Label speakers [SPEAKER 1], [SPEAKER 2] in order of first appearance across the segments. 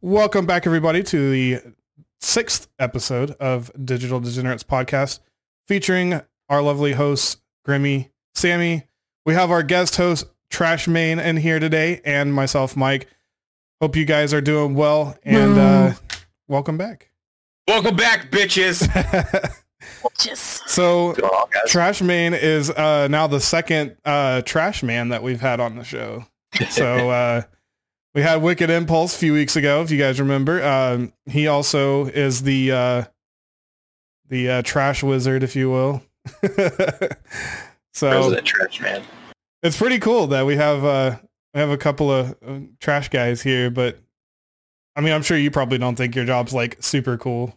[SPEAKER 1] Welcome back, everybody, to the sixth episode of Digital Degenerates podcast, featuring our lovely hosts, Grimmy, Sammy. We have our guest host, Trash Main, in here today, and myself, Mike. Hope you guys are doing well, and uh, welcome back.
[SPEAKER 2] Welcome back, bitches.
[SPEAKER 3] Just
[SPEAKER 1] so,
[SPEAKER 2] Oh, guys.
[SPEAKER 1] Trash Man is uh, now the second uh, Trash Man that we've had on the show. So uh, we had Wicked Impulse a few weeks ago, if you guys remember. Um, he also is the uh, the uh, Trash Wizard, if you will. so
[SPEAKER 2] President Trash Man.
[SPEAKER 1] it's pretty cool that we have uh, we have a couple of uh, trash guys here, but I mean, I'm sure you probably don't think your job's like super cool,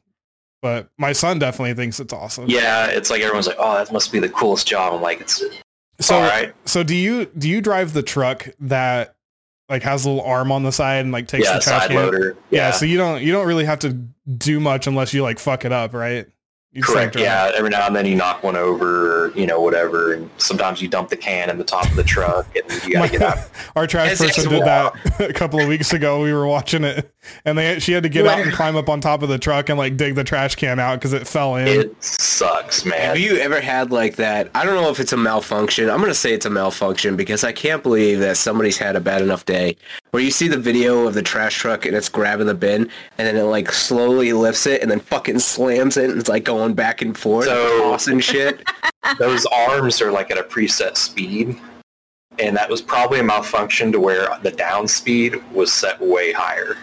[SPEAKER 1] but my son definitely thinks it's awesome.
[SPEAKER 2] Yeah, it's like everyone's like, oh, that must be the coolest job. I'm like, it's
[SPEAKER 1] So
[SPEAKER 2] all right.
[SPEAKER 1] So do you do you drive the truck that like has a little arm on the side and like takes
[SPEAKER 2] Yeah,
[SPEAKER 1] the trash
[SPEAKER 2] side
[SPEAKER 1] can?
[SPEAKER 2] loader.
[SPEAKER 1] Yeah. so you don't you don't really have to do much unless you like fuck it up, right? You just, like,
[SPEAKER 2] correct.
[SPEAKER 1] drive.
[SPEAKER 2] Yeah, every now and then you knock one over, or, you know, whatever. And sometimes you dump the can in the top of the truck, and you
[SPEAKER 1] My-
[SPEAKER 2] gotta get out.
[SPEAKER 1] Our trash
[SPEAKER 2] It's-
[SPEAKER 1] person
[SPEAKER 2] it's
[SPEAKER 1] did
[SPEAKER 2] wild.
[SPEAKER 1] that a couple of weeks ago. We were watching it, and they she had to get out and
[SPEAKER 3] Wow.
[SPEAKER 1] climb up on top of the truck and like dig the trash can out because it fell in.
[SPEAKER 2] It sucks,
[SPEAKER 4] Have
[SPEAKER 2] man.
[SPEAKER 4] you ever had like that? I don't know if it's a malfunction. I'm going to say it's a malfunction because I can't believe that somebody's had a bad enough day where you see the video of the trash truck and it's grabbing the bin and then it like slowly lifts it and then fucking slams it and it's like going back and forth
[SPEAKER 2] So-
[SPEAKER 4] tossing shit.
[SPEAKER 2] Those arms are like at a preset speed, and that was probably a malfunction to where the down speed was set way higher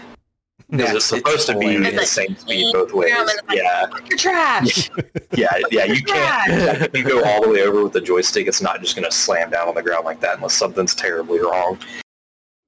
[SPEAKER 2] because it's
[SPEAKER 4] That's-
[SPEAKER 2] supposed to be
[SPEAKER 4] hilarious.
[SPEAKER 2] the
[SPEAKER 3] It's
[SPEAKER 2] same speed both ways.
[SPEAKER 3] Yeah, and like-
[SPEAKER 2] Yeah.
[SPEAKER 3] fuck your trash.
[SPEAKER 2] Yeah, yeah, you can't.
[SPEAKER 4] Yeah.
[SPEAKER 2] If you go all the way over with the joystick, it's not just gonna slam down on the ground like that unless something's terribly wrong.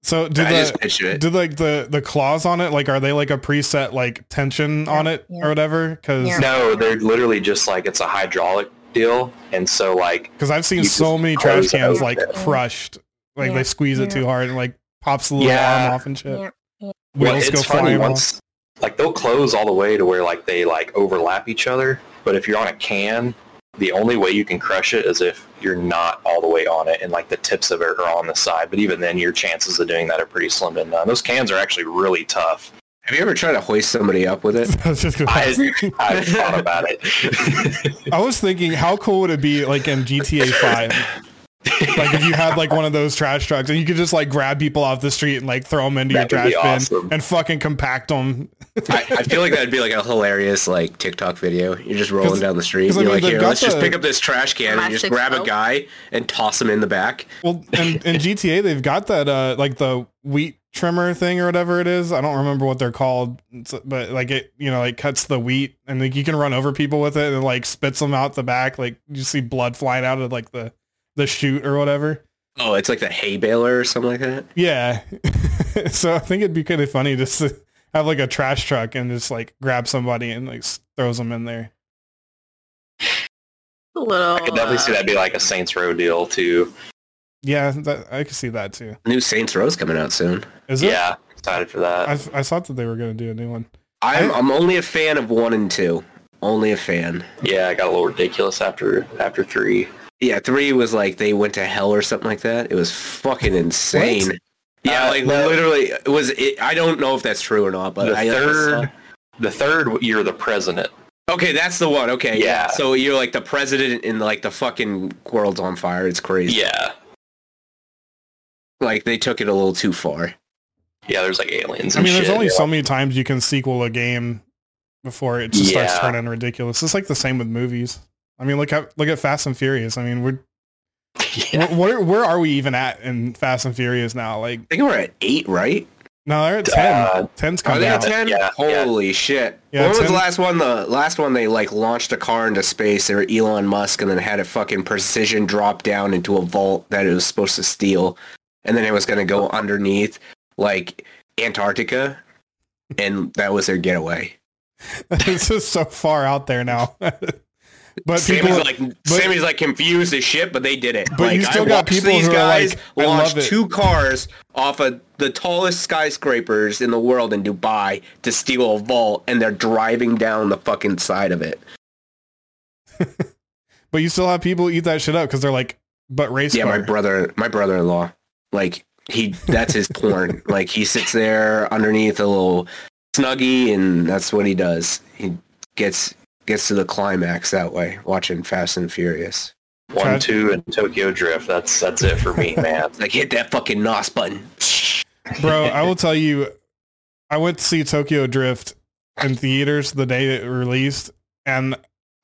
[SPEAKER 1] so did
[SPEAKER 4] I just
[SPEAKER 1] the
[SPEAKER 4] picture it.
[SPEAKER 1] did like the the claws on it like are they like a preset like tension on it
[SPEAKER 3] Yeah.
[SPEAKER 1] or whatever? Because
[SPEAKER 3] Yeah.
[SPEAKER 2] No, they're literally just like it's a hydraulic deal, and so like
[SPEAKER 1] Because I've seen
[SPEAKER 2] You
[SPEAKER 1] so
[SPEAKER 2] just
[SPEAKER 1] many trash
[SPEAKER 2] close it
[SPEAKER 1] cans
[SPEAKER 3] out.
[SPEAKER 1] like
[SPEAKER 3] Yeah.
[SPEAKER 1] crushed, like
[SPEAKER 3] Yeah.
[SPEAKER 1] they squeeze it
[SPEAKER 3] Yeah.
[SPEAKER 1] too hard and like pops the little
[SPEAKER 2] Yeah.
[SPEAKER 1] arm off and shit.
[SPEAKER 3] Yeah. Yeah.
[SPEAKER 2] well,
[SPEAKER 1] Wheels go
[SPEAKER 2] it's funny
[SPEAKER 1] flying off.
[SPEAKER 2] once like they'll close all the way to where like they like overlap each other. But if you're on a can, the only way you can crush it is if you're not all the way on it, and like the tips of it are on the side. But even then, your chances of doing that are pretty slim to none. Those cans are actually really tough.
[SPEAKER 4] Have you ever tried to hoist somebody up with it?
[SPEAKER 1] I was just gonna-
[SPEAKER 2] I I thought about it.
[SPEAKER 1] I was thinking, how cool would it be like in GTA Five? like if you had like one of those trash trucks and you could just like grab people off the street and like throw them into
[SPEAKER 2] That
[SPEAKER 1] your
[SPEAKER 2] would be
[SPEAKER 1] trash bin
[SPEAKER 2] awesome.
[SPEAKER 1] and fucking compact them.
[SPEAKER 4] I, I feel like that'd be like a hilarious like TikTok video. You're just rolling
[SPEAKER 1] 'Cause-
[SPEAKER 4] down the street.
[SPEAKER 1] 'cause,
[SPEAKER 4] And
[SPEAKER 1] I
[SPEAKER 4] you're
[SPEAKER 1] mean,
[SPEAKER 4] like,
[SPEAKER 1] they've
[SPEAKER 4] here,
[SPEAKER 1] got
[SPEAKER 4] let's just
[SPEAKER 1] the-
[SPEAKER 4] pick up this trash can and you just
[SPEAKER 3] Plastic
[SPEAKER 4] grab a
[SPEAKER 3] belt.
[SPEAKER 4] guy and toss him in the back.
[SPEAKER 1] Well, and in GTA they've got that uh like the wheat trimmer thing or whatever it is. I don't remember what they're called, It's- but like it you know like cuts the wheat and like you can run over people with it and like spits them out the back. Like you see blood flying out of like the the chute or whatever.
[SPEAKER 4] Oh, it's like the hay baler or something like that.
[SPEAKER 1] Yeah. so I think it'd be kind of funny just to have like a trash truck and just like grab somebody and like s- throws them in there.
[SPEAKER 3] A little.
[SPEAKER 2] I could definitely see
[SPEAKER 3] uh,
[SPEAKER 2] that be like a Saints Row deal too.
[SPEAKER 1] Yeah, that, I could see that too.
[SPEAKER 4] New Saints Row's coming out soon.
[SPEAKER 1] Is it?
[SPEAKER 2] Yeah, excited for
[SPEAKER 1] I,
[SPEAKER 2] that.
[SPEAKER 1] I thought that they were going to do a new one.
[SPEAKER 4] I'm
[SPEAKER 1] I-
[SPEAKER 4] I'm only a fan of one and two. Only a fan.
[SPEAKER 2] Yeah, I got a little ridiculous after after three.
[SPEAKER 4] Yeah, three was like they went to hell or something like that. It was fucking insane. Yeah,
[SPEAKER 2] Uh,
[SPEAKER 4] like
[SPEAKER 2] no.
[SPEAKER 4] literally, it was. It, I don't know if that's true or not, but
[SPEAKER 2] the
[SPEAKER 4] I, I saw-
[SPEAKER 2] third, the third, you're the president.
[SPEAKER 4] okay, that's the one. Okay, yeah.
[SPEAKER 2] Yeah.
[SPEAKER 4] So you're like the president, and like the fucking world's on fire. It's crazy.
[SPEAKER 2] Yeah,
[SPEAKER 4] Like they took it a little too far.
[SPEAKER 2] yeah. There's like aliens.
[SPEAKER 1] I
[SPEAKER 2] And
[SPEAKER 1] mean, there's
[SPEAKER 2] shit.
[SPEAKER 1] only
[SPEAKER 2] Yeah.
[SPEAKER 1] so many times you can sequel a game before it just starts
[SPEAKER 2] Yeah.
[SPEAKER 1] turning ridiculous. It's like the same with movies. I mean, look at look at Fast and Furious. I mean, we're
[SPEAKER 2] Yeah.
[SPEAKER 1] wh- where where are we even at in Fast and Furious now? Like,
[SPEAKER 4] I think we're at eight, right?
[SPEAKER 1] no, they're at ten.
[SPEAKER 2] Uh,
[SPEAKER 1] Ten's
[SPEAKER 4] Are
[SPEAKER 1] coming
[SPEAKER 4] they at
[SPEAKER 1] out.
[SPEAKER 4] ten?
[SPEAKER 2] Yeah, yeah.
[SPEAKER 4] Holy shit!
[SPEAKER 1] Yeah,
[SPEAKER 4] when was
[SPEAKER 1] 10.
[SPEAKER 4] the last one? The last one they like launched a car into space. They were Elon Musk, and then had a fucking precision drop down into a vault that it was supposed to steal, and then it was going to go underneath like Antarctica, and that was their getaway.
[SPEAKER 1] it's just so far out there now. but people,
[SPEAKER 4] Sammy's like Sammy's like confused as shit, but they did it.
[SPEAKER 1] But
[SPEAKER 4] like,
[SPEAKER 1] you still
[SPEAKER 4] I
[SPEAKER 1] got
[SPEAKER 4] watched
[SPEAKER 1] people
[SPEAKER 4] these
[SPEAKER 1] who are
[SPEAKER 4] guys
[SPEAKER 1] like, "I
[SPEAKER 4] launch
[SPEAKER 1] love it."
[SPEAKER 4] two cars off of the tallest skyscrapers in the world in Dubai to steal a vault, and they're driving down the fucking side of it.
[SPEAKER 1] but you still have people eat that shit up because they're like, but race
[SPEAKER 4] yeah,
[SPEAKER 1] car.
[SPEAKER 4] my brother, my brother-in-law, like he that's his porn. Like he sits there underneath a little snuggie, and that's what he does. He gets gets to the climax that way, watching Fast and Furious.
[SPEAKER 2] One,
[SPEAKER 1] Chad?
[SPEAKER 2] two, and Tokyo Drift. That's that's it for me, man.
[SPEAKER 4] Like hit that fucking nos button.
[SPEAKER 1] Bro, I will tell you, I went to see Tokyo Drift in theaters the day it released, and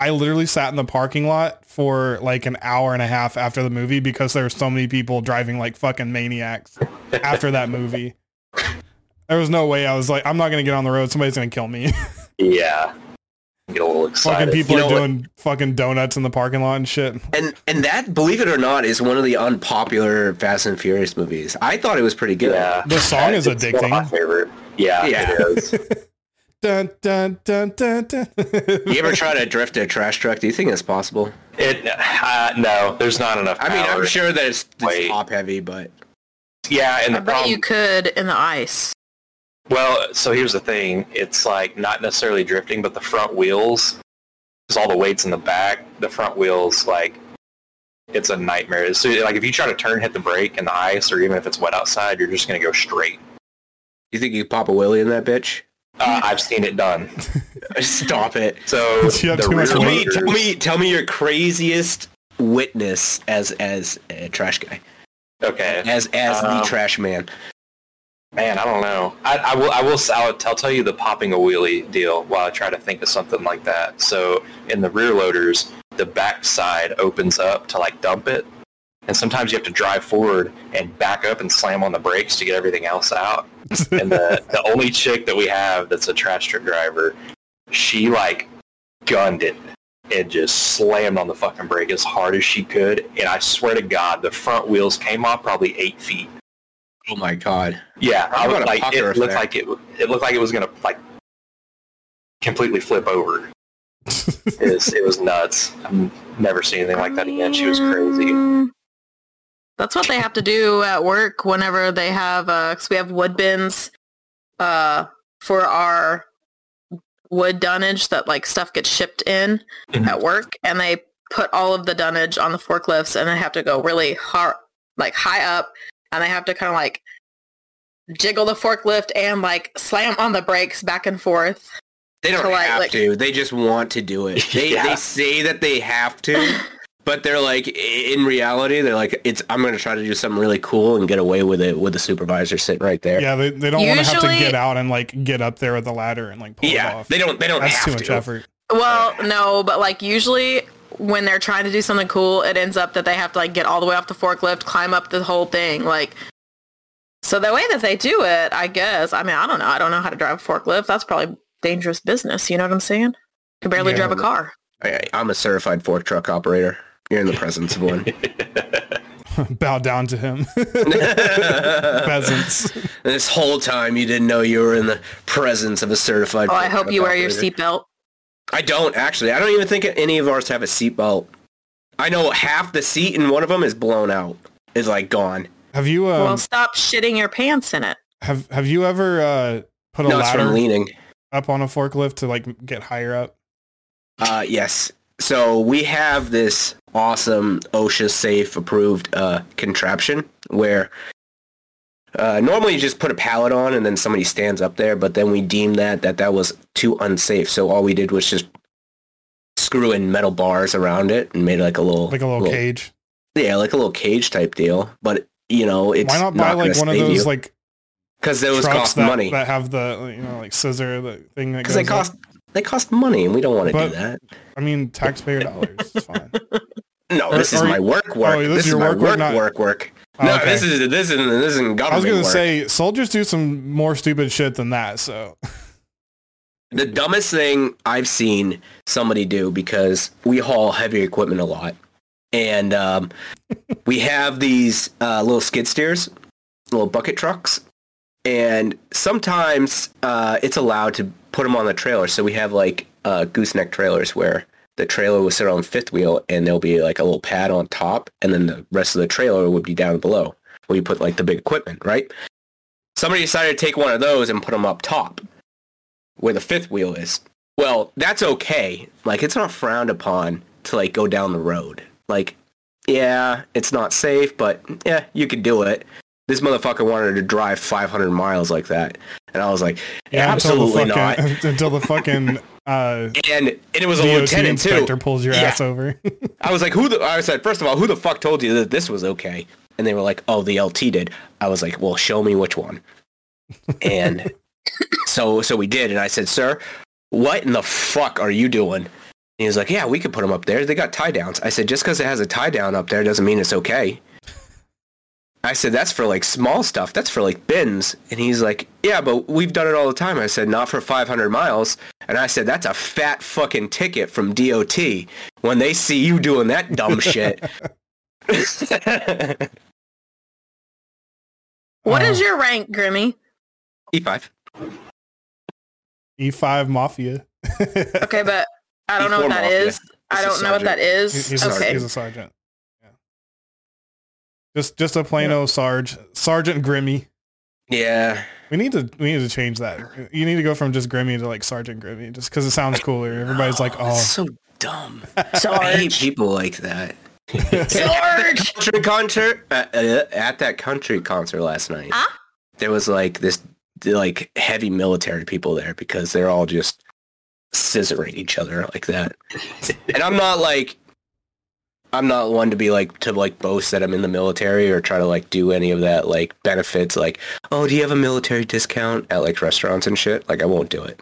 [SPEAKER 1] I literally sat in the parking lot for like an hour and a half after the movie because there were so many people driving like fucking maniacs after that movie. There was no way I was like, I'm not gonna get on the road. Somebody's gonna kill me.
[SPEAKER 2] yeah, get a little excited.
[SPEAKER 1] fucking people
[SPEAKER 4] You know
[SPEAKER 1] are
[SPEAKER 4] what-
[SPEAKER 1] doing fucking donuts in the parking lot and shit.
[SPEAKER 4] And and that, believe it or not, is one of the unpopular Fast and Furious movies. I thought it was pretty good.
[SPEAKER 2] Yeah,
[SPEAKER 1] The song is
[SPEAKER 2] It's one of my
[SPEAKER 1] addicting.
[SPEAKER 2] favorite. Yeah,
[SPEAKER 4] Yeah.
[SPEAKER 2] it is.
[SPEAKER 1] Dun dun dun dun dun.
[SPEAKER 4] You ever try to drift a trash truck? Do you think it's possible?
[SPEAKER 2] It uh, no, there's not enough.
[SPEAKER 4] I mean, I'm
[SPEAKER 2] power.
[SPEAKER 4] sure that it's,
[SPEAKER 2] Wait.
[SPEAKER 4] it's top heavy, but
[SPEAKER 2] Yeah, and
[SPEAKER 3] I
[SPEAKER 2] the
[SPEAKER 3] bet
[SPEAKER 2] problem.
[SPEAKER 3] you could in the ice.
[SPEAKER 2] Well, so here's the thing. It's like not necessarily drifting, but the front wheels, because all the weight's in the back, the front wheels, like, it's a nightmare. So, like, if you try to turn, hit the brake in the ice, or even if it's wet outside, you're just going to go straight.
[SPEAKER 4] you think you could pop a wheelie in that bitch?
[SPEAKER 2] Uh, I've seen it done.
[SPEAKER 4] Stop it.
[SPEAKER 2] So,
[SPEAKER 1] You have
[SPEAKER 2] the
[SPEAKER 1] too much
[SPEAKER 4] Tell
[SPEAKER 2] rear
[SPEAKER 4] me, tell
[SPEAKER 2] loaders-
[SPEAKER 4] me, tell me your craziest witness as as a trash guy,
[SPEAKER 2] Okay.
[SPEAKER 4] as as
[SPEAKER 2] Um,
[SPEAKER 4] the trash man.
[SPEAKER 2] Man, I don't know. I, I will. I will. s- I'll, I'll tell you the popping a wheelie deal while I try to think of something like that. So in the rear loaders, the back side opens up to like dump it, and sometimes you have to drive forward and back up and slam on the brakes to get everything else out. And the the only chick that we have that's a trash truck driver, she like gunned it and just slammed on the fucking brake as hard as she could. And I swear to God, the front wheels came off probably eight feet.
[SPEAKER 4] Oh my god.
[SPEAKER 2] Yeah,
[SPEAKER 4] Talk
[SPEAKER 2] I was
[SPEAKER 4] about a
[SPEAKER 2] like, it
[SPEAKER 4] pucker
[SPEAKER 2] looked
[SPEAKER 4] effect.
[SPEAKER 2] like it. It looked like it was gonna like completely flip over. It was, it was nuts. I've never seen anything like that again. She was crazy.
[SPEAKER 3] Mm. That's what they have to do at work whenever they have, because we have wood bins uh, for our wood dunnage that like stuff gets shipped in
[SPEAKER 2] Mhm.
[SPEAKER 3] at work, and they put all of the dunnage on the forklifts, and they have to go really hard, like high up, and they have to kind of like jiggle the forklift and like slam on the brakes back and forth.
[SPEAKER 4] They don't
[SPEAKER 3] So, like-
[SPEAKER 4] have
[SPEAKER 3] like-
[SPEAKER 4] to. They just want to do it. They
[SPEAKER 2] Yeah.
[SPEAKER 4] they say that they have to, but they're like in reality they're like it's I'm going to try to do something really cool and get away with it with the supervisor sitting right there.
[SPEAKER 1] yeah, they, they don't want to have to
[SPEAKER 3] Usually-
[SPEAKER 1] get out and like get up there with the ladder and like pull it
[SPEAKER 4] Yeah,
[SPEAKER 1] off.
[SPEAKER 4] they don't they don't
[SPEAKER 1] That's
[SPEAKER 4] have
[SPEAKER 1] too much
[SPEAKER 4] to.
[SPEAKER 1] effort.
[SPEAKER 3] Well, no, but like usually when they're trying to do something cool, it ends up that they have to like get all the way off the forklift, climb up the whole thing. Like, so the way that they do it, I guess. I mean, I don't know. I don't know how to drive a forklift. That's probably dangerous business. You know what I'm saying? Can barely
[SPEAKER 4] Yeah.
[SPEAKER 3] drive a car.
[SPEAKER 4] I, I'm a certified fork truck operator. You're in the presence of one.
[SPEAKER 1] Bow down to him, peasants.
[SPEAKER 4] This whole time you didn't know you were in the presence of a certified.
[SPEAKER 3] Oh, I
[SPEAKER 4] fork
[SPEAKER 3] hope
[SPEAKER 4] truck
[SPEAKER 3] you wear your
[SPEAKER 4] operator.
[SPEAKER 3] seatbelt.
[SPEAKER 4] I don't actually. I don't even think any of ours have a seatbelt. I know half the seat in one of them is blown out. Is like gone.
[SPEAKER 1] Have you um,
[SPEAKER 3] well, stop shitting your pants in it.
[SPEAKER 1] have have you ever uh, put a
[SPEAKER 4] No, it's from
[SPEAKER 1] ladder
[SPEAKER 4] leaning.
[SPEAKER 1] up on a forklift to like get higher up?
[SPEAKER 4] Uh, yes. So we have this awesome OSHA safe approved uh, contraption where uh, normally you just put a pallet on and then somebody stands up there, but then we deemed that that that was too unsafe. So all we did was just screw in metal bars around it and made like a little
[SPEAKER 1] like a little cage.
[SPEAKER 4] Yeah, like a little cage type deal. But you know, it's
[SPEAKER 1] Why not buy like one of those like
[SPEAKER 4] because those
[SPEAKER 1] trucks
[SPEAKER 4] cost
[SPEAKER 1] that,
[SPEAKER 4] money.
[SPEAKER 1] that have the you know like scissor the thing that
[SPEAKER 4] Because
[SPEAKER 1] goes
[SPEAKER 4] they
[SPEAKER 1] up?
[SPEAKER 4] cost they cost money, and we don't want to
[SPEAKER 1] But-
[SPEAKER 4] do that.
[SPEAKER 1] I mean taxpayer dollars. It's fine.
[SPEAKER 4] No,
[SPEAKER 1] Or-
[SPEAKER 4] this is
[SPEAKER 1] or-
[SPEAKER 4] my work work.
[SPEAKER 1] oh, this
[SPEAKER 4] this,
[SPEAKER 1] is
[SPEAKER 4] is
[SPEAKER 1] your
[SPEAKER 4] my
[SPEAKER 1] work
[SPEAKER 4] work
[SPEAKER 1] work,
[SPEAKER 4] work
[SPEAKER 1] not-
[SPEAKER 4] work.
[SPEAKER 1] Oh,
[SPEAKER 4] no,
[SPEAKER 1] okay.
[SPEAKER 4] this is this isn't this isn't government
[SPEAKER 1] I was gonna
[SPEAKER 4] work.
[SPEAKER 1] say soldiers do some more stupid shit than that. So
[SPEAKER 4] the dumbest thing I've seen somebody do because we haul heavy equipment a lot, and um, we have these uh, little skid steers, little bucket trucks, and sometimes uh, it's allowed to put them on the trailer. So we have like uh, gooseneck trailers where the trailer will sit on fifth wheel, and there'll be like a little pad on top, and then the rest of the trailer would be down below where you put like the big equipment, right? Somebody decided to take one of those and put them up top where the fifth wheel is. Well, that's okay. Like it's not frowned upon to like go down the road. Like, yeah, it's not safe, but yeah, you could do it. this motherfucker wanted to drive 500 miles like that, and I was like, absolutely
[SPEAKER 1] until the
[SPEAKER 4] not.
[SPEAKER 1] fucking, Until the fucking uh,
[SPEAKER 4] And, and it was a
[SPEAKER 1] DOT
[SPEAKER 4] lieutenant too.
[SPEAKER 1] inspector pulls your
[SPEAKER 4] Yeah.
[SPEAKER 1] ass over.
[SPEAKER 4] I was like, who the, I said, first of all, who the fuck told you that this was okay? And they were like, oh, the LT did. I was like, well, show me which one. And so, so we did. And I said, sir, what in the fuck are you doing? And he was like, yeah, we could put them up there. They got tie downs. I said, just because it has a tie down up there doesn't mean it's okay. I said, that's for like small stuff. That's for like bins. And he's like, yeah, but we've done it all the time. I said, not for 500 miles. And I said, that's a fat fucking ticket from DOT when they see you doing that dumb shit. E5.
[SPEAKER 3] What
[SPEAKER 1] Uh,
[SPEAKER 3] is your rank, Grimmy?
[SPEAKER 4] E
[SPEAKER 1] E5 E Mafia?
[SPEAKER 3] Okay, but I don't know
[SPEAKER 4] Before
[SPEAKER 3] what that
[SPEAKER 4] Mafia.
[SPEAKER 3] is. I
[SPEAKER 4] It's a
[SPEAKER 3] don't know what that is.
[SPEAKER 1] he's, a,
[SPEAKER 3] okay.
[SPEAKER 1] he's a sergeant. Yeah. Just just a plain old Sarge. Sergeant Grimmy.
[SPEAKER 4] Yeah.
[SPEAKER 1] We need to we need to change that. You need to go from just Grimmy to like Sergeant Grimmy, just because it sounds cooler. Everybody's like,
[SPEAKER 4] That's
[SPEAKER 1] oh,
[SPEAKER 4] so dumb. I hate
[SPEAKER 3] Sarge.
[SPEAKER 4] people like that.
[SPEAKER 3] Sarge.
[SPEAKER 4] Country concert uh, uh, at that country concert last night.
[SPEAKER 3] Huh?
[SPEAKER 4] There was like this like heavy military people there because they're all just scissoring each other like that. and I'm not like I'm not one to be like to like boast that I'm in the military or try to like do any of that like benefits like oh do you have a military discount at like restaurants and shit like I won't do it.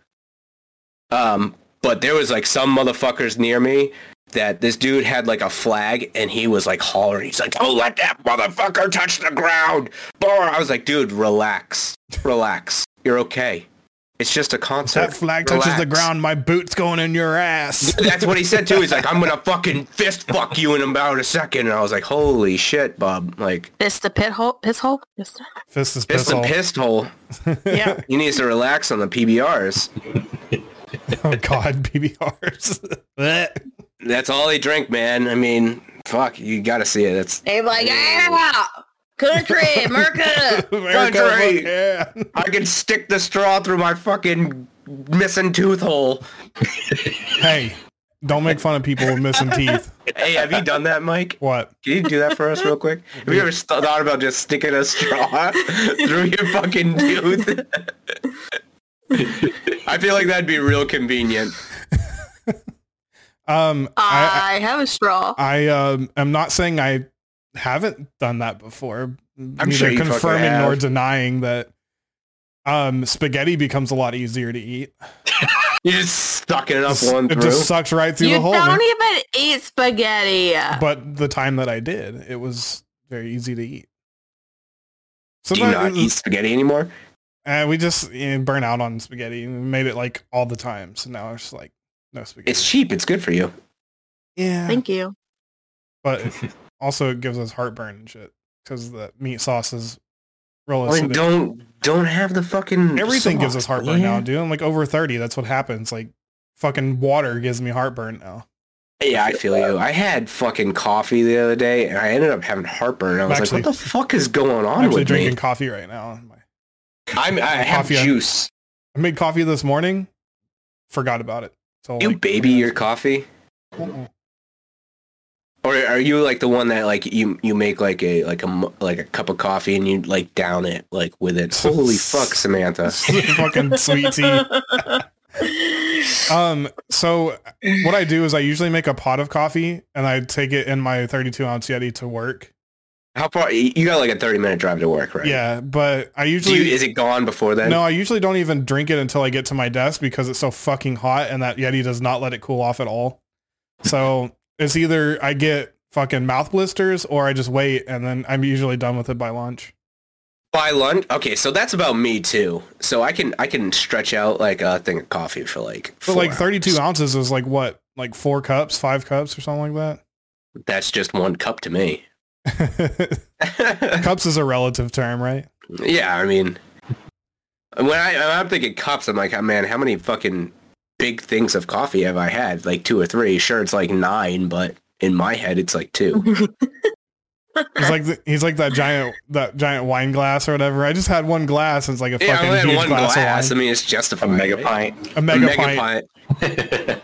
[SPEAKER 4] Um, but there was like some motherfuckers near me that this dude had like a flag and he was like hollering. He's like, "Don't let that motherfucker touch the ground!" Bar. I was like, "Dude, relax, relax. You're okay. It's just a concert."
[SPEAKER 1] that flag touches the
[SPEAKER 4] Relax."
[SPEAKER 1] ground, my boot's going in your ass.
[SPEAKER 4] That's what he said too. He's like, "I'm gonna fucking fist fuck you in about a second. And I was like, "Holy shit, Bob! Like,
[SPEAKER 3] This the pit hole. Piss hole. This-
[SPEAKER 1] Fist is
[SPEAKER 4] it's a
[SPEAKER 1] pistol.
[SPEAKER 4] pistol.
[SPEAKER 3] Yeah.
[SPEAKER 4] He needs to relax on the PBRs."
[SPEAKER 1] Oh God, PBRs. Blech.
[SPEAKER 4] That's all he drank, man. I mean, fuck, you gotta see it. It's
[SPEAKER 3] They be like, yeah, country, America.
[SPEAKER 1] America,
[SPEAKER 4] Country.
[SPEAKER 1] fuck yeah.
[SPEAKER 4] I can stick the straw through my fucking missing tooth hole.
[SPEAKER 1] Hey, don't make fun of people with missing teeth.
[SPEAKER 4] Hey, have you done that, Mike?
[SPEAKER 1] What?
[SPEAKER 4] Can you do that for us real quick? Have you ever st- thought about just sticking a straw through your fucking tooth? I feel like that'd be real convenient.
[SPEAKER 1] Um, I,
[SPEAKER 3] I have a straw.
[SPEAKER 1] I um, am not saying I haven't done that before.
[SPEAKER 4] I'm
[SPEAKER 1] Neither
[SPEAKER 4] sure you fucking
[SPEAKER 1] confirming nor
[SPEAKER 4] have.
[SPEAKER 1] denying that um, spaghetti becomes a lot easier to eat.
[SPEAKER 4] You just sucking it up one
[SPEAKER 1] It
[SPEAKER 4] through.
[SPEAKER 1] just sucks right through
[SPEAKER 3] You
[SPEAKER 1] the hole.
[SPEAKER 3] don't e- even eat spaghetti.
[SPEAKER 1] But the time that I did, it was very easy to eat.
[SPEAKER 4] do you not
[SPEAKER 1] Sometimes
[SPEAKER 4] eat spaghetti anymore?
[SPEAKER 1] uh, we just you know, burn out on spaghetti and we made it like all the time. So now it's like no spaghetti.
[SPEAKER 4] It's cheap. It's good for you.
[SPEAKER 1] yeah,
[SPEAKER 3] Thank you.
[SPEAKER 1] but also it gives us heartburn and shit because the meat sauce is real
[SPEAKER 4] Like,
[SPEAKER 1] acidic.
[SPEAKER 4] don't don't have the fucking.
[SPEAKER 1] Everything gives us
[SPEAKER 4] sauce,
[SPEAKER 1] heartburn now,
[SPEAKER 4] man.
[SPEAKER 1] dude. I'm like over 30. That's what happens. Like fucking water gives me heartburn now.
[SPEAKER 4] Yeah, I feel you. I had fucking coffee the other day, and I ended up having heartburn. I was
[SPEAKER 1] Actually-
[SPEAKER 4] like, "What the fuck is going
[SPEAKER 1] I'm
[SPEAKER 4] on
[SPEAKER 1] actually
[SPEAKER 4] with
[SPEAKER 1] drinking
[SPEAKER 4] me?"
[SPEAKER 1] coffee right now.
[SPEAKER 4] I'm, I have
[SPEAKER 1] coffee.
[SPEAKER 4] juice.
[SPEAKER 1] I made coffee this morning. Forgot about it. So
[SPEAKER 4] You baby your coffee, or are you like the one that like you you make like a like a mu- like a cup of coffee and you like down it like with it? Holy fuck, Samantha!
[SPEAKER 1] fucking sweet tea. Um, so what I do is I usually make a pot of coffee and I take it in my 32 ounce Yeti to work.
[SPEAKER 4] How far? You got like a thirty minute drive to work, right?
[SPEAKER 1] Yeah, but I
[SPEAKER 4] Do
[SPEAKER 1] usually
[SPEAKER 4] you, is it gone before then?
[SPEAKER 1] No, I usually don't even drink it until I get to my desk because it's so fucking hot and that Yeti does not let it cool off at all. So it's either I get fucking mouth blisters or I just wait and then I'm usually done with it by lunch.
[SPEAKER 4] By lunch. Okay, so that's about me too. So I can I can stretch out like a thing of coffee for like.
[SPEAKER 1] But like
[SPEAKER 4] four
[SPEAKER 1] 32
[SPEAKER 4] hours.
[SPEAKER 1] ounces is like what? Like four cups, five cups or something like
[SPEAKER 4] That's just one cup to me.
[SPEAKER 1] that? cups is a relative term, right?
[SPEAKER 4] Yeah, I mean, when I when I'm thinking cups, I'm like, oh, man, how many fucking big things of coffee have I had? Like two or three. Sure, it's like nine, but in my head, it's like two.
[SPEAKER 1] He's like the, he's like that giant that giant wine glass or whatever. I just had one glass and it's like a
[SPEAKER 4] yeah, I
[SPEAKER 1] fucking
[SPEAKER 4] only had
[SPEAKER 1] huge
[SPEAKER 4] one
[SPEAKER 1] glass,
[SPEAKER 4] glass. I
[SPEAKER 1] of wine.
[SPEAKER 4] mean, it's justified.
[SPEAKER 2] a mega
[SPEAKER 4] right?
[SPEAKER 2] pint.
[SPEAKER 1] A
[SPEAKER 4] A
[SPEAKER 1] mega,
[SPEAKER 4] mega
[SPEAKER 1] pint.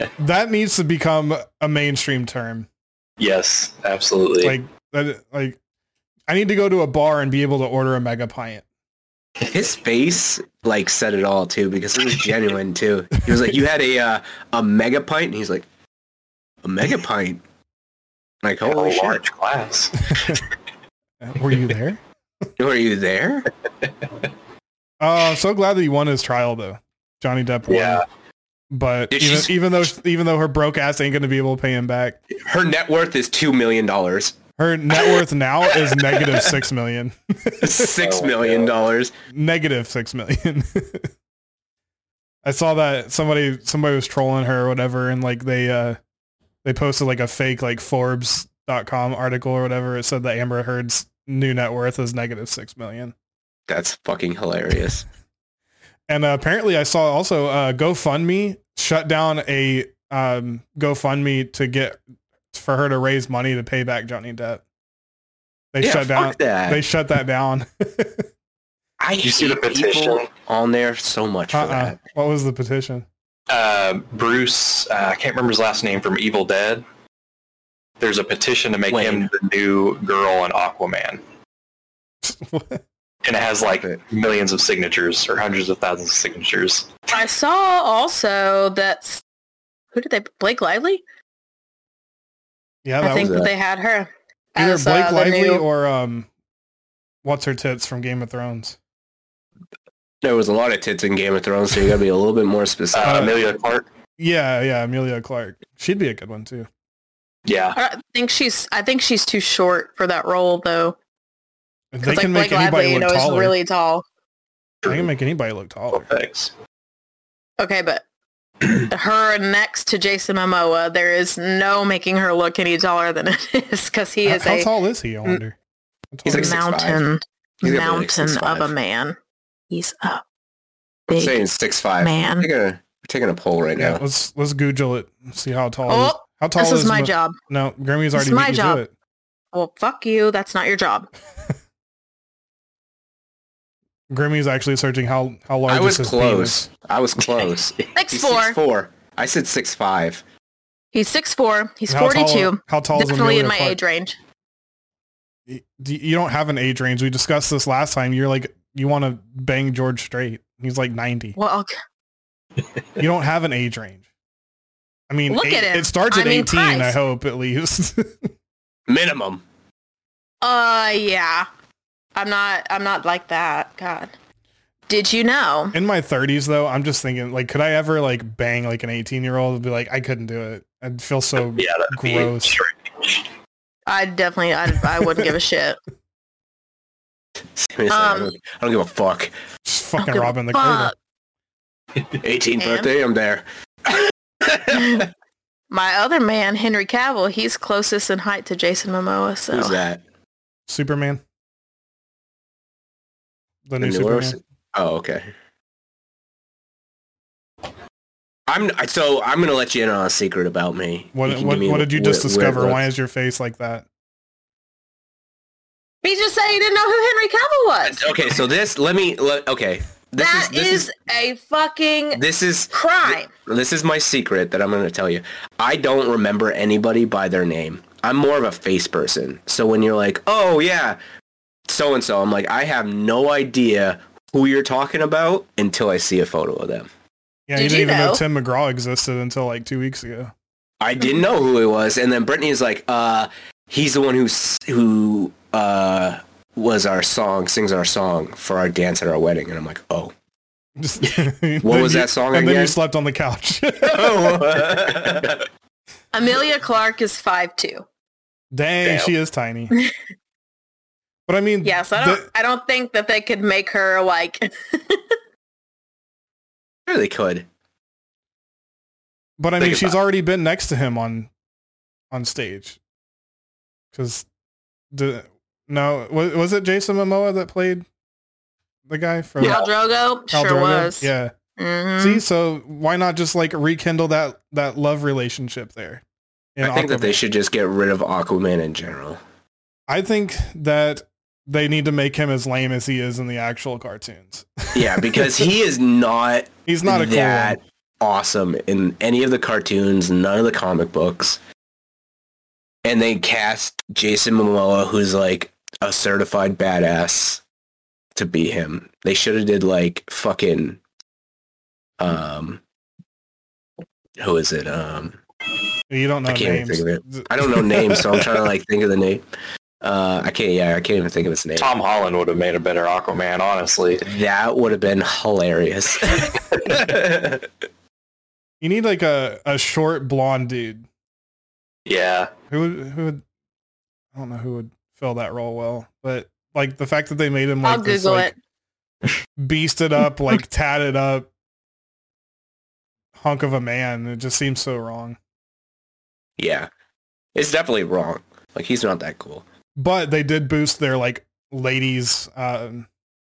[SPEAKER 4] pint.
[SPEAKER 1] That needs to become a mainstream term.
[SPEAKER 2] Yes, absolutely.
[SPEAKER 1] like that, like I need to go to a bar and be able to order a mega pint.
[SPEAKER 4] His face like said it all too because it was genuine too. He was like, "You had a uh, a mega pint," and he's like, "A mega pint." Like,
[SPEAKER 2] a
[SPEAKER 4] holy shit!
[SPEAKER 2] large glass.
[SPEAKER 1] Were you there?
[SPEAKER 4] Were you there?
[SPEAKER 1] Uh, so glad that he won his trial though. Johnny Depp won.
[SPEAKER 2] Yeah.
[SPEAKER 1] But
[SPEAKER 4] Dude,
[SPEAKER 1] even,
[SPEAKER 4] she's-
[SPEAKER 1] even though even though her broke ass ain't gonna be able to pay him back,
[SPEAKER 4] Her net worth is two million dollars,
[SPEAKER 1] her net worth now is negative six million.
[SPEAKER 4] six
[SPEAKER 2] Oh my
[SPEAKER 4] million dollars.
[SPEAKER 1] negative six million. I saw that somebody somebody was trolling her or whatever, and like they uh they posted like a fake like Forbes.com article or whatever. It said that Amber Heard's new net worth is negative six million.
[SPEAKER 4] That's fucking hilarious.
[SPEAKER 1] And uh, apparently, I saw also uh, GoFundMe shut down a um, GoFundMe to get for her to raise money to pay back Johnny Depp. They
[SPEAKER 4] yeah,
[SPEAKER 1] shut down.
[SPEAKER 4] fuck that.
[SPEAKER 1] They shut that down.
[SPEAKER 4] I
[SPEAKER 2] You see the
[SPEAKER 4] hate people
[SPEAKER 2] petition?
[SPEAKER 4] on there so much for
[SPEAKER 1] uh-uh.
[SPEAKER 4] that.
[SPEAKER 1] What was the petition?
[SPEAKER 2] Uh, Bruce, uh, I can't remember his last name from Evil Dead. There's a petition to make
[SPEAKER 4] Wayne.
[SPEAKER 2] him the new girl in Aquaman, and it has like
[SPEAKER 4] Stop
[SPEAKER 2] millions of signatures or hundreds of thousands of signatures.
[SPEAKER 3] I saw also that who did they Blake Lively?
[SPEAKER 1] yeah,
[SPEAKER 3] I
[SPEAKER 1] that was
[SPEAKER 3] think
[SPEAKER 4] was
[SPEAKER 3] that
[SPEAKER 4] it.
[SPEAKER 3] they had her.
[SPEAKER 1] Either
[SPEAKER 3] as,
[SPEAKER 1] Blake
[SPEAKER 3] uh, the
[SPEAKER 1] Lively
[SPEAKER 3] new-
[SPEAKER 1] or um, what's her tits from Game of Thrones?
[SPEAKER 4] There was a lot of tits in Game of Thrones, so you gotta be a little bit more specific.
[SPEAKER 2] Uh,
[SPEAKER 1] Uh,
[SPEAKER 2] Amelia Clark.
[SPEAKER 1] Yeah, yeah, Amelia Clark. She'd be a good one too.
[SPEAKER 2] Yeah,
[SPEAKER 3] I don't think she's I think she's too short for that role though.
[SPEAKER 1] If
[SPEAKER 3] 'Cause,
[SPEAKER 1] they
[SPEAKER 3] like,
[SPEAKER 1] can make
[SPEAKER 3] Blake
[SPEAKER 1] anybody
[SPEAKER 3] Lively, you know,
[SPEAKER 1] look taller.
[SPEAKER 3] is really tall.
[SPEAKER 1] they can make anybody look taller.
[SPEAKER 2] Thanks.
[SPEAKER 3] Okay, but her next to Jason Momoa, there is no making her look any taller than it is because he
[SPEAKER 1] How-
[SPEAKER 3] is
[SPEAKER 1] How,
[SPEAKER 3] a Mm.
[SPEAKER 1] tall is he? I wonder. How tall
[SPEAKER 4] He's like
[SPEAKER 1] is he?
[SPEAKER 4] six-
[SPEAKER 3] mountain,
[SPEAKER 4] He's gonna be like
[SPEAKER 3] mountain of
[SPEAKER 4] 6'5".
[SPEAKER 3] a man. He's a
[SPEAKER 4] I'm
[SPEAKER 3] big
[SPEAKER 4] saying six five.
[SPEAKER 3] man.
[SPEAKER 4] We're taking a, we're taking a poll right
[SPEAKER 1] yeah,
[SPEAKER 4] now.
[SPEAKER 1] let's let's Google it. See how tall.
[SPEAKER 3] Oh,
[SPEAKER 1] is. How tall
[SPEAKER 3] This is my
[SPEAKER 1] Mo-
[SPEAKER 3] job.
[SPEAKER 1] No, Grammy's
[SPEAKER 3] This
[SPEAKER 1] already
[SPEAKER 3] is my
[SPEAKER 1] beat you
[SPEAKER 3] job.
[SPEAKER 1] to it.
[SPEAKER 3] Well, fuck you. That's not your job.
[SPEAKER 1] Grammy's actually searching how how large.
[SPEAKER 4] I was
[SPEAKER 1] is his
[SPEAKER 4] close. I was close.
[SPEAKER 3] Six
[SPEAKER 4] He's
[SPEAKER 3] four.
[SPEAKER 4] 6'4". I said six five.
[SPEAKER 3] He's six four.
[SPEAKER 1] penis.
[SPEAKER 3] He's
[SPEAKER 1] How
[SPEAKER 3] forty
[SPEAKER 1] tall-
[SPEAKER 3] two.
[SPEAKER 1] How tall is
[SPEAKER 3] Definitely
[SPEAKER 1] Amelia
[SPEAKER 3] in my
[SPEAKER 1] Clark?
[SPEAKER 3] age range.
[SPEAKER 1] Y- do- You don't have an age range. We discussed this last time. You're like you want to bang George straight. He's like ninety.
[SPEAKER 3] Well,
[SPEAKER 1] You don't have an age range. I mean,
[SPEAKER 3] Look
[SPEAKER 1] eight-
[SPEAKER 3] at him.
[SPEAKER 1] it starts
[SPEAKER 3] I
[SPEAKER 1] at
[SPEAKER 3] mean,
[SPEAKER 1] 18, I
[SPEAKER 3] Christ.
[SPEAKER 1] hope, at least.
[SPEAKER 4] Minimum.
[SPEAKER 3] uh, yeah. I'm not. I'm not like that. God. Did you know?
[SPEAKER 1] In my 30s, though, I'm just thinking, like, could I ever, like, bang, like, an 18-year-old and be like, I couldn't do it. I'd feel so...
[SPEAKER 2] Yeah, that'd
[SPEAKER 1] Gross.
[SPEAKER 2] be strange.
[SPEAKER 3] I definitely. I, I wouldn't give a shit.
[SPEAKER 4] Seriously, I,
[SPEAKER 3] Um,
[SPEAKER 4] don't, I don't give a fuck.
[SPEAKER 1] Just
[SPEAKER 3] I don't
[SPEAKER 1] fucking
[SPEAKER 3] give a
[SPEAKER 1] robbing the cradle.
[SPEAKER 3] fuck.
[SPEAKER 4] 18th
[SPEAKER 3] And-
[SPEAKER 4] birthday, I'm there. Who's
[SPEAKER 3] My other man, Henry Cavill, he's closest in height to Jason Momoa. So
[SPEAKER 4] that?
[SPEAKER 1] Superman. The, new
[SPEAKER 4] The
[SPEAKER 1] Superman.
[SPEAKER 4] newer- Oh, okay. I'm I- so I'm gonna let you in on a secret about me. You
[SPEAKER 1] What,
[SPEAKER 4] can
[SPEAKER 1] what,
[SPEAKER 4] give me
[SPEAKER 1] what did you just
[SPEAKER 4] wh- where it
[SPEAKER 1] discover? Why
[SPEAKER 4] looks.
[SPEAKER 1] is your face like that?
[SPEAKER 3] he just said he didn't know who Henry Cavill was.
[SPEAKER 4] okay? So this let me let, okay. This
[SPEAKER 3] That
[SPEAKER 4] is this
[SPEAKER 3] is a fucking
[SPEAKER 4] this is
[SPEAKER 3] crime.
[SPEAKER 4] this is my secret that I'm going to tell you. I don't remember anybody by their name. I'm more of a face person. So when you're like, "Oh yeah, so and so," I'm like, "I have no idea who you're talking about until I see a photo of them."
[SPEAKER 1] Yeah,
[SPEAKER 3] Did
[SPEAKER 1] you didn't
[SPEAKER 3] you
[SPEAKER 1] even know?
[SPEAKER 3] know?
[SPEAKER 1] Tim McGraw existed until, like, two weeks ago.
[SPEAKER 4] I didn't know who it was, and then Brittany is like, "Uh, he's the one who s- who uh was our song, sings our song for our dance at our wedding," and I'm like, "Oh."
[SPEAKER 1] Just,
[SPEAKER 4] What was that song
[SPEAKER 1] And then you
[SPEAKER 4] again? Oh.
[SPEAKER 1] slept on the couch.
[SPEAKER 3] Amelia Clark is five two.
[SPEAKER 1] Dang,
[SPEAKER 2] Damn.
[SPEAKER 1] she is tiny. but I mean,
[SPEAKER 3] Yes, I don't.
[SPEAKER 1] the-
[SPEAKER 3] I don't think that they could make her like.
[SPEAKER 4] Sure they could.
[SPEAKER 1] but I mean,
[SPEAKER 2] Think
[SPEAKER 1] she's
[SPEAKER 2] about it.
[SPEAKER 1] already been next to him on on stage. Because the no, was, was it Jason Momoa that played the guy from
[SPEAKER 3] Khal Drogo
[SPEAKER 1] Khal
[SPEAKER 3] sure
[SPEAKER 1] Drogo?
[SPEAKER 3] was.
[SPEAKER 1] Yeah.
[SPEAKER 3] Mhm.
[SPEAKER 4] Mm-hmm.
[SPEAKER 1] See, so why not just like rekindle that that love relationship there? in
[SPEAKER 4] I think that they
[SPEAKER 1] Aquaman?
[SPEAKER 4] should just get rid of Aquaman in general.
[SPEAKER 1] I think that they need to make him as lame as he is in the actual cartoons.
[SPEAKER 4] Yeah, because he is not
[SPEAKER 1] He's not a cool.
[SPEAKER 4] that
[SPEAKER 1] one.
[SPEAKER 4] awesome in any of the cartoons, none of the comic books. And they cast Jason Momoa, who's like a certified badass to be him. They should have did like fucking um who is it? Um
[SPEAKER 1] You don't know
[SPEAKER 4] I can't even
[SPEAKER 1] names.
[SPEAKER 4] think of it. I don't know names, so I'm trying to like think of the name. Uh I can't yeah, I can't even think of his name.
[SPEAKER 2] Tom Holland would have made a better Aquaman, honestly.
[SPEAKER 4] That would have been hilarious.
[SPEAKER 1] You need like a, a short blonde dude
[SPEAKER 2] Yeah,
[SPEAKER 1] who would who would I don't know who would fill that role well, but like the fact that they made him like
[SPEAKER 3] I'll
[SPEAKER 1] this,
[SPEAKER 3] Google
[SPEAKER 1] like,
[SPEAKER 3] it.
[SPEAKER 1] beasted up, like tatted up hunk of a man. It just seems so wrong.
[SPEAKER 4] yeah. It's definitely wrong. Like he's not that cool.
[SPEAKER 1] But they did boost their like ladies um,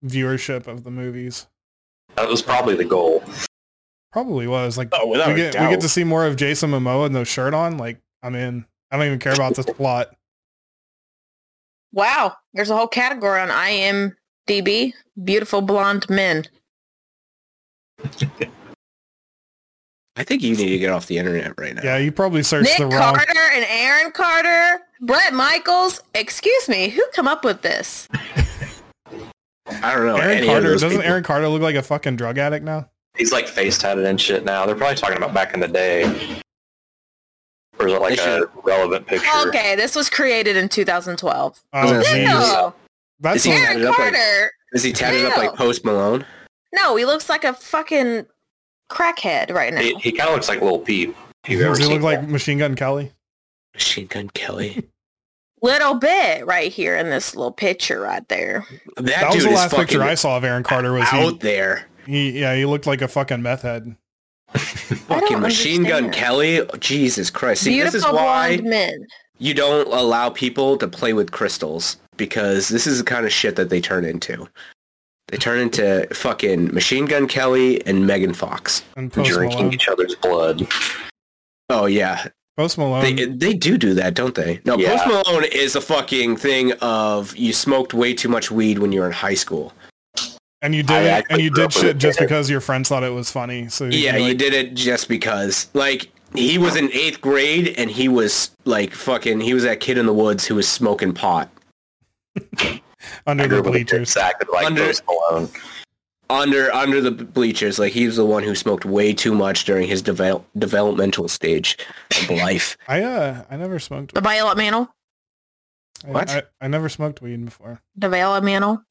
[SPEAKER 1] viewership of the movies.
[SPEAKER 2] that was probably the goal.
[SPEAKER 1] Probably was like
[SPEAKER 4] Oh, without
[SPEAKER 1] we get we get to see more of Jason Momoa no shirt on. Like I'm in. I don't even care about this plot.
[SPEAKER 3] Wow, there's a whole category on IMDb: beautiful blonde men.
[SPEAKER 4] I think you need to get off the internet right now.
[SPEAKER 1] Yeah, you probably searched
[SPEAKER 3] Nick
[SPEAKER 1] the wrong.
[SPEAKER 3] Carter and Aaron Carter, Brett Michaels. Excuse me, who come up with this?
[SPEAKER 4] I don't know.
[SPEAKER 1] Aaron
[SPEAKER 4] any of
[SPEAKER 1] Carter
[SPEAKER 4] those
[SPEAKER 1] doesn't
[SPEAKER 4] people.
[SPEAKER 1] Aaron Carter look like a fucking drug addict now?
[SPEAKER 2] He's like face tatted and shit now. They're probably talking about back in the day. Or is it like
[SPEAKER 4] They
[SPEAKER 2] a
[SPEAKER 4] should-
[SPEAKER 2] relevant picture?
[SPEAKER 3] Okay, this was created in 2012.
[SPEAKER 1] Oh,
[SPEAKER 4] Doesn't
[SPEAKER 1] geez.
[SPEAKER 4] seem-
[SPEAKER 3] No,
[SPEAKER 1] Oh that's
[SPEAKER 4] Is he-
[SPEAKER 1] a-
[SPEAKER 4] added
[SPEAKER 3] Aaron
[SPEAKER 4] up like-
[SPEAKER 3] Carter.
[SPEAKER 4] Is he tatted up like
[SPEAKER 3] No.
[SPEAKER 4] Post Malone?
[SPEAKER 3] No, he looks like a fucking crackhead right now.
[SPEAKER 2] He, he kind of looks like Little Peep. if you've ever
[SPEAKER 1] does he
[SPEAKER 2] seen
[SPEAKER 1] look like
[SPEAKER 2] that.
[SPEAKER 1] Machine Gun Kelly?
[SPEAKER 4] Machine Gun Kelly.
[SPEAKER 3] Little bit right here in this little picture right there.
[SPEAKER 4] That,
[SPEAKER 1] That
[SPEAKER 4] dude
[SPEAKER 1] was the
[SPEAKER 4] is
[SPEAKER 1] last picture
[SPEAKER 4] fucking
[SPEAKER 1] I saw of Aaron Carter. Was he,
[SPEAKER 4] out there.
[SPEAKER 1] he? Yeah, he looked like a fucking meth head.
[SPEAKER 4] Fucking Machine Gun
[SPEAKER 3] understand.
[SPEAKER 4] Kelly. Jesus Christ. See,
[SPEAKER 3] Beautiful
[SPEAKER 4] this is why
[SPEAKER 3] blonde men.
[SPEAKER 4] you don't allow people to play with crystals because this is the kind of shit that they turn into. They turn into fucking Machine Gun Kelly and Megan Fox.
[SPEAKER 1] And Post
[SPEAKER 2] drinking
[SPEAKER 1] Malone.
[SPEAKER 2] each other's blood.
[SPEAKER 4] Oh yeah,
[SPEAKER 1] Post Malone.
[SPEAKER 4] they they do do that, don't they? No,
[SPEAKER 2] Yeah.
[SPEAKER 4] Post Malone is a fucking thing of you smoked way too much weed when you were in high school.
[SPEAKER 1] and you
[SPEAKER 2] I
[SPEAKER 1] did it,
[SPEAKER 2] actually
[SPEAKER 1] and you
[SPEAKER 2] grew
[SPEAKER 1] did
[SPEAKER 2] up with
[SPEAKER 1] shit
[SPEAKER 2] it.
[SPEAKER 1] just because your friends thought it was funny. So
[SPEAKER 4] Yeah,
[SPEAKER 1] like,
[SPEAKER 4] you did it just because. Like he was in eighth grade and he was like fucking. He was that kid in the woods who was smoking pot
[SPEAKER 1] under
[SPEAKER 2] I grew
[SPEAKER 1] the
[SPEAKER 2] up with a kid
[SPEAKER 1] bleachers.
[SPEAKER 2] Exactly like
[SPEAKER 4] Under-
[SPEAKER 2] Post Malone.
[SPEAKER 4] under under the bleachers. Like he was the one who smoked way too much during his develop, developmental stage of life.
[SPEAKER 1] I uh, I never smoked.
[SPEAKER 3] The developmental,
[SPEAKER 1] I-
[SPEAKER 4] What?
[SPEAKER 1] I, I never smoked weed before.
[SPEAKER 3] developmental.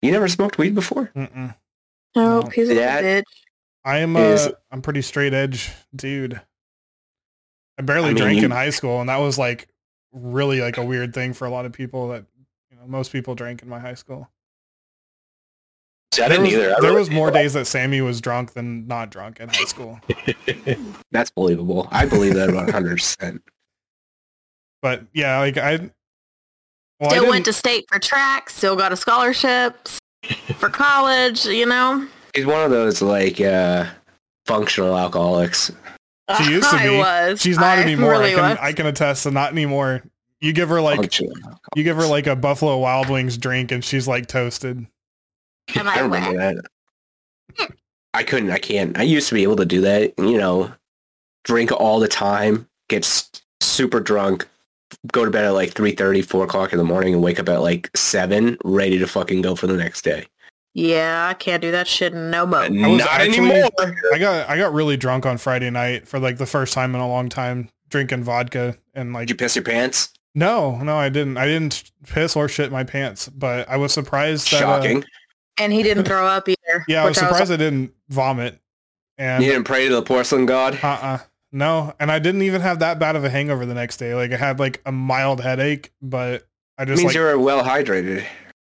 [SPEAKER 4] You never smoked weed before?
[SPEAKER 1] Mm-mm.
[SPEAKER 3] Nope,
[SPEAKER 1] No.
[SPEAKER 3] he's a
[SPEAKER 4] That-
[SPEAKER 3] bitch.
[SPEAKER 1] I am
[SPEAKER 4] Is-
[SPEAKER 1] uh, I'm pretty straight edge dude. I barely
[SPEAKER 4] I mean,
[SPEAKER 1] drank
[SPEAKER 4] you-
[SPEAKER 1] in high school, and that was like really like a weird thing for a lot of people. That you know, most people drank in my high school.
[SPEAKER 2] See, I didn't
[SPEAKER 1] there was,
[SPEAKER 2] either. I
[SPEAKER 1] there
[SPEAKER 2] really
[SPEAKER 1] was more
[SPEAKER 2] didn't.
[SPEAKER 1] days that Sammy was drunk than not drunk in high school.
[SPEAKER 4] That's believable. I believe that about hundred percent.
[SPEAKER 1] But yeah, like I, well, I
[SPEAKER 3] still went
[SPEAKER 1] didn't-
[SPEAKER 3] to state for track. Still got a scholarship for college. You know,
[SPEAKER 4] He's one of those like uh, functional alcoholics.
[SPEAKER 1] She used to
[SPEAKER 3] I
[SPEAKER 1] be.
[SPEAKER 3] was.
[SPEAKER 1] she's not
[SPEAKER 3] I
[SPEAKER 1] anymore.
[SPEAKER 3] Really
[SPEAKER 1] I can
[SPEAKER 3] was.
[SPEAKER 1] I can attest to not anymore. You give her like
[SPEAKER 4] Functional
[SPEAKER 1] you give her like
[SPEAKER 4] alcoholics.
[SPEAKER 1] a Buffalo Wild Wings drink, and she's like toasted.
[SPEAKER 3] Am I
[SPEAKER 4] I
[SPEAKER 3] whack?
[SPEAKER 4] remember that. I couldn't. I can't. I used to be able to do that. You know, drink all the time, get s- super drunk, go to bed at like 3.30, 4 o'clock in the morning, and wake up at like seven, ready to fucking go for the next day.
[SPEAKER 3] Yeah, I can't do that shit no more.
[SPEAKER 1] was
[SPEAKER 4] Not
[SPEAKER 1] actually-
[SPEAKER 4] anymore.
[SPEAKER 1] I got I got really drunk on Friday night for like the first time in a long time, drinking vodka and like
[SPEAKER 4] Did you piss your pants?
[SPEAKER 1] no no I didn't I didn't piss or shit my pants, but I was surprised that uh,
[SPEAKER 4] Shocking.
[SPEAKER 3] And he didn't throw up either.
[SPEAKER 1] yeah, I was
[SPEAKER 3] which
[SPEAKER 1] surprised I didn't vomit. And
[SPEAKER 4] you didn't pray to the porcelain god.
[SPEAKER 1] Uh-uh. No, and I didn't even have that bad of a hangover the next day. Like I had like a mild headache, but I just
[SPEAKER 4] means
[SPEAKER 1] like
[SPEAKER 4] you're well hydrated.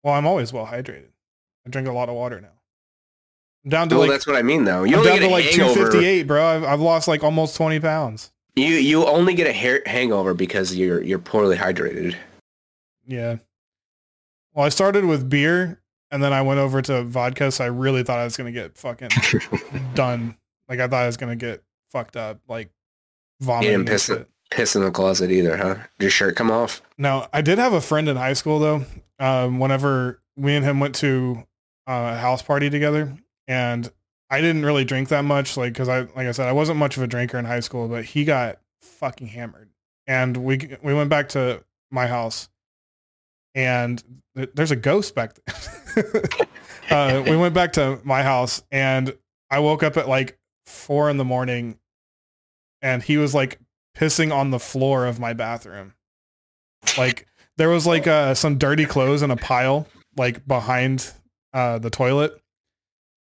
[SPEAKER 1] well, I'm always well hydrated. I drink a lot of water now. I'm down to
[SPEAKER 4] Well,
[SPEAKER 1] like
[SPEAKER 4] that's what I mean, though.
[SPEAKER 1] I'm
[SPEAKER 4] You only
[SPEAKER 1] down
[SPEAKER 4] get
[SPEAKER 1] to
[SPEAKER 4] a
[SPEAKER 1] like
[SPEAKER 4] hangover.
[SPEAKER 1] 258, bro. I've, I've lost like almost 20 pounds.
[SPEAKER 4] You you only get a hair hangover because you're you're poorly hydrated.
[SPEAKER 1] Yeah. Well, I started with beer and then I went over to vodka, so I really thought I was gonna get fucking done. Like I thought I was gonna get fucked up, like vomiting. and
[SPEAKER 4] piss
[SPEAKER 1] shit.
[SPEAKER 4] Piss in the closet either, huh? Did your shirt come off?
[SPEAKER 1] Now, I did have a friend in high school though. Um, whenever we and him went to uh, a house party together, and I didn't really drink that much, like because I, like I said, I wasn't much of a drinker in high school, but he got fucking hammered, and we we went back to my house, and th- there's a ghost back there. uh, we went back to my house and I woke up at like four in the morning and he was like pissing on the floor of my bathroom. Like there was like uh, some dirty clothes in a pile like behind uh, the toilet.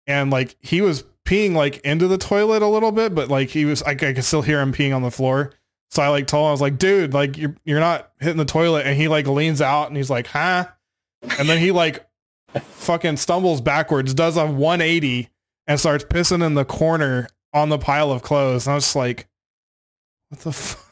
[SPEAKER 1] And like he was peeing like into the toilet a little bit, but like he was, I, I could still hear him peeing on the floor. So I like told him, I was like, dude, like you're, you're not hitting the toilet. And he like leans out and he's like, huh? And then he like fucking stumbles backwards, does a 180 and starts pissing in the corner on the pile of clothes. And I was just like, what the fuck?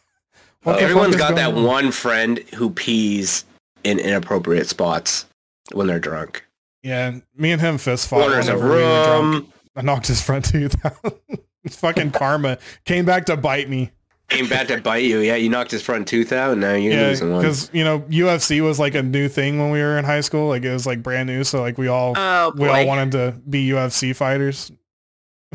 [SPEAKER 4] Uh, Everyone's got that one friend who pees in inappropriate spots when they're drunk.
[SPEAKER 1] Yeah, me and him fist fought.
[SPEAKER 4] Corners of
[SPEAKER 1] whenever we were drunk.
[SPEAKER 4] room,
[SPEAKER 1] I knocked his front tooth out. It's fucking karma came back to bite me.
[SPEAKER 4] came back to bite you. Yeah, you knocked his front tooth out, and now you're
[SPEAKER 1] Yeah,
[SPEAKER 4] losing one.
[SPEAKER 1] because you know UFC was like a new thing when we were in high school. Like it was like brand new, so like we all
[SPEAKER 3] Oh boy.
[SPEAKER 1] we all wanted to be UFC fighters.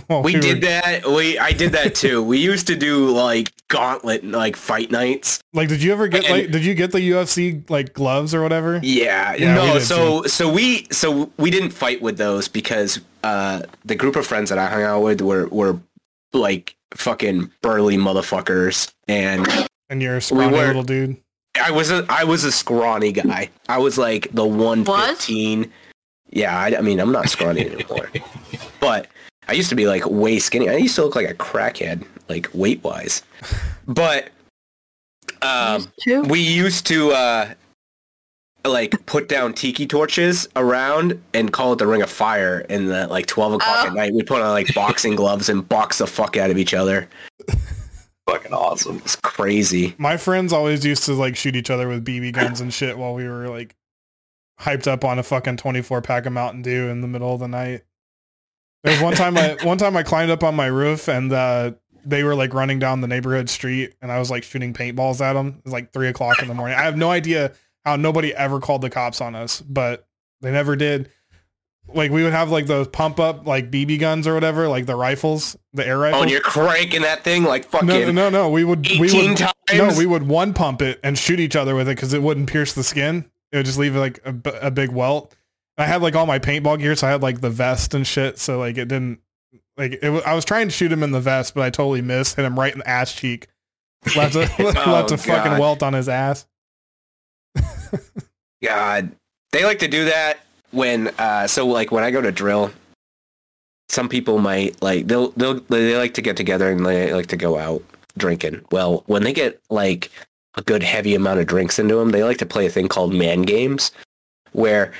[SPEAKER 1] Well,
[SPEAKER 4] We
[SPEAKER 1] were-
[SPEAKER 4] did that. We I did that too. we used to do like gauntlet like fight nights.
[SPEAKER 1] Like, did you ever get
[SPEAKER 4] And-
[SPEAKER 1] like did you get the UFC like gloves or whatever?
[SPEAKER 4] Yeah.
[SPEAKER 1] Yeah, we
[SPEAKER 4] no,
[SPEAKER 1] did
[SPEAKER 4] so so we so we didn't fight with those because uh the group of friends that I hung out with were were like fucking burly motherfuckers and
[SPEAKER 1] And you're a scrawny
[SPEAKER 4] were-
[SPEAKER 1] little dude.
[SPEAKER 4] I was a I was a scrawny guy. I was like the one fifteen. Yeah, I, I mean I'm not scrawny anymore, but I used to be like way skinny. I used to look like a crackhead, like weight wise. But um,
[SPEAKER 3] Two?
[SPEAKER 4] we used to uh, like put down tiki torches around and call it the ring of fire. And the like twelve o'clock
[SPEAKER 3] Oh.
[SPEAKER 4] at night, we put on like boxing gloves and box the fuck out of each other.
[SPEAKER 2] Fucking awesome.
[SPEAKER 4] It's crazy.
[SPEAKER 1] My friends always used to like shoot each other with BB guns and shit while we were like hyped up on a fucking 24 pack of Mountain Dew in the middle of the night. There's one time I one time I climbed up on my roof and uh, they were like running down the neighborhood street and I was like shooting paintballs at them. It was like three o'clock in the morning. I have no idea how nobody ever called the cops on us, but they never did. Like we would have like those pump up like BB guns or whatever, like the rifles, the air
[SPEAKER 4] Oh,
[SPEAKER 1] rifles.
[SPEAKER 4] and you're cranking that thing like fucking.
[SPEAKER 1] No, no, no. We would we
[SPEAKER 4] 18
[SPEAKER 1] would
[SPEAKER 4] times?
[SPEAKER 1] no. We would one pump it and shoot each other with it because it wouldn't pierce the skin. It would just leave like a, b- a big welt. And I had like all my paintball gear, so I had like the vest and shit. So like it didn't like it. wa- I was trying to shoot him in the vest, but I totally missed. Hit him right in the ass cheek. Left a left a fucking
[SPEAKER 4] Oh, God.
[SPEAKER 1] welt on his ass.
[SPEAKER 4] God, they like to do that when uh, so like when I go to drill, some people might like they'll they'll they like to get together and they like to go out drinking. Well, when they get like a good heavy amount of drinks into them, they like to play a thing called man games, where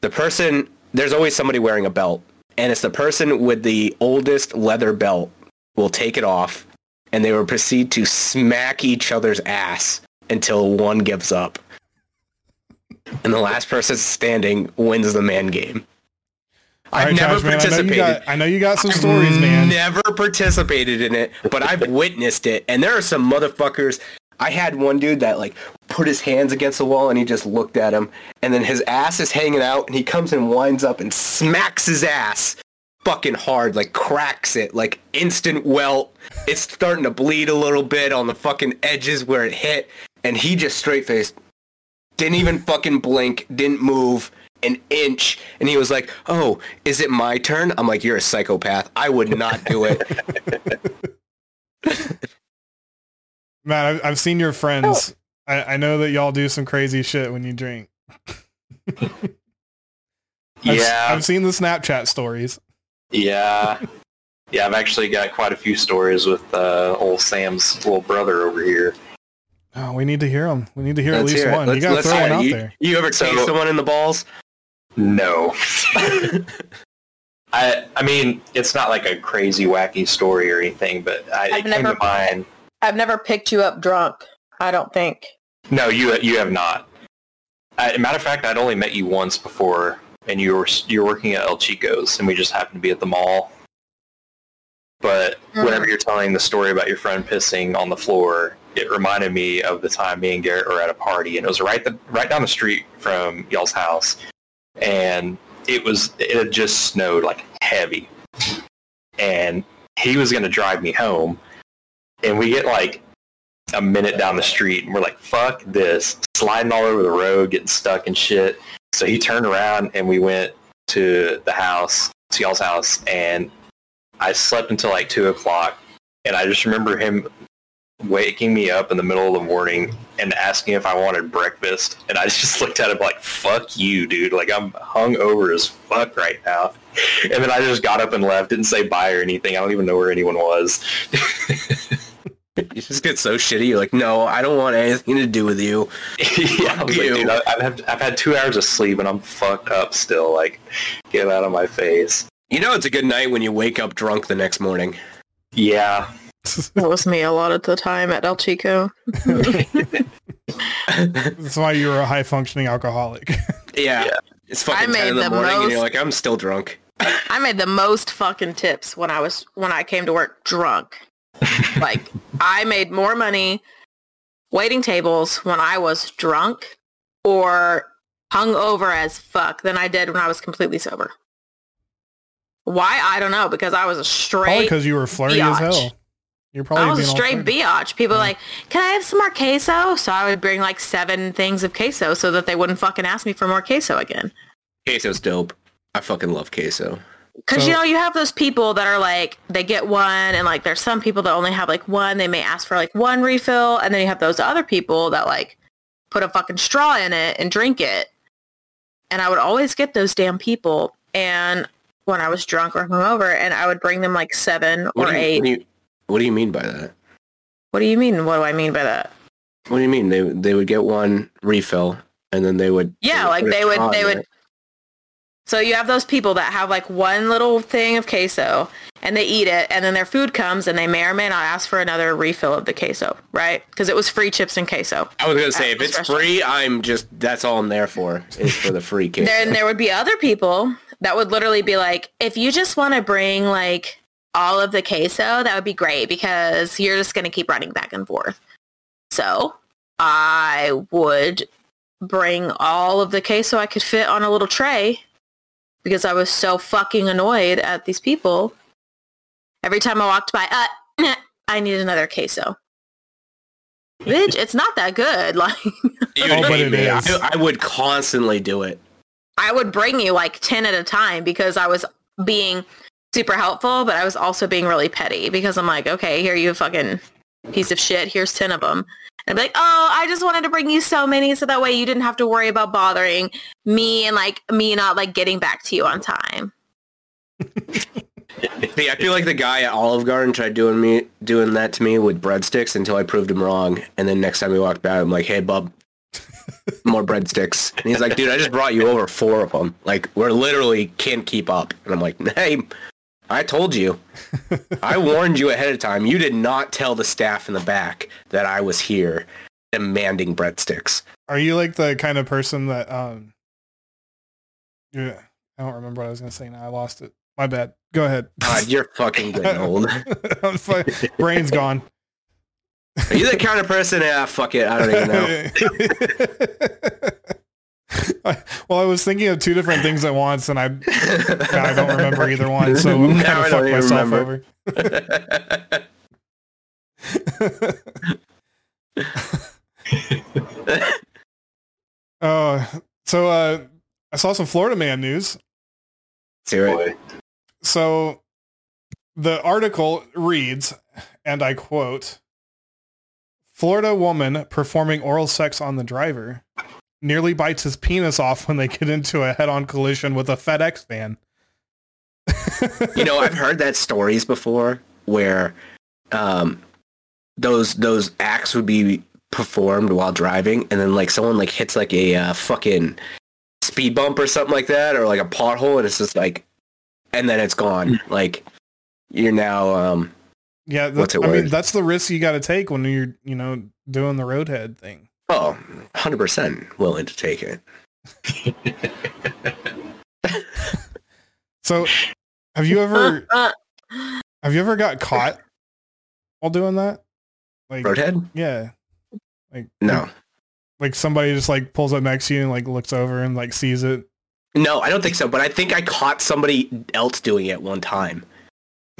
[SPEAKER 4] the person there's always somebody wearing a belt, and it's the person with the oldest leather belt will take it off, and they will proceed to smack each other's ass until one gives up and the last person standing wins the man game. I've
[SPEAKER 1] All right,
[SPEAKER 4] never
[SPEAKER 1] Josh, man,
[SPEAKER 4] participated.
[SPEAKER 1] I know, you got, I know you got some stories, man.
[SPEAKER 4] Never participated in it, but I've witnessed it, and there are some motherfuckers. I had one dude that like put his hands against the wall and he just looked at him, and then his ass is hanging out, and he comes and winds up and smacks his ass fucking hard, like cracks it, like instant welt. It's starting to bleed a little bit on the fucking edges where it hit, and he just straight faced, didn't even fucking blink, didn't move an inch, and he was like, "Oh, is it my turn?" I'm like, "You're a psychopath. I would not do it."
[SPEAKER 1] Matt, I've, I've seen your friends.
[SPEAKER 4] Oh.
[SPEAKER 1] I, I know that y'all do some crazy shit when you drink. I've,
[SPEAKER 2] Yeah.
[SPEAKER 1] I've seen the Snapchat stories.
[SPEAKER 2] Yeah. Yeah, I've actually got quite a few stories with uh, old Sam's little brother over here.
[SPEAKER 1] Oh, we need to hear them. We need to hear
[SPEAKER 4] Let's
[SPEAKER 1] at least
[SPEAKER 4] hear it.
[SPEAKER 1] one. You gotta throw
[SPEAKER 4] hear
[SPEAKER 1] one
[SPEAKER 4] it.
[SPEAKER 1] out
[SPEAKER 4] you,
[SPEAKER 1] there.
[SPEAKER 4] You ever
[SPEAKER 2] So-
[SPEAKER 4] taste someone in the balls?
[SPEAKER 2] No. I I mean, it's not like a crazy wacky story or anything, but I, it
[SPEAKER 3] I've
[SPEAKER 2] came
[SPEAKER 3] never-
[SPEAKER 2] to mind.
[SPEAKER 3] I've never picked you up drunk. I don't think.
[SPEAKER 2] No, you you have not. I, matter of fact, I'd only met you once before, and you were you were working at El Chico's, and we just happened to be at the mall. But whenever you're telling the story about your friend pissing on the floor, it reminded me of the time me and Garrett were at a party, and it was right the right down the street from y'all's house, and it was it had just snowed like heavy, and he was going to drive me home, and we get like a minute down the street, and we're like, "Fuck this!" Sliding all over the road, getting stuck and shit. So he turned around, and we went to the house, to y'all's house, and I slept until like two o'clock. And I just remember him waking me up in the middle of the morning and asking if I wanted breakfast. And I just looked at him like, fuck you, dude. Like, I'm hung over as fuck right now. And then I just got up and left. Didn't say bye or anything. I don't even know where anyone was.
[SPEAKER 4] You just get so shitty. You're like, no, I don't want anything to do with you.
[SPEAKER 2] yeah, I was like,
[SPEAKER 4] You.
[SPEAKER 2] dude, I- I've, had- I've had two hours of sleep and I'm fucked up still. Like, get out of my face.
[SPEAKER 4] You know, it's a good night when you wake up drunk the next morning.
[SPEAKER 2] Yeah.
[SPEAKER 3] That was me a lot of the time at El Chico.
[SPEAKER 1] That's why you're a high functioning alcoholic.
[SPEAKER 4] Yeah. It's fucking
[SPEAKER 3] I
[SPEAKER 4] 10 in
[SPEAKER 3] made
[SPEAKER 4] the,
[SPEAKER 3] the
[SPEAKER 4] morning and you're
[SPEAKER 3] most-
[SPEAKER 4] like, I'm still drunk.
[SPEAKER 3] I made the most fucking tips when I was when I came to work drunk. like I made more money waiting tables when I was drunk or hung over as fuck than I did when I was completely sober. Why? I don't know because I was a
[SPEAKER 1] Probably
[SPEAKER 3] straight
[SPEAKER 1] because you were flirty as
[SPEAKER 3] biatch.
[SPEAKER 1] hell. You're probably
[SPEAKER 3] I was a
[SPEAKER 1] being all
[SPEAKER 3] straight
[SPEAKER 1] flirty.
[SPEAKER 3] biatch. People were
[SPEAKER 1] Yeah.
[SPEAKER 3] like, "Can I have some more queso?" So I would bring like seven things of queso so that they wouldn't fucking ask me for more queso again.
[SPEAKER 4] Queso's dope. I fucking love queso.
[SPEAKER 3] Because you
[SPEAKER 1] So-
[SPEAKER 3] know you have those people that are like they get one, and like there's some people that only have like one. They may ask for like one refill, and then you have those other people that like put a fucking straw in it and drink it. And I would always get those damn people. And when I was drunk or hungover, and I would bring them like seven
[SPEAKER 4] What
[SPEAKER 3] or
[SPEAKER 4] do you-
[SPEAKER 3] eight.
[SPEAKER 4] What do, you, what do you mean by that?
[SPEAKER 3] what do you mean? What do I mean by that?
[SPEAKER 4] What do you mean? They they would get one refill and then they would
[SPEAKER 3] Yeah,
[SPEAKER 4] would
[SPEAKER 3] like,
[SPEAKER 4] put a
[SPEAKER 3] they would-
[SPEAKER 4] straw
[SPEAKER 3] they
[SPEAKER 4] in
[SPEAKER 3] would-
[SPEAKER 4] it.
[SPEAKER 3] So you have those people that have like one little thing of queso, and they eat it, and then their food comes, and they may or may not ask for another refill of the queso, right? Because it was free chips and queso.
[SPEAKER 4] I was gonna say if
[SPEAKER 3] this
[SPEAKER 4] it's
[SPEAKER 3] restaurant.
[SPEAKER 4] free, I'm just that's all I'm there for is for the free queso.
[SPEAKER 3] then there would be other people that would literally be like, if you just want to bring like all of the queso, that would be great because you're just going to keep running back and forth. So I would bring all of the queso I could fit on a little tray because I was so fucking annoyed at these people. Every time I walked by, uh, I need another queso. Bitch, it's not that good. Like,
[SPEAKER 4] You
[SPEAKER 1] Oh, but
[SPEAKER 4] hate
[SPEAKER 1] it
[SPEAKER 4] me. I,
[SPEAKER 1] is.
[SPEAKER 4] I would constantly do it.
[SPEAKER 3] I would bring you like 10 at a time because I was being super helpful, but I was also being really petty because I'm like, okay, here you fucking piece of shit. Here's 10 of them. And I'd be like, oh, I just wanted to bring you so many so that way you didn't have to worry about bothering me and like me not like getting back to you on time.
[SPEAKER 4] See, I feel like the guy at Olive Garden tried doing me doing that to me with breadsticks until I proved him wrong. And then next time we walked by, I'm like, "Hey, bub, more breadsticks." And he's like, "Dude, I just brought you over four of them. Like, we're literally can't keep up." And I'm like, "Hey, I told you. I warned you ahead of time. You did not tell the staff in the back that I was here demanding breadsticks."
[SPEAKER 1] Are you like the kind of person that um yeah, I don't remember what I was gonna say now. I lost it. My bad. Go ahead.
[SPEAKER 4] God, you're fucking getting old.
[SPEAKER 1] I'm fine. Brain's gone.
[SPEAKER 4] Are you the kind of person? Ah, fuck it. I don't even know.
[SPEAKER 1] I- well, I was thinking of two different things at once, and I I don't remember either one, so I'm
[SPEAKER 4] Now
[SPEAKER 1] kind
[SPEAKER 4] I
[SPEAKER 1] of fucked
[SPEAKER 4] don't even
[SPEAKER 1] myself
[SPEAKER 4] remember.
[SPEAKER 1] over. Uh, so uh, I saw some Florida man news.
[SPEAKER 4] Let's hear it.
[SPEAKER 2] Boy.
[SPEAKER 1] So the article reads, and I quote, Florida woman performing oral sex on the driver nearly bites his penis off when they get into a head-on collision with a FedEx van.
[SPEAKER 4] you know, I've heard that stories before where um, those those acts would be performed while driving, and then like someone like hits like a uh, fucking speed bump or something like that, or like a pothole, and it's just like, and then it's gone.
[SPEAKER 1] Hmm.
[SPEAKER 4] Like you're now um,
[SPEAKER 1] Yeah, that's,
[SPEAKER 4] What's it
[SPEAKER 1] I mean,
[SPEAKER 4] worth?
[SPEAKER 1] that's the risk you got to take when you're, you know, doing the roadhead thing.
[SPEAKER 4] oh, 100 percent willing to take it.
[SPEAKER 1] So, have you ever
[SPEAKER 3] Uh,
[SPEAKER 1] have you ever got caught while doing that? Like,
[SPEAKER 4] Roadhead?
[SPEAKER 1] yeah, like
[SPEAKER 4] No,
[SPEAKER 1] like somebody just like pulls up next to you and like looks over and like sees it.
[SPEAKER 4] no, I don't think so. But I think I caught somebody else doing it one time.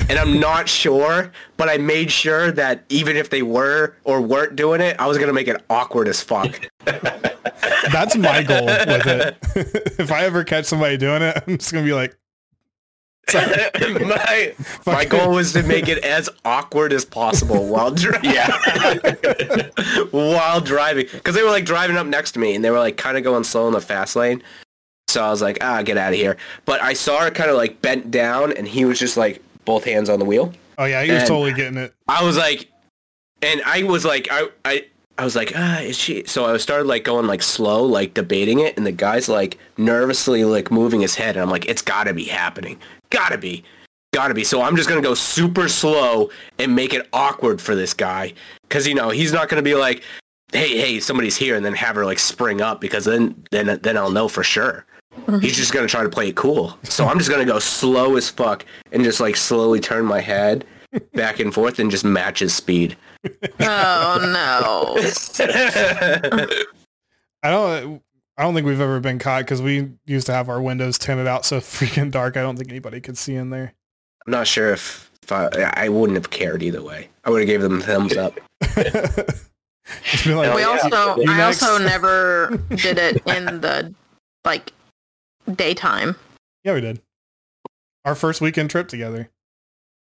[SPEAKER 4] and I'm not sure, but I made sure that even if they were or weren't doing it, I was gonna make it awkward as fuck.
[SPEAKER 1] That's my goal with it. if I ever catch somebody doing it, I'm just gonna be like,
[SPEAKER 4] my, my goal was to make it as awkward as possible while driving.
[SPEAKER 2] yeah.
[SPEAKER 4] while driving, because they were like driving up next to me and they were like kind of going slow in the fast lane. So I was like, ah, get out of here. But I saw her kind of like bent down, and he was just like both hands on the wheel.
[SPEAKER 1] "Oh yeah, you're
[SPEAKER 4] And-
[SPEAKER 1] totally getting it."
[SPEAKER 4] I was like, and I was like, I, I, I was like, ah, is she? So I started like going like slow, like debating it, and the guy's like nervously like moving his head, and I'm like, it's gotta be happening, gotta be, gotta be. So I'm just gonna go super slow and make it awkward for this guy, because you know he's not gonna be like, hey, hey, somebody's here, and then have her like spring up, because then then then I'll know for sure. He's just gonna try to play it cool. So I'm just gonna go slow as fuck and just like slowly turn my head back and forth and just matches speed.
[SPEAKER 3] Oh no.
[SPEAKER 1] I don't. I don't think we've ever been caught because we used to have our windows tinted out so freaking dark. I don't think anybody could see in there.
[SPEAKER 4] I'm not sure if, if I, I wouldn't have cared either way. I would have gave them a thumbs up.
[SPEAKER 1] It's been like,
[SPEAKER 2] Oh,
[SPEAKER 3] we
[SPEAKER 2] yeah.
[SPEAKER 3] also
[SPEAKER 1] You
[SPEAKER 3] I
[SPEAKER 1] next.
[SPEAKER 3] also never did it in the like daytime.
[SPEAKER 1] yeah, we did our first weekend trip together.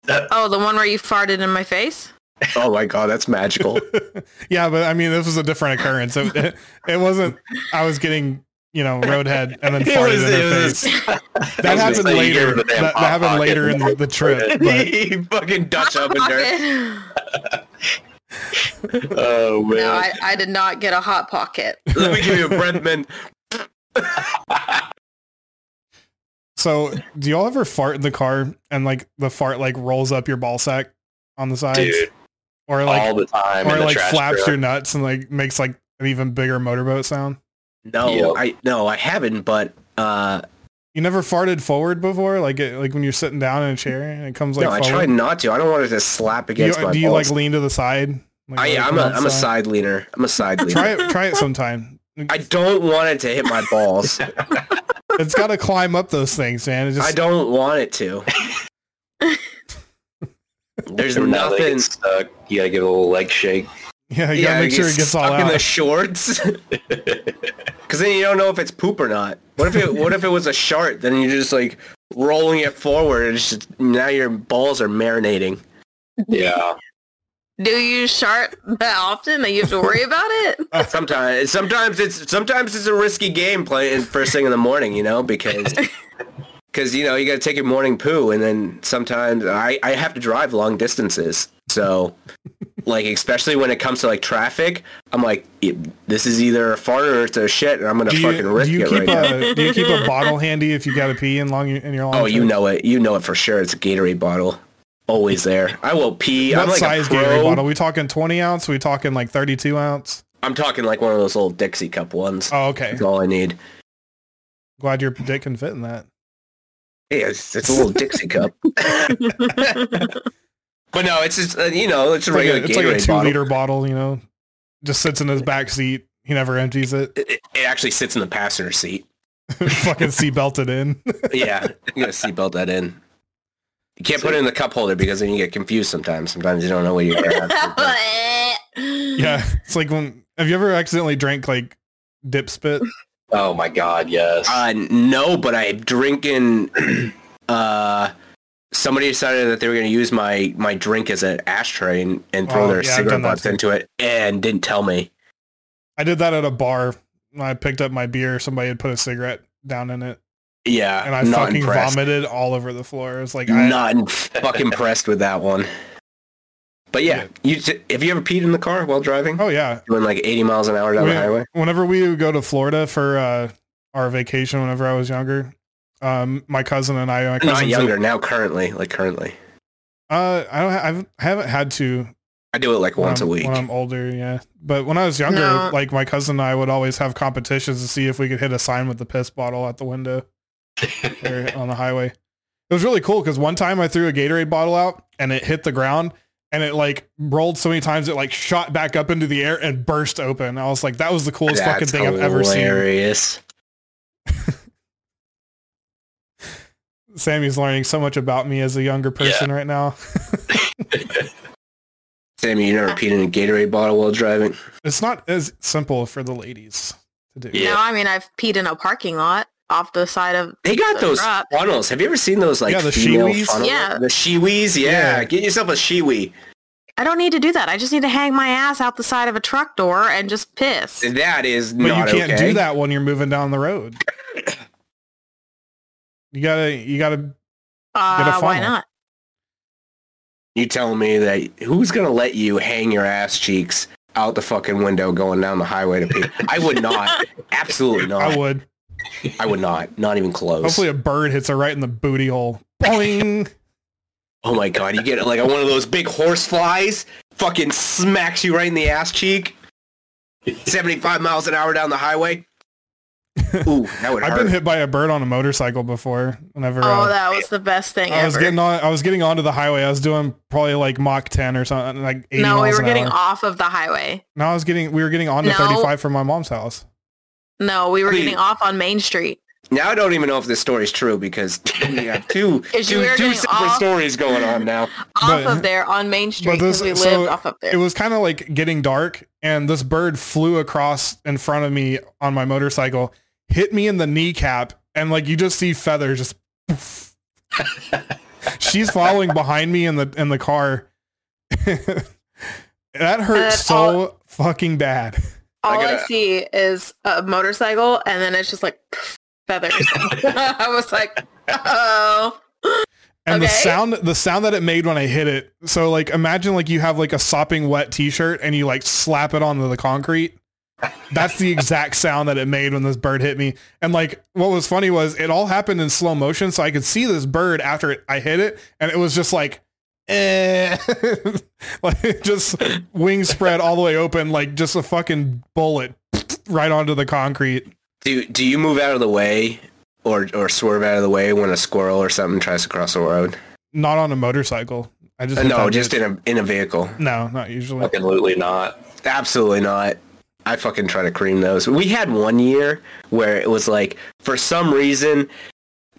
[SPEAKER 3] Oh, the one where you farted in my face?
[SPEAKER 4] Oh my god, that's magical.
[SPEAKER 1] yeah, but I mean, this was a different occurrence. It, it, it wasn't. I was getting you know roadhead and then
[SPEAKER 4] It
[SPEAKER 1] farted
[SPEAKER 4] was-
[SPEAKER 1] in
[SPEAKER 4] it
[SPEAKER 1] their
[SPEAKER 4] was-
[SPEAKER 1] face.
[SPEAKER 2] I
[SPEAKER 1] That
[SPEAKER 2] was gonna
[SPEAKER 1] happened
[SPEAKER 2] say, you gave
[SPEAKER 1] later.
[SPEAKER 2] her the
[SPEAKER 1] That,
[SPEAKER 2] damn
[SPEAKER 1] that
[SPEAKER 2] hot
[SPEAKER 1] happened
[SPEAKER 2] pocket.
[SPEAKER 1] later in the, the trip. But
[SPEAKER 4] He fucking Dutch
[SPEAKER 3] Hot
[SPEAKER 4] oven her.
[SPEAKER 3] pocket.
[SPEAKER 2] oh man.
[SPEAKER 3] No, I, I did not get a hot pocket.
[SPEAKER 4] Let me give you a Breathman.
[SPEAKER 1] so, do y'all ever fart in the car and like the fart like rolls up your ball sack on the sides,
[SPEAKER 2] Dude,
[SPEAKER 1] or like
[SPEAKER 2] all the time.
[SPEAKER 1] or
[SPEAKER 2] in the
[SPEAKER 1] like
[SPEAKER 2] trash
[SPEAKER 1] flaps
[SPEAKER 2] truck.
[SPEAKER 1] your nuts and like makes like an even bigger motorboat sound.
[SPEAKER 4] No,
[SPEAKER 2] Yep.
[SPEAKER 4] I no, I haven't. But uh,
[SPEAKER 1] You never farted forward before, like it, like when you're sitting down in a chair and it comes like
[SPEAKER 4] no, I
[SPEAKER 1] forward.
[SPEAKER 4] tried not to. I don't want it to slap
[SPEAKER 1] do you, uh,
[SPEAKER 4] against my
[SPEAKER 1] do you, like
[SPEAKER 4] balls.
[SPEAKER 1] lean to the side? Like, like,
[SPEAKER 4] I, I'm a
[SPEAKER 1] on the
[SPEAKER 4] I'm a side leaner. I'm a side leaner.
[SPEAKER 1] Try it. Try it sometime.
[SPEAKER 4] I don't want it to hit my balls.
[SPEAKER 1] it's got to climb up those things, man. It
[SPEAKER 4] I
[SPEAKER 1] just
[SPEAKER 4] don't want it to. There's
[SPEAKER 2] Every now and then it
[SPEAKER 4] nothing.
[SPEAKER 2] gets stuck. You gotta give it a little leg shake.
[SPEAKER 1] yeah. You gotta make sure it gets all
[SPEAKER 4] stuck in the
[SPEAKER 1] out.
[SPEAKER 4] shorts. Because then you don't know if it's poop or not. What if it? What if it was a shart? Then you're just like rolling it forward, and it's just, now your balls are marinating.
[SPEAKER 2] Yeah.
[SPEAKER 3] Do you shart that often that you have to worry about it?
[SPEAKER 4] Sometimes, sometimes it's sometimes it's a risky game playing first thing in the morning. You know because. Because you know you gotta take your morning poo, and then sometimes I, I have to drive long distances, so like especially when it comes to like traffic, I'm like it, this is either a fart or it's a shit, and I'm gonna
[SPEAKER 1] Do
[SPEAKER 4] fucking
[SPEAKER 1] you,
[SPEAKER 4] risk
[SPEAKER 1] do you
[SPEAKER 4] it
[SPEAKER 1] keep
[SPEAKER 4] right now.
[SPEAKER 1] a do you keep a bottle handy if you gotta pee in long in your long?
[SPEAKER 4] Oh, you
[SPEAKER 1] trip?
[SPEAKER 4] know it. You know it for sure. It's a Gatorade bottle. Always there. I will pee.
[SPEAKER 1] What
[SPEAKER 4] I'm like
[SPEAKER 1] size
[SPEAKER 4] a pro.
[SPEAKER 1] Gatorade bottle? We talking twenty ounce? We talking like thirty two ounce?
[SPEAKER 4] I'm talking like one of those little Dixie cup ones.
[SPEAKER 1] Oh, okay.
[SPEAKER 4] That's all I need.
[SPEAKER 1] Glad your dick can fit in that.
[SPEAKER 4] Yeah, it's, it's a little Dixie cup. But no, it's just uh, you know, it's
[SPEAKER 1] It's
[SPEAKER 4] a
[SPEAKER 1] like
[SPEAKER 4] regular
[SPEAKER 1] a, it's like
[SPEAKER 4] Gatorade
[SPEAKER 1] a two
[SPEAKER 4] bottle.
[SPEAKER 1] liter bottle, you know, just sits in his back seat. He never empties it.
[SPEAKER 4] It, it actually sits in the passenger seat.
[SPEAKER 1] Fucking seat belted in.
[SPEAKER 4] Yeah, you gotta seatbelt that in. You can't put it in the cup holder because then you get confused sometimes. Sometimes you don't know where you're at.
[SPEAKER 1] Uh, yeah, it's like when have you ever accidentally drank like dip spit?
[SPEAKER 2] Oh my god, yes.
[SPEAKER 4] Uh, no, but I'm drinking. Uh, somebody decided that they were going to use my my drink as an ashtray and, and throw
[SPEAKER 1] Oh,
[SPEAKER 4] their
[SPEAKER 1] yeah, I've
[SPEAKER 4] cigarette
[SPEAKER 1] done that
[SPEAKER 4] butts
[SPEAKER 1] too.
[SPEAKER 4] into it, and didn't tell me.
[SPEAKER 1] I did that at a bar. I picked up my beer. Somebody had put a cigarette down in it,
[SPEAKER 4] Yeah,
[SPEAKER 1] and I
[SPEAKER 4] not
[SPEAKER 1] fucking
[SPEAKER 4] impressed.
[SPEAKER 1] vomited all over the floor. It was like, I,
[SPEAKER 4] Not in- fucking impressed with that one. But yeah, you t- have you ever peed in the car while driving?
[SPEAKER 1] oh yeah.
[SPEAKER 4] Doing like 80 miles an hour down
[SPEAKER 1] We-
[SPEAKER 4] the highway.
[SPEAKER 1] Whenever we would go to Florida for uh, our vacation, whenever I was younger, um, my cousin and I, my cousin's
[SPEAKER 4] Not younger now, currently, like currently.
[SPEAKER 1] Uh, I don't. Have, I've, I haven't had to
[SPEAKER 4] I do it like
[SPEAKER 1] when
[SPEAKER 4] once
[SPEAKER 1] I'm-
[SPEAKER 4] a week.
[SPEAKER 1] When I'm older, yeah. But when I was younger,
[SPEAKER 3] No.
[SPEAKER 1] like my cousin and I would always have competitions to see if we could hit a sign with the piss bottle at the window or on the highway. It was really cool because one time I threw a Gatorade bottle out and it hit the ground and it like rolled so many times it like shot back up into the air and burst open. I was like, that was the coolest fucking thing I've ever seen.
[SPEAKER 4] hilarious.
[SPEAKER 1] Sammy's learning so much about me as a younger person right now.
[SPEAKER 4] Sammy, you never peed in a Gatorade bottle while driving.
[SPEAKER 1] It's not as simple for the ladies to do.
[SPEAKER 2] Yeah.
[SPEAKER 3] No, I mean I've peed in a parking lot off the side of.
[SPEAKER 4] They got
[SPEAKER 3] So
[SPEAKER 4] those
[SPEAKER 3] drop.
[SPEAKER 4] funnels. Have you ever seen those like
[SPEAKER 1] Yeah, the
[SPEAKER 4] female
[SPEAKER 1] shiwis?
[SPEAKER 4] funnel-
[SPEAKER 3] Yeah.
[SPEAKER 4] the shiwis. Yeah.
[SPEAKER 1] Yeah.
[SPEAKER 4] get yourself a shiwi.
[SPEAKER 3] I don't need to do that. I just need to hang my ass out the side of a truck door and just piss.
[SPEAKER 4] That is
[SPEAKER 1] But
[SPEAKER 4] not
[SPEAKER 1] you can't
[SPEAKER 4] okay.
[SPEAKER 1] do that when you're moving down the road. You gotta, you gotta.
[SPEAKER 3] Uh, why
[SPEAKER 1] funnel.
[SPEAKER 3] not?
[SPEAKER 4] You telling me that who's gonna let you hang your ass cheeks out the fucking window going down the highway to pee? I would not. Absolutely not.
[SPEAKER 1] I would.
[SPEAKER 4] I would not. Not even close.
[SPEAKER 1] Hopefully, a bird hits her right in the booty hole. Boing.
[SPEAKER 4] Oh my god, you get like one of those big horse flies, fucking smacks you right in the ass cheek. 75 miles an hour down the highway. Ooh, that would
[SPEAKER 1] I've
[SPEAKER 4] hurt.
[SPEAKER 1] been hit by a bird on a motorcycle before. Whenever
[SPEAKER 3] Oh,
[SPEAKER 1] uh,
[SPEAKER 3] that was the best thing
[SPEAKER 1] I was
[SPEAKER 3] ever.
[SPEAKER 1] getting on, I was getting onto the highway. I was doing probably like Mach 10 or something, like 80
[SPEAKER 3] No, we
[SPEAKER 1] miles
[SPEAKER 3] were
[SPEAKER 1] an
[SPEAKER 3] getting
[SPEAKER 1] hour.
[SPEAKER 3] off of the highway.
[SPEAKER 1] No, I was getting, we were getting onto
[SPEAKER 3] No.
[SPEAKER 1] 35 from my mom's house.
[SPEAKER 3] No, we were
[SPEAKER 4] Wait.
[SPEAKER 3] getting off on Main Street.
[SPEAKER 4] Now I don't even know if this story's true because we have two,
[SPEAKER 3] Is you
[SPEAKER 4] two,
[SPEAKER 3] were
[SPEAKER 4] two
[SPEAKER 3] getting
[SPEAKER 4] separate
[SPEAKER 3] off-
[SPEAKER 4] stories going on now.
[SPEAKER 3] Off
[SPEAKER 1] But-
[SPEAKER 3] of there on Main Street because
[SPEAKER 1] this-
[SPEAKER 3] we
[SPEAKER 1] so
[SPEAKER 3] lived off of
[SPEAKER 1] It
[SPEAKER 3] there.
[SPEAKER 1] was kind of like getting dark, and this bird flew across in front of me on my motorcycle, hit me in the kneecap, and like you just see feathers just. poof. She's following behind me in the in the car. that hurt
[SPEAKER 3] And
[SPEAKER 1] so
[SPEAKER 3] all-
[SPEAKER 1] fucking bad.
[SPEAKER 3] All I,
[SPEAKER 4] gotta-
[SPEAKER 3] see is a motorcycle, and then it's just like pff, feathers. I was like, oh.
[SPEAKER 1] And the
[SPEAKER 3] Okay.
[SPEAKER 1] sound the sound that it made when I hit it. So like imagine like you have like a sopping wet t-shirt and you like slap it onto the concrete. That's the exact sound that it made when this bird hit me. And like what was funny was it all happened in slow motion so I could see this bird after it, I hit it and it was just like eh. like just wings spread all the way open like just a fucking bullet right onto the concrete.
[SPEAKER 4] Do, do you move out of the way or, or swerve out of the way when a squirrel or something tries to cross the road?
[SPEAKER 1] Not on a motorcycle. I just
[SPEAKER 4] Uh,
[SPEAKER 1] hit
[SPEAKER 4] No,
[SPEAKER 1] that
[SPEAKER 4] just
[SPEAKER 1] dude.
[SPEAKER 4] in a, in a vehicle.
[SPEAKER 1] No, not usually.
[SPEAKER 2] Absolutely not.
[SPEAKER 4] Absolutely not. I fucking try to cream those. We had one year where it was like, for some reason,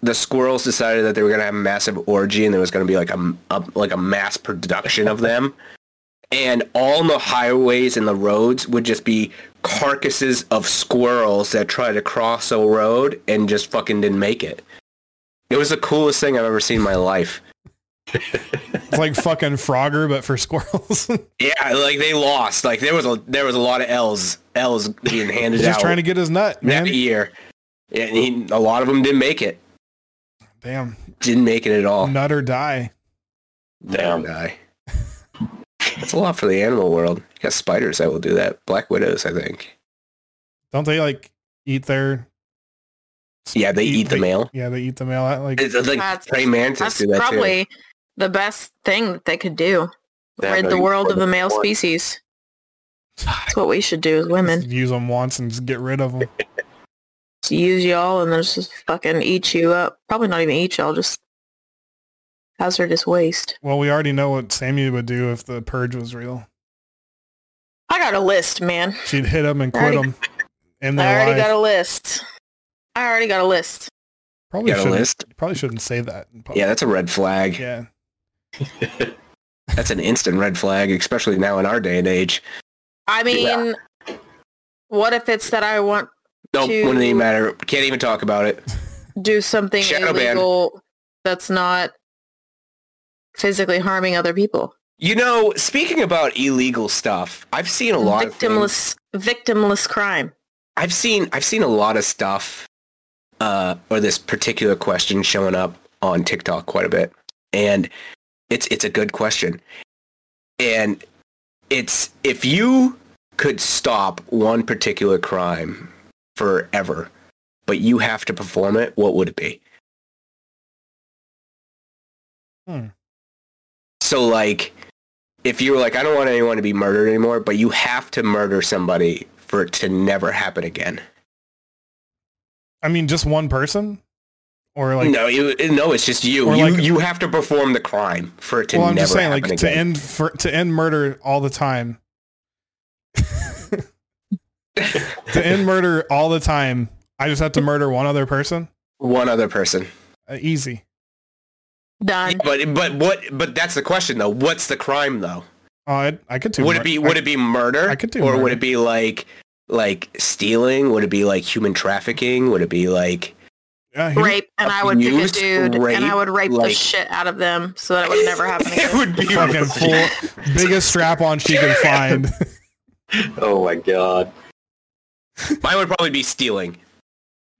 [SPEAKER 4] the squirrels decided that they were gonna have a massive orgy and there was gonna be like a, a like a mass production of them, and all the highways and the roads would just be carcasses of squirrels that tried to cross a road and just fucking didn't make it. It was the coolest thing I've ever seen in my life.
[SPEAKER 1] It's like fucking Frogger, but for squirrels.
[SPEAKER 4] Yeah, like they lost. Like there was a there was a lot of L's L's being handed
[SPEAKER 1] He's just
[SPEAKER 4] out.
[SPEAKER 1] trying to get his nut,
[SPEAKER 4] that
[SPEAKER 1] man.
[SPEAKER 4] year. And he, a lot of them didn't make it.
[SPEAKER 1] Damn,
[SPEAKER 4] Didn't make it at all.
[SPEAKER 1] nut or die.
[SPEAKER 2] Damn.
[SPEAKER 4] Guy. That's a lot for the animal world. You got spiders that will do that. Black widows, I think.
[SPEAKER 1] Don't they like eat their?
[SPEAKER 4] Yeah, they eat the male.
[SPEAKER 1] Yeah, they eat the male. I- Like
[SPEAKER 4] It's like
[SPEAKER 3] That's-
[SPEAKER 4] praying mantis
[SPEAKER 3] Ah, That's
[SPEAKER 4] do that too.
[SPEAKER 3] probably the best thing that they could do.
[SPEAKER 2] Yeah,
[SPEAKER 3] Rid
[SPEAKER 2] no,
[SPEAKER 3] the
[SPEAKER 2] you-
[SPEAKER 3] world of the male
[SPEAKER 2] What?
[SPEAKER 3] species. That's what we should do as women.
[SPEAKER 1] just use them once and just get rid of them.
[SPEAKER 3] Just use y'all and then just fucking eat you up. Probably not even eat y'all, just hazardous waste.
[SPEAKER 1] Well, we already know what Sammy would do if the purge was real.
[SPEAKER 3] I got a list, man.
[SPEAKER 1] She'd hit them and quit
[SPEAKER 3] Already-
[SPEAKER 1] them in
[SPEAKER 3] I
[SPEAKER 1] their
[SPEAKER 3] already
[SPEAKER 1] life.
[SPEAKER 3] got a list. I already got a list.
[SPEAKER 1] Probably
[SPEAKER 4] You got a
[SPEAKER 1] shouldn't.
[SPEAKER 4] list?
[SPEAKER 1] Probably shouldn't say that. in public.
[SPEAKER 4] Yeah, that's a red flag.
[SPEAKER 1] yeah.
[SPEAKER 4] That's an instant red flag, especially now in our day and age.
[SPEAKER 3] I mean, what if it's that I want
[SPEAKER 4] Don't
[SPEAKER 3] To-
[SPEAKER 4] wouldn't even matter. Can't even talk about it.
[SPEAKER 3] do something
[SPEAKER 4] Shadow ban.
[SPEAKER 3] illegal that's not physically harming other people?
[SPEAKER 4] You know, speaking about illegal stuff, I've seen a lot of things.
[SPEAKER 3] victimless, victimless crime.
[SPEAKER 4] I've seen I've seen a lot of stuff, uh, or this particular question showing up on TikTok quite a bit, and it's it's a good question, and it's if you could stop one particular crime forever, but you have to perform it, what would it be?
[SPEAKER 1] Hmm.
[SPEAKER 4] So like, if you were like, I don't want anyone to be murdered anymore, but you have to murder somebody for it to never happen again.
[SPEAKER 1] I mean, just one person, or like.
[SPEAKER 4] no, you, no, it's just you.
[SPEAKER 1] Or
[SPEAKER 4] You,
[SPEAKER 1] like-
[SPEAKER 4] you have to perform the crime for it to
[SPEAKER 1] well, I'm
[SPEAKER 4] never
[SPEAKER 1] just saying, like
[SPEAKER 4] happen
[SPEAKER 1] to
[SPEAKER 4] again.
[SPEAKER 1] end for, to end murder all the time. to end murder all the time. I just have to murder one other person.
[SPEAKER 4] One other person.
[SPEAKER 1] Uh, easy.
[SPEAKER 3] Done.
[SPEAKER 4] But but what? But that's the question though. What's the crime though?
[SPEAKER 1] Oh, I, I could do.
[SPEAKER 4] would
[SPEAKER 1] mur-
[SPEAKER 4] it be would it be murder?
[SPEAKER 1] I could do
[SPEAKER 4] or would
[SPEAKER 1] murder.
[SPEAKER 4] it be like like stealing? Would it be like human trafficking? Would it be like
[SPEAKER 1] yeah, he-
[SPEAKER 3] Rape, and I would pick a
[SPEAKER 4] abuse,
[SPEAKER 3] dude, and I
[SPEAKER 4] rape,
[SPEAKER 3] would rape the
[SPEAKER 4] like-
[SPEAKER 3] shit out of them so that it would never happen
[SPEAKER 4] it
[SPEAKER 3] again.
[SPEAKER 4] would be
[SPEAKER 1] fucking full biggest strap on she can find.
[SPEAKER 2] Oh my god.
[SPEAKER 4] Mine would probably be stealing.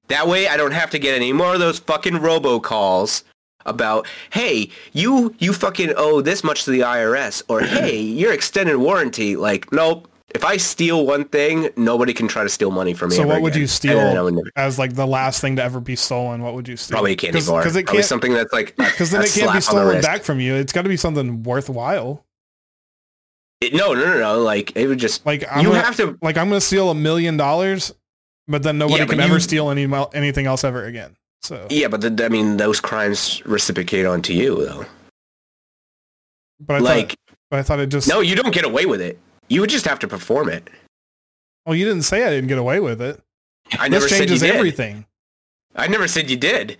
[SPEAKER 4] That way I don't have to get any more of those fucking robocalls about, hey, you you fucking owe this much to the IRS or hey, your extended warranty. Like, nope. If I steal one thing, nobody can try to steal money from me.
[SPEAKER 1] So
[SPEAKER 4] ever
[SPEAKER 1] what would
[SPEAKER 4] again.
[SPEAKER 1] you
[SPEAKER 4] And
[SPEAKER 1] steal
[SPEAKER 4] then I would never-
[SPEAKER 1] as like the last thing to ever be stolen? What would you steal?
[SPEAKER 4] Probably a candy bar.
[SPEAKER 1] Because it
[SPEAKER 4] probably
[SPEAKER 1] can't.
[SPEAKER 4] something that's like
[SPEAKER 1] Because then
[SPEAKER 4] a
[SPEAKER 1] it can't
[SPEAKER 4] slap on
[SPEAKER 1] be
[SPEAKER 4] the
[SPEAKER 1] stolen
[SPEAKER 4] wrist.
[SPEAKER 1] back from you. It's got to be something worthwhile.
[SPEAKER 4] It- no, no, no, no. Like it would just
[SPEAKER 1] Like I'm
[SPEAKER 4] you
[SPEAKER 1] gonna,
[SPEAKER 4] have to.
[SPEAKER 1] like I'm gonna steal a million dollars, but then nobody
[SPEAKER 4] Yeah, but
[SPEAKER 1] can ever
[SPEAKER 4] you-
[SPEAKER 1] steal any mo- anything else ever again. So
[SPEAKER 4] Yeah, but the, I mean, those crimes reciprocate onto you though.
[SPEAKER 1] but I
[SPEAKER 4] like,
[SPEAKER 1] thought, but I thought it just.
[SPEAKER 4] no, you don't get away with it. You would just have to perform it.
[SPEAKER 1] Well, oh, you didn't say I didn't get away with it.
[SPEAKER 4] I never
[SPEAKER 1] This
[SPEAKER 4] said you
[SPEAKER 1] changes
[SPEAKER 4] did.
[SPEAKER 1] everything.
[SPEAKER 4] I never said you did.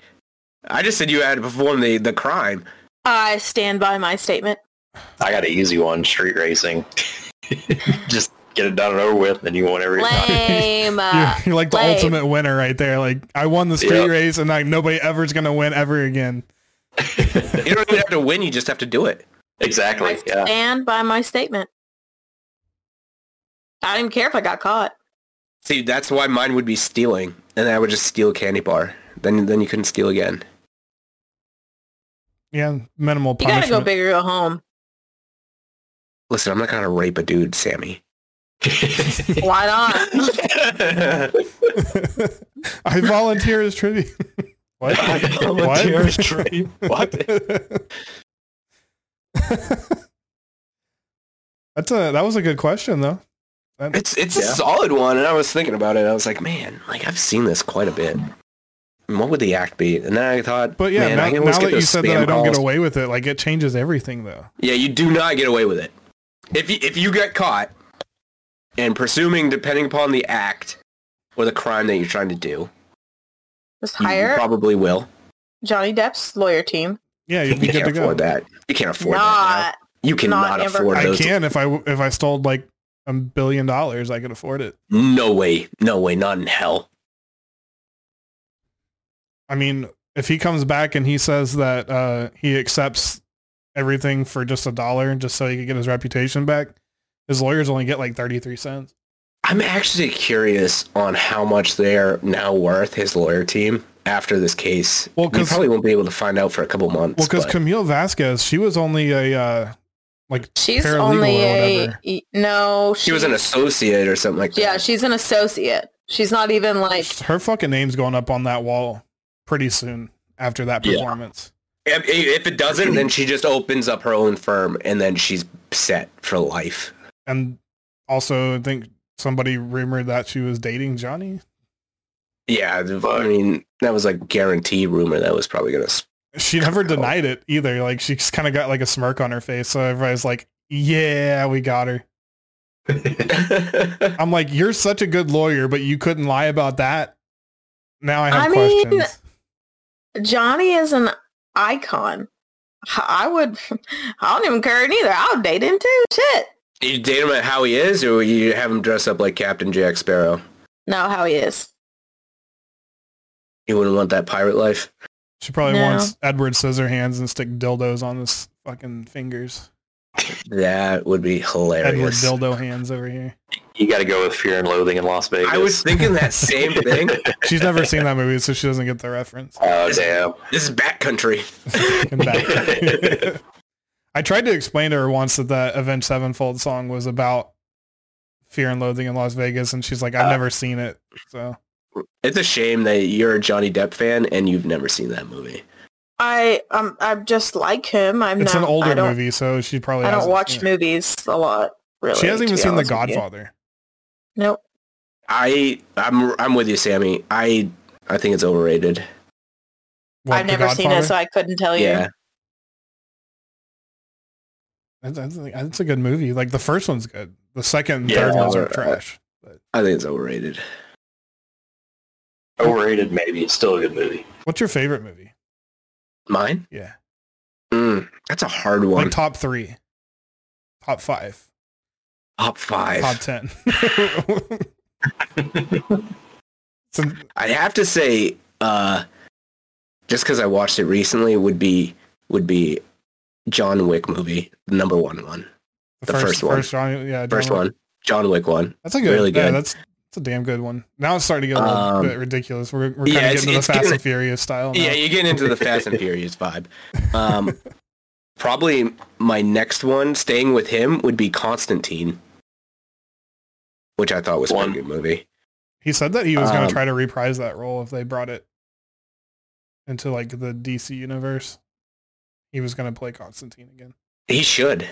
[SPEAKER 4] I just said you had to perform the, the crime.
[SPEAKER 3] I stand by my statement.
[SPEAKER 2] I got an easy one, street racing. Just get it done and over with and you won't ever get caught.
[SPEAKER 3] Lame. Uh,
[SPEAKER 1] You're, you're like the
[SPEAKER 3] like-
[SPEAKER 1] ultimate winner right there. Like I won the street
[SPEAKER 2] Yeah.
[SPEAKER 1] race, and like nobody ever's gonna win ever again.
[SPEAKER 4] You don't even have to win. You just have to do it.
[SPEAKER 3] I
[SPEAKER 2] Exactly. Yeah.
[SPEAKER 3] stand by my statement. I didn't care if I got caught.
[SPEAKER 4] See, that's why mine would be stealing, and I would just steal a candy bar. Then then you couldn't steal again.
[SPEAKER 1] Yeah, minimal
[SPEAKER 3] You gotta
[SPEAKER 1] punishment.
[SPEAKER 3] go big or go home.
[SPEAKER 4] Listen, I'm not gonna rape a dude, Sammy.
[SPEAKER 3] Why not?
[SPEAKER 1] I volunteer as tribute. what?
[SPEAKER 5] volunteer as tribute.
[SPEAKER 1] What? That's a that was a good question though.
[SPEAKER 4] It's it's a
[SPEAKER 2] Yeah.
[SPEAKER 4] solid one, and I was thinking about it. I was like, man, like I've seen this quite a bit. And what would the act be? And then I thought,
[SPEAKER 1] But yeah,
[SPEAKER 4] man, I can
[SPEAKER 1] now,
[SPEAKER 4] always
[SPEAKER 1] now
[SPEAKER 4] get
[SPEAKER 1] that you
[SPEAKER 4] those
[SPEAKER 1] said that
[SPEAKER 4] spam
[SPEAKER 1] I don't
[SPEAKER 4] calls.
[SPEAKER 1] get away with it, like it changes everything though.
[SPEAKER 4] Yeah, you do not get away with it. If you, if you get caught and presuming depending upon the act or the crime that you're trying to do,
[SPEAKER 3] Just
[SPEAKER 4] you, you
[SPEAKER 3] hire
[SPEAKER 4] probably will.
[SPEAKER 3] Johnny Depp's lawyer team.
[SPEAKER 1] Yeah, you'd be
[SPEAKER 4] You
[SPEAKER 1] good
[SPEAKER 4] can't
[SPEAKER 1] to go.
[SPEAKER 4] afford that. You can't afford that.
[SPEAKER 3] Not
[SPEAKER 4] now. You cannot
[SPEAKER 3] not ever.
[SPEAKER 4] afford
[SPEAKER 1] I
[SPEAKER 4] those.
[SPEAKER 1] can if I w- if I stole like a billion dollars, I could afford it.
[SPEAKER 4] No way. No way. Not in hell.
[SPEAKER 1] I mean, if he comes back and he says that uh, he accepts everything for just a dollar, just so he could get his reputation back, his lawyers only get like thirty three cents.
[SPEAKER 4] I'm actually curious on how much they're now worth, his lawyer team, after this case.
[SPEAKER 1] Well,
[SPEAKER 4] you
[SPEAKER 1] 'cause-
[SPEAKER 4] probably won't be able to find out for a couple months.
[SPEAKER 1] Well, because
[SPEAKER 4] but-
[SPEAKER 1] Camille Vasquez, she was only a uh, like
[SPEAKER 3] She's
[SPEAKER 1] Paralegal or
[SPEAKER 3] only a
[SPEAKER 1] whatever.
[SPEAKER 3] e- no.
[SPEAKER 4] she was an
[SPEAKER 3] she's-
[SPEAKER 4] associate or something like that.
[SPEAKER 3] Yeah, she's an associate. She's not even like
[SPEAKER 1] her fucking name's going up on that wall pretty soon after that
[SPEAKER 2] Yeah.
[SPEAKER 1] performance.
[SPEAKER 4] If, if it doesn't, then she just opens up her own firm and then she's set for life.
[SPEAKER 1] And also, I think somebody rumored that she was dating Johnny.
[SPEAKER 4] Yeah, I mean, that was like guarantee rumor that was probably going to...
[SPEAKER 1] She never
[SPEAKER 4] Cool.
[SPEAKER 1] denied it either. Like she just kind of got like a smirk on her face. So everybody's like, "Yeah, we got her." I'm like, "You're such a good lawyer, but you couldn't lie about that." Now I have
[SPEAKER 3] I mean-
[SPEAKER 1] questions.
[SPEAKER 3] Johnny is an icon. I would. I don't even care either. I would date him too. Shit.
[SPEAKER 4] you date him at how he is or you have him dress up like Captain Jack Sparrow?
[SPEAKER 3] No, how he is.
[SPEAKER 4] You wouldn't want that pirate life?
[SPEAKER 1] she probably
[SPEAKER 3] No.
[SPEAKER 1] wants Edward Scissorhands and stick dildos on his fucking fingers.
[SPEAKER 4] That would be
[SPEAKER 1] Edward
[SPEAKER 4] hilarious.
[SPEAKER 1] dildo hands over here.
[SPEAKER 2] You gotta go with fear and loathing in Las Vegas.
[SPEAKER 4] I was thinking that same thing.
[SPEAKER 1] She's never seen that movie, so she doesn't get the reference.
[SPEAKER 2] Oh damn.
[SPEAKER 4] This is backcountry.
[SPEAKER 1] Fucking bad. I tried to explain to her once that that Avenged Sevenfold song was about fear and loathing in Las Vegas, and she's like, "I've
[SPEAKER 4] Uh.
[SPEAKER 1] never seen it." So
[SPEAKER 4] It's a shame that you're a Johnny Depp fan and you've never seen that movie.
[SPEAKER 3] I um. I just like him. I'm
[SPEAKER 1] it's
[SPEAKER 3] not.
[SPEAKER 1] an
[SPEAKER 3] I
[SPEAKER 1] older
[SPEAKER 3] don't,
[SPEAKER 1] movie, so she probably
[SPEAKER 3] I don't
[SPEAKER 1] hasn't
[SPEAKER 3] watch
[SPEAKER 1] seen it.
[SPEAKER 3] movies a lot. Really.
[SPEAKER 1] She hasn't
[SPEAKER 3] to
[SPEAKER 1] even
[SPEAKER 3] be
[SPEAKER 1] seen The
[SPEAKER 3] honest with you.
[SPEAKER 1] Godfather.
[SPEAKER 3] Nope.
[SPEAKER 4] I I'm I'm with you, Sammy. I I think it's overrated.
[SPEAKER 1] What,
[SPEAKER 3] I've
[SPEAKER 1] The
[SPEAKER 3] never seen it,
[SPEAKER 1] Godfather?
[SPEAKER 3] so I couldn't tell you.
[SPEAKER 4] Yeah.
[SPEAKER 1] That's, that's, that's a good movie. Like the first one's good. The second, and
[SPEAKER 2] Yeah,
[SPEAKER 1] third ones are
[SPEAKER 4] alright.
[SPEAKER 1] trash.
[SPEAKER 4] I think it's overrated.
[SPEAKER 2] Overrated maybe. It's still a good movie.
[SPEAKER 1] What's your favorite movie?
[SPEAKER 4] Mine?
[SPEAKER 1] Yeah,
[SPEAKER 4] Mm, that's a hard one.
[SPEAKER 1] Like top three, top five,
[SPEAKER 4] top five.
[SPEAKER 1] top ten. Some-
[SPEAKER 4] I'd have to say, uh, just because I watched it recently, would be would be John Wick movie, the number one one, The first one.
[SPEAKER 1] First John, yeah, John
[SPEAKER 4] first
[SPEAKER 1] Wick.
[SPEAKER 4] one, John Wick one.
[SPEAKER 1] That's a good.
[SPEAKER 4] Really
[SPEAKER 1] Yeah,
[SPEAKER 4] good.
[SPEAKER 1] that's that's a damn good one. Now it's starting to get a little
[SPEAKER 4] Um,
[SPEAKER 1] bit ridiculous. We're we're kind
[SPEAKER 4] yeah,
[SPEAKER 1] of
[SPEAKER 4] it's-
[SPEAKER 1] getting to the
[SPEAKER 4] it's
[SPEAKER 1] Fast
[SPEAKER 4] getting-
[SPEAKER 1] and Furious style. Now.
[SPEAKER 4] Yeah, you're getting into the Fast and Furious vibe. Um, probably my next one, staying with him, would be Constantine, which I thought was
[SPEAKER 2] One.
[SPEAKER 4] a good movie.
[SPEAKER 1] He said that he was going
[SPEAKER 4] Um,
[SPEAKER 1] to try to reprise that role if they brought it into like the DC universe. He was going to play Constantine again.
[SPEAKER 4] He should.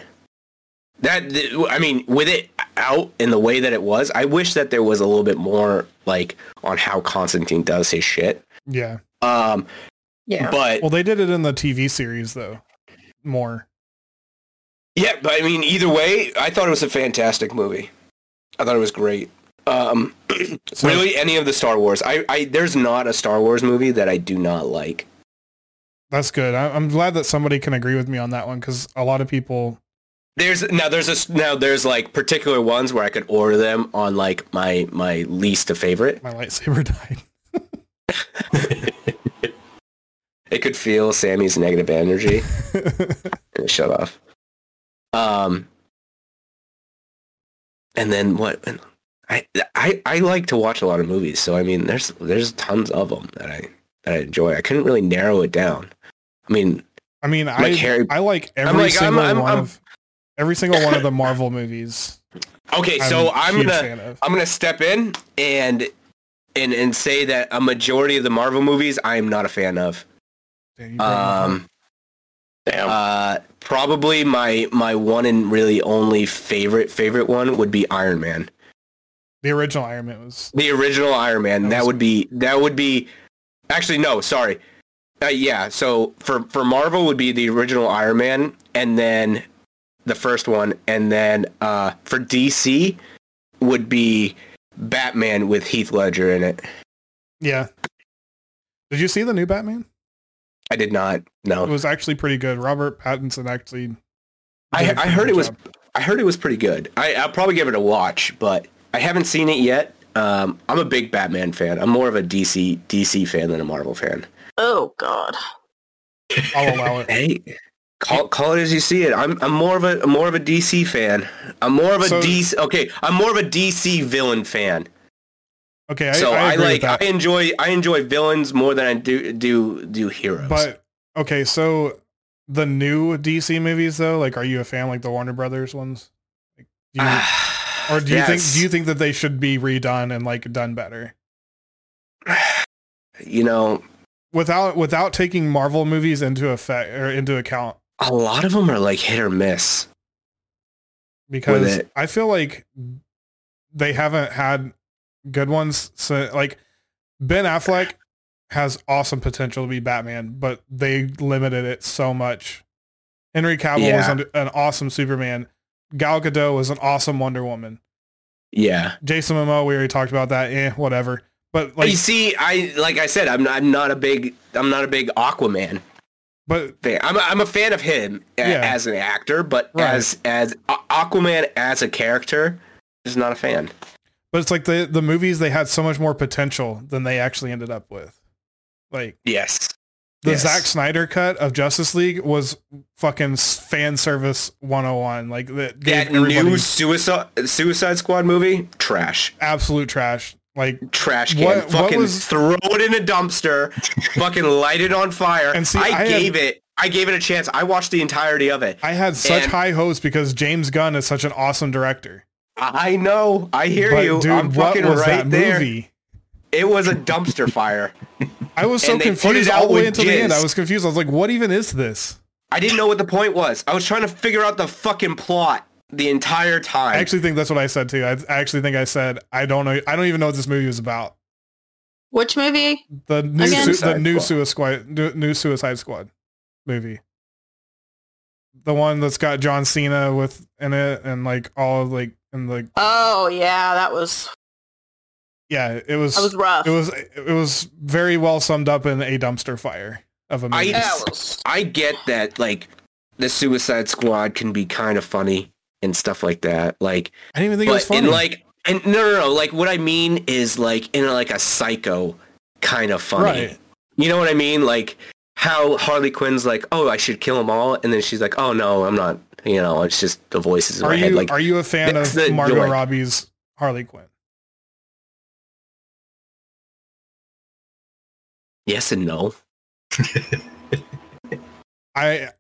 [SPEAKER 4] That th- I mean, with it out in the way that it was, I wish that there was a little bit more like on how Constantine does his shit.
[SPEAKER 1] Yeah.
[SPEAKER 4] Um,
[SPEAKER 3] Yeah.
[SPEAKER 4] but
[SPEAKER 1] Well, they did it in the TV series though. More.
[SPEAKER 4] yeah, but I mean, either way, I thought it was a fantastic movie. I thought it was great. Um,
[SPEAKER 1] So-
[SPEAKER 4] really, any of the Star Wars, I, I there's not a Star Wars movie that I do not like.
[SPEAKER 1] That's good. I, I'm glad that somebody can agree with me on that one because a lot of people.
[SPEAKER 4] There's now there's a s- now there's like particular ones where I could order them on like my my least of favorite.
[SPEAKER 1] My lightsaber died.
[SPEAKER 4] It could feel Sammy's negative energy. and it shut off. Um, and then what? and I, I I like to watch a lot of movies, so I mean, there's there's tons of them that I that I enjoy. I couldn't really narrow it down. I mean,
[SPEAKER 1] I mean,
[SPEAKER 4] Like
[SPEAKER 1] I
[SPEAKER 4] Harry-
[SPEAKER 1] I like every
[SPEAKER 4] like, I'm-
[SPEAKER 1] single
[SPEAKER 4] I'm-
[SPEAKER 1] one
[SPEAKER 4] I'm-
[SPEAKER 1] of every single one of the Marvel movies.
[SPEAKER 4] okay, so
[SPEAKER 1] a
[SPEAKER 4] I'm
[SPEAKER 1] huge
[SPEAKER 4] gonna
[SPEAKER 1] fan of.
[SPEAKER 4] I'm gonna step in and and and say that a majority of the Marvel movies I am not a fan of.
[SPEAKER 1] Damn, you bring me home.
[SPEAKER 4] Um,
[SPEAKER 2] Damn.
[SPEAKER 4] uh, probably my my one and really only favorite favorite one would be Iron Man.
[SPEAKER 1] the original Iron Man was
[SPEAKER 4] The original Iron Man.
[SPEAKER 1] That
[SPEAKER 4] That,
[SPEAKER 1] was-
[SPEAKER 4] would be that would be actually no, sorry. Uh, yeah, so for for Marvel would be the original Iron Man and then the first one and then uh for DC would be Batman with Heath Ledger in it.
[SPEAKER 1] yeah. Did you see the new Batman?
[SPEAKER 4] I did not
[SPEAKER 1] It
[SPEAKER 4] know.
[SPEAKER 1] was actually pretty good. Robert Pattinson actually. did
[SPEAKER 4] I,
[SPEAKER 1] a
[SPEAKER 4] I
[SPEAKER 1] pretty
[SPEAKER 4] heard
[SPEAKER 1] good
[SPEAKER 4] it was
[SPEAKER 1] job.
[SPEAKER 4] I heard it was pretty good. I I'll probably give it a watch, but I haven't seen it yet. Um, I'm a big Batman fan. I'm more of a DC DC fan than a Marvel fan.
[SPEAKER 3] oh God.
[SPEAKER 1] I'll allow it.
[SPEAKER 4] Hey, call call it as you see it. I'm I'm more of a I'm more of a DC fan. I'm more of a
[SPEAKER 1] So-
[SPEAKER 4] DC. Okay, I'm more of a DC villain fan.
[SPEAKER 1] Okay, I,
[SPEAKER 4] so
[SPEAKER 1] I
[SPEAKER 4] I,
[SPEAKER 1] agree with
[SPEAKER 4] like
[SPEAKER 1] that.
[SPEAKER 4] I enjoy I enjoy villains more than I do do do heroes.
[SPEAKER 1] but okay, so the new DC movies though, like, are you a fan like the Warner Brothers ones? Like, do you,
[SPEAKER 4] Ah,
[SPEAKER 1] or do you think do you think that they should be redone and like done better
[SPEAKER 4] think you know
[SPEAKER 1] without without taking Marvel movies into effect or into account?
[SPEAKER 4] a lot of them are like hit or miss.
[SPEAKER 1] because
[SPEAKER 4] it.
[SPEAKER 1] I feel like they haven't had good ones. So like Ben Affleck has awesome potential to be Batman, but they limited it so much. Henry Cavill was
[SPEAKER 4] Yeah.
[SPEAKER 1] an, an awesome Superman. Gal Gadot was an awesome Wonder Woman.
[SPEAKER 4] Yeah.
[SPEAKER 1] Jason Momoa, we already talked about that. Eh, whatever. But like,
[SPEAKER 4] you see, I like I said, I'm not, I'm not a big I'm not a big Aquaman
[SPEAKER 1] but
[SPEAKER 4] fan. I'm a, I'm a fan of him a-
[SPEAKER 1] Yeah.
[SPEAKER 4] as an actor, but
[SPEAKER 1] Right.
[SPEAKER 4] as as A- Aquaman as a character, just not a fan.
[SPEAKER 1] but it's like the the movies they had so much more potential than they actually ended up with. Like
[SPEAKER 4] Yes.
[SPEAKER 1] The
[SPEAKER 4] Yes.
[SPEAKER 1] Zack Snyder cut of Justice League was fucking s- fan service 101. Like that gave
[SPEAKER 4] That
[SPEAKER 1] everybody
[SPEAKER 4] new Suicide Suicide Squad movie, trash,
[SPEAKER 1] absolute trash. Like
[SPEAKER 4] trash can.
[SPEAKER 1] What- what
[SPEAKER 4] fucking
[SPEAKER 1] was-
[SPEAKER 4] throw it in a dumpster, fucking light it on fire.
[SPEAKER 1] And see,
[SPEAKER 4] I,
[SPEAKER 1] I had-
[SPEAKER 4] gave it, I gave it a chance. I watched the entirety of it.
[SPEAKER 1] I had such
[SPEAKER 4] And-
[SPEAKER 1] high hopes because James Gunn is such an awesome director.
[SPEAKER 4] I, know, I hear you. I'm fucking right there. It was a dumpster fire.
[SPEAKER 1] I was so
[SPEAKER 4] And they put
[SPEAKER 1] confused
[SPEAKER 4] it out
[SPEAKER 1] all the way
[SPEAKER 4] with
[SPEAKER 1] until the end.
[SPEAKER 4] jizz.
[SPEAKER 1] I was confused. I was like, what even is this?
[SPEAKER 4] I didn't know what the point was. I was trying to figure out the fucking plot the entire time.
[SPEAKER 1] I actually think that's what I said too. I, I actually think I said I don't know. I don't even know what this movie is about.
[SPEAKER 3] Which movie?
[SPEAKER 1] The new
[SPEAKER 3] Again?
[SPEAKER 1] su- the
[SPEAKER 4] Suicide
[SPEAKER 1] new
[SPEAKER 4] Squad.
[SPEAKER 1] Suicide new, new Suicide Squad movie. The one that's got John Cena with in it and like all of like and like
[SPEAKER 3] Oh yeah, that was
[SPEAKER 1] yeah, it was,
[SPEAKER 3] that was rough.
[SPEAKER 1] it was it was very well summed up in a dumpster fire. of a
[SPEAKER 4] I-
[SPEAKER 1] movie.
[SPEAKER 4] I get that like the Suicide Squad can be kind of funny and stuff like that. Like,
[SPEAKER 1] I didn't even think it was
[SPEAKER 4] but
[SPEAKER 1] funny.
[SPEAKER 4] in like, and no, no, no. Like, what I mean is like in like a psycho kind of funny.
[SPEAKER 1] right.
[SPEAKER 4] You know what I mean? Like how Harley Quinn's like, oh, I should kill them all, and then she's like, oh no, I'm not. You know, it's just the voices in
[SPEAKER 1] Are
[SPEAKER 4] my
[SPEAKER 1] you
[SPEAKER 4] head. Like,
[SPEAKER 1] are you a fan of
[SPEAKER 4] that's the-
[SPEAKER 1] Margot
[SPEAKER 4] you're like-
[SPEAKER 1] Robbie's Harley Quinn?
[SPEAKER 4] yes and no.
[SPEAKER 1] I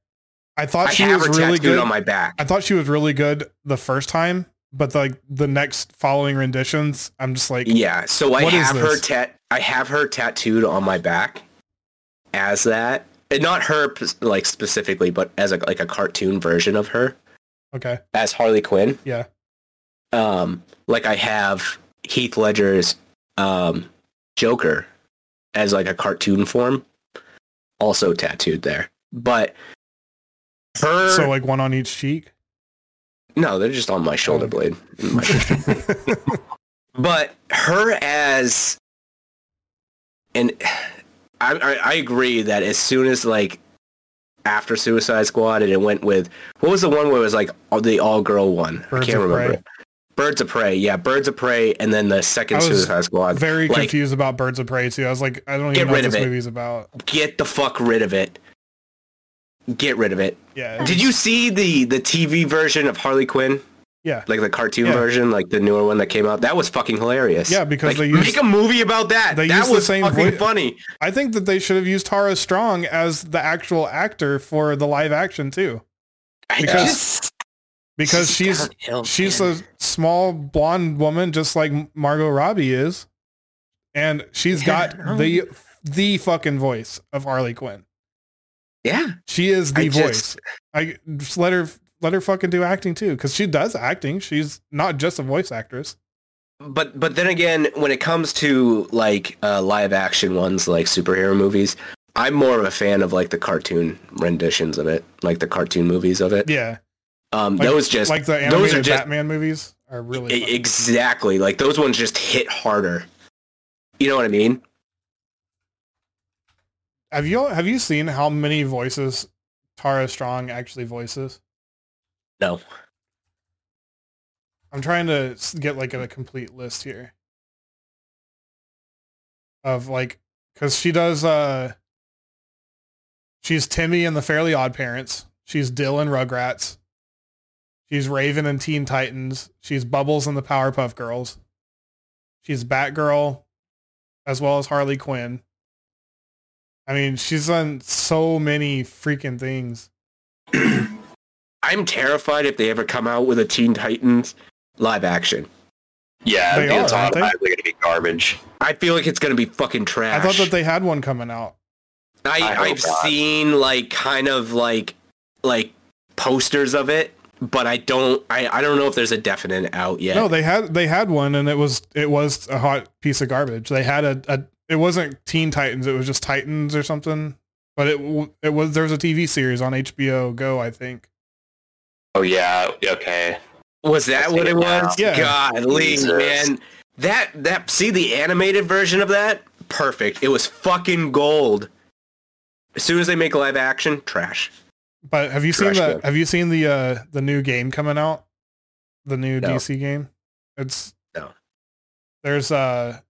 [SPEAKER 1] I thought
[SPEAKER 4] I
[SPEAKER 1] she
[SPEAKER 4] have
[SPEAKER 1] was
[SPEAKER 4] her
[SPEAKER 1] really
[SPEAKER 4] tattooed
[SPEAKER 1] good.
[SPEAKER 4] on my back.
[SPEAKER 1] I thought she was really good the first time, but like the next following renditions, I'm just like,
[SPEAKER 4] Yeah, so I
[SPEAKER 1] What is
[SPEAKER 4] have her
[SPEAKER 1] this?
[SPEAKER 4] tat. I have her tattooed on my back as that, and not her p- like specifically, but as a like a cartoon version of her
[SPEAKER 1] okay,
[SPEAKER 4] as Harley Quinn.
[SPEAKER 1] Yeah.
[SPEAKER 4] Um, like I have Heath Ledger's um Joker as like a cartoon form, also tattooed there. But her
[SPEAKER 1] so like one on each cheek.
[SPEAKER 4] no, they're just on my shoulder
[SPEAKER 1] Oh.
[SPEAKER 4] blade. My- but her as and I, I I agree that as soon as like after Suicide Squad and it went with what was the one where it was like all, the all girl one
[SPEAKER 1] Birds
[SPEAKER 4] I can't
[SPEAKER 1] of
[SPEAKER 4] remember
[SPEAKER 1] Prey.
[SPEAKER 4] it. Birds of Prey yeah Birds of Prey and then the second
[SPEAKER 1] I was
[SPEAKER 4] Suicide Squad
[SPEAKER 1] Very
[SPEAKER 4] like-
[SPEAKER 1] confused about Birds of Prey too. I was like, I don't
[SPEAKER 4] Get
[SPEAKER 1] even know what
[SPEAKER 4] rid of
[SPEAKER 1] this
[SPEAKER 4] it.
[SPEAKER 1] movie's about.
[SPEAKER 4] get the fuck rid of it get rid of it
[SPEAKER 1] Yeah,
[SPEAKER 4] did you see the the TV version of Harley Quinn
[SPEAKER 1] yeah,
[SPEAKER 4] like the cartoon
[SPEAKER 1] Yeah.
[SPEAKER 4] version like the newer one that came out that was fucking hilarious
[SPEAKER 1] yeah. Because
[SPEAKER 4] like,
[SPEAKER 1] they used
[SPEAKER 4] make a movie about that.
[SPEAKER 1] they
[SPEAKER 4] That
[SPEAKER 1] used the
[SPEAKER 4] was
[SPEAKER 1] same
[SPEAKER 4] fucking
[SPEAKER 1] voi-
[SPEAKER 4] funny.
[SPEAKER 1] I think that they should have used Tara Strong as the actual actor for the live action too, Because-
[SPEAKER 4] Just-
[SPEAKER 1] because
[SPEAKER 4] just
[SPEAKER 1] she's
[SPEAKER 4] downhill,
[SPEAKER 1] she's
[SPEAKER 4] man.
[SPEAKER 1] a small blonde woman, just like Margot Robbie is, and she's
[SPEAKER 4] Yeah.
[SPEAKER 1] got the the fucking voice of Harley Quinn.
[SPEAKER 4] yeah.
[SPEAKER 1] She is the
[SPEAKER 4] I
[SPEAKER 1] voice.
[SPEAKER 4] just-
[SPEAKER 1] I just let her let her fucking do acting too, because she does acting. She's not just a voice actress.
[SPEAKER 4] But but then again, when it comes to like uh, live action ones, like superhero movies, I'm more of a fan of like the cartoon renditions of it, like the cartoon movies of it.
[SPEAKER 1] Yeah,
[SPEAKER 4] Um,
[SPEAKER 1] Like-
[SPEAKER 4] those just
[SPEAKER 1] like the
[SPEAKER 4] those are
[SPEAKER 1] animated
[SPEAKER 4] just-
[SPEAKER 1] Batman movies are really.
[SPEAKER 4] e-
[SPEAKER 1] fucking-
[SPEAKER 4] exactly like those ones just hit harder. You know what I mean?
[SPEAKER 1] Have you have you seen how many voices Tara Strong actually voices?
[SPEAKER 4] No.
[SPEAKER 1] I'm trying to s- get like a complete list here of like because she does. uh She's Timmy in the Fairly Odd Parents. She's Dill in Rugrats. She's Raven in Teen Titans. She's Bubbles in the Powerpuff Girls. She's Batgirl, as well as Harley Quinn. I mean, she's done so many freaking things.
[SPEAKER 4] I'm terrified if they ever come out with a Teen Titans live action.
[SPEAKER 2] Yeah,
[SPEAKER 1] They
[SPEAKER 2] I think it's
[SPEAKER 1] are, aren't they?
[SPEAKER 2] automatically going to be garbage.
[SPEAKER 4] I feel like it's gonna be fucking trash.
[SPEAKER 1] I thought that they had one coming out.
[SPEAKER 4] I,
[SPEAKER 2] I hope
[SPEAKER 4] I've
[SPEAKER 2] not.
[SPEAKER 4] seen like kind of like like posters of it, but I don't I, I don't know if there's a definite out yet.
[SPEAKER 1] No, they had they had one, and it was it was a hot piece of garbage. They had a, a it wasn't Teen Titans, it was just Titans or something. But it w- it was there was a TV series on HBO Go, I think.
[SPEAKER 2] Oh yeah, okay.
[SPEAKER 4] was that
[SPEAKER 2] I've
[SPEAKER 4] what
[SPEAKER 2] seen
[SPEAKER 4] it
[SPEAKER 2] it now.
[SPEAKER 4] was?
[SPEAKER 1] Yeah.
[SPEAKER 4] Godly
[SPEAKER 2] Jesus.
[SPEAKER 4] man. That that see the animated version of that? Perfect. It was fucking gold. As soon as they make live action, trash.
[SPEAKER 1] But have you seen
[SPEAKER 4] Trash
[SPEAKER 1] the
[SPEAKER 4] bin.
[SPEAKER 1] have you seen the uh the new game coming out? The new
[SPEAKER 4] No.
[SPEAKER 1] DC game? It's
[SPEAKER 4] No.
[SPEAKER 1] There's uh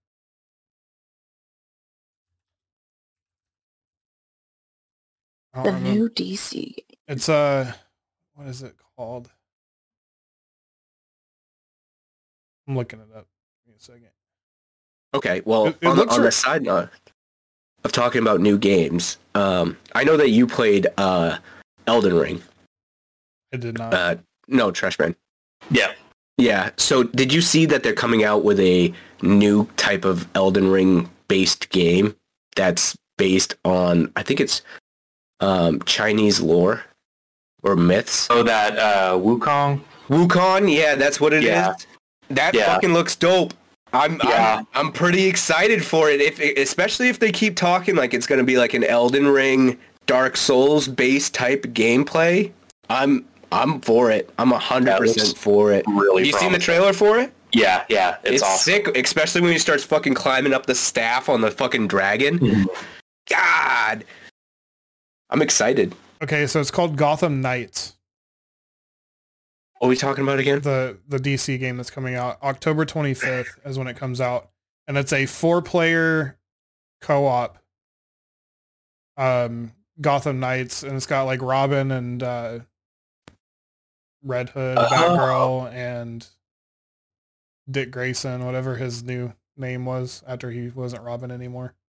[SPEAKER 1] I don't
[SPEAKER 3] The
[SPEAKER 1] remember.
[SPEAKER 3] new DC.
[SPEAKER 1] It's uh what is it called? I'm looking it up. Give me a second.
[SPEAKER 4] Okay, well
[SPEAKER 1] It- it
[SPEAKER 4] on, the,
[SPEAKER 1] looks
[SPEAKER 4] on
[SPEAKER 1] re-
[SPEAKER 4] the side note of talking about new games, um, I know that you played uh Elden Ring.
[SPEAKER 1] I did not.
[SPEAKER 4] Uh no, trash man.
[SPEAKER 2] Yeah,
[SPEAKER 4] Yeah. So did you see that they're coming out with a new type of Elden Ring based game that's based on I think it's um, Chinese lore or myths.
[SPEAKER 2] so that uh, Wukong.
[SPEAKER 4] Wukong, yeah, that's what it is.
[SPEAKER 2] Yeah.
[SPEAKER 4] That
[SPEAKER 2] Yeah.
[SPEAKER 4] fucking looks dope. I'm,
[SPEAKER 2] Yeah.
[SPEAKER 4] I'm I'm pretty excited for it. If especially if they keep talking like it's going to be like an Elden Ring, Dark Souls based type gameplay. I'm I'm for it. I'm hundred
[SPEAKER 2] That looks
[SPEAKER 4] percent for it.
[SPEAKER 2] really
[SPEAKER 4] you seen the
[SPEAKER 2] promising.
[SPEAKER 4] trailer for it?
[SPEAKER 2] Yeah, yeah, it's,
[SPEAKER 4] It's,
[SPEAKER 2] awesome.
[SPEAKER 4] sick, especially when he starts fucking climbing up the staff on the fucking dragon. God, I'm excited.
[SPEAKER 1] Okay, so it's called Gotham Knights.
[SPEAKER 4] What are we talking about again?
[SPEAKER 1] the the DC game that's coming out October 25th is when it comes out, and it's a four player co-op um Gotham Knights, and it's got like Robin and uh, Red Hood,
[SPEAKER 2] Oh.
[SPEAKER 1] Batgirl, and Dick Grayson, whatever his new name was after he wasn't Robin anymore.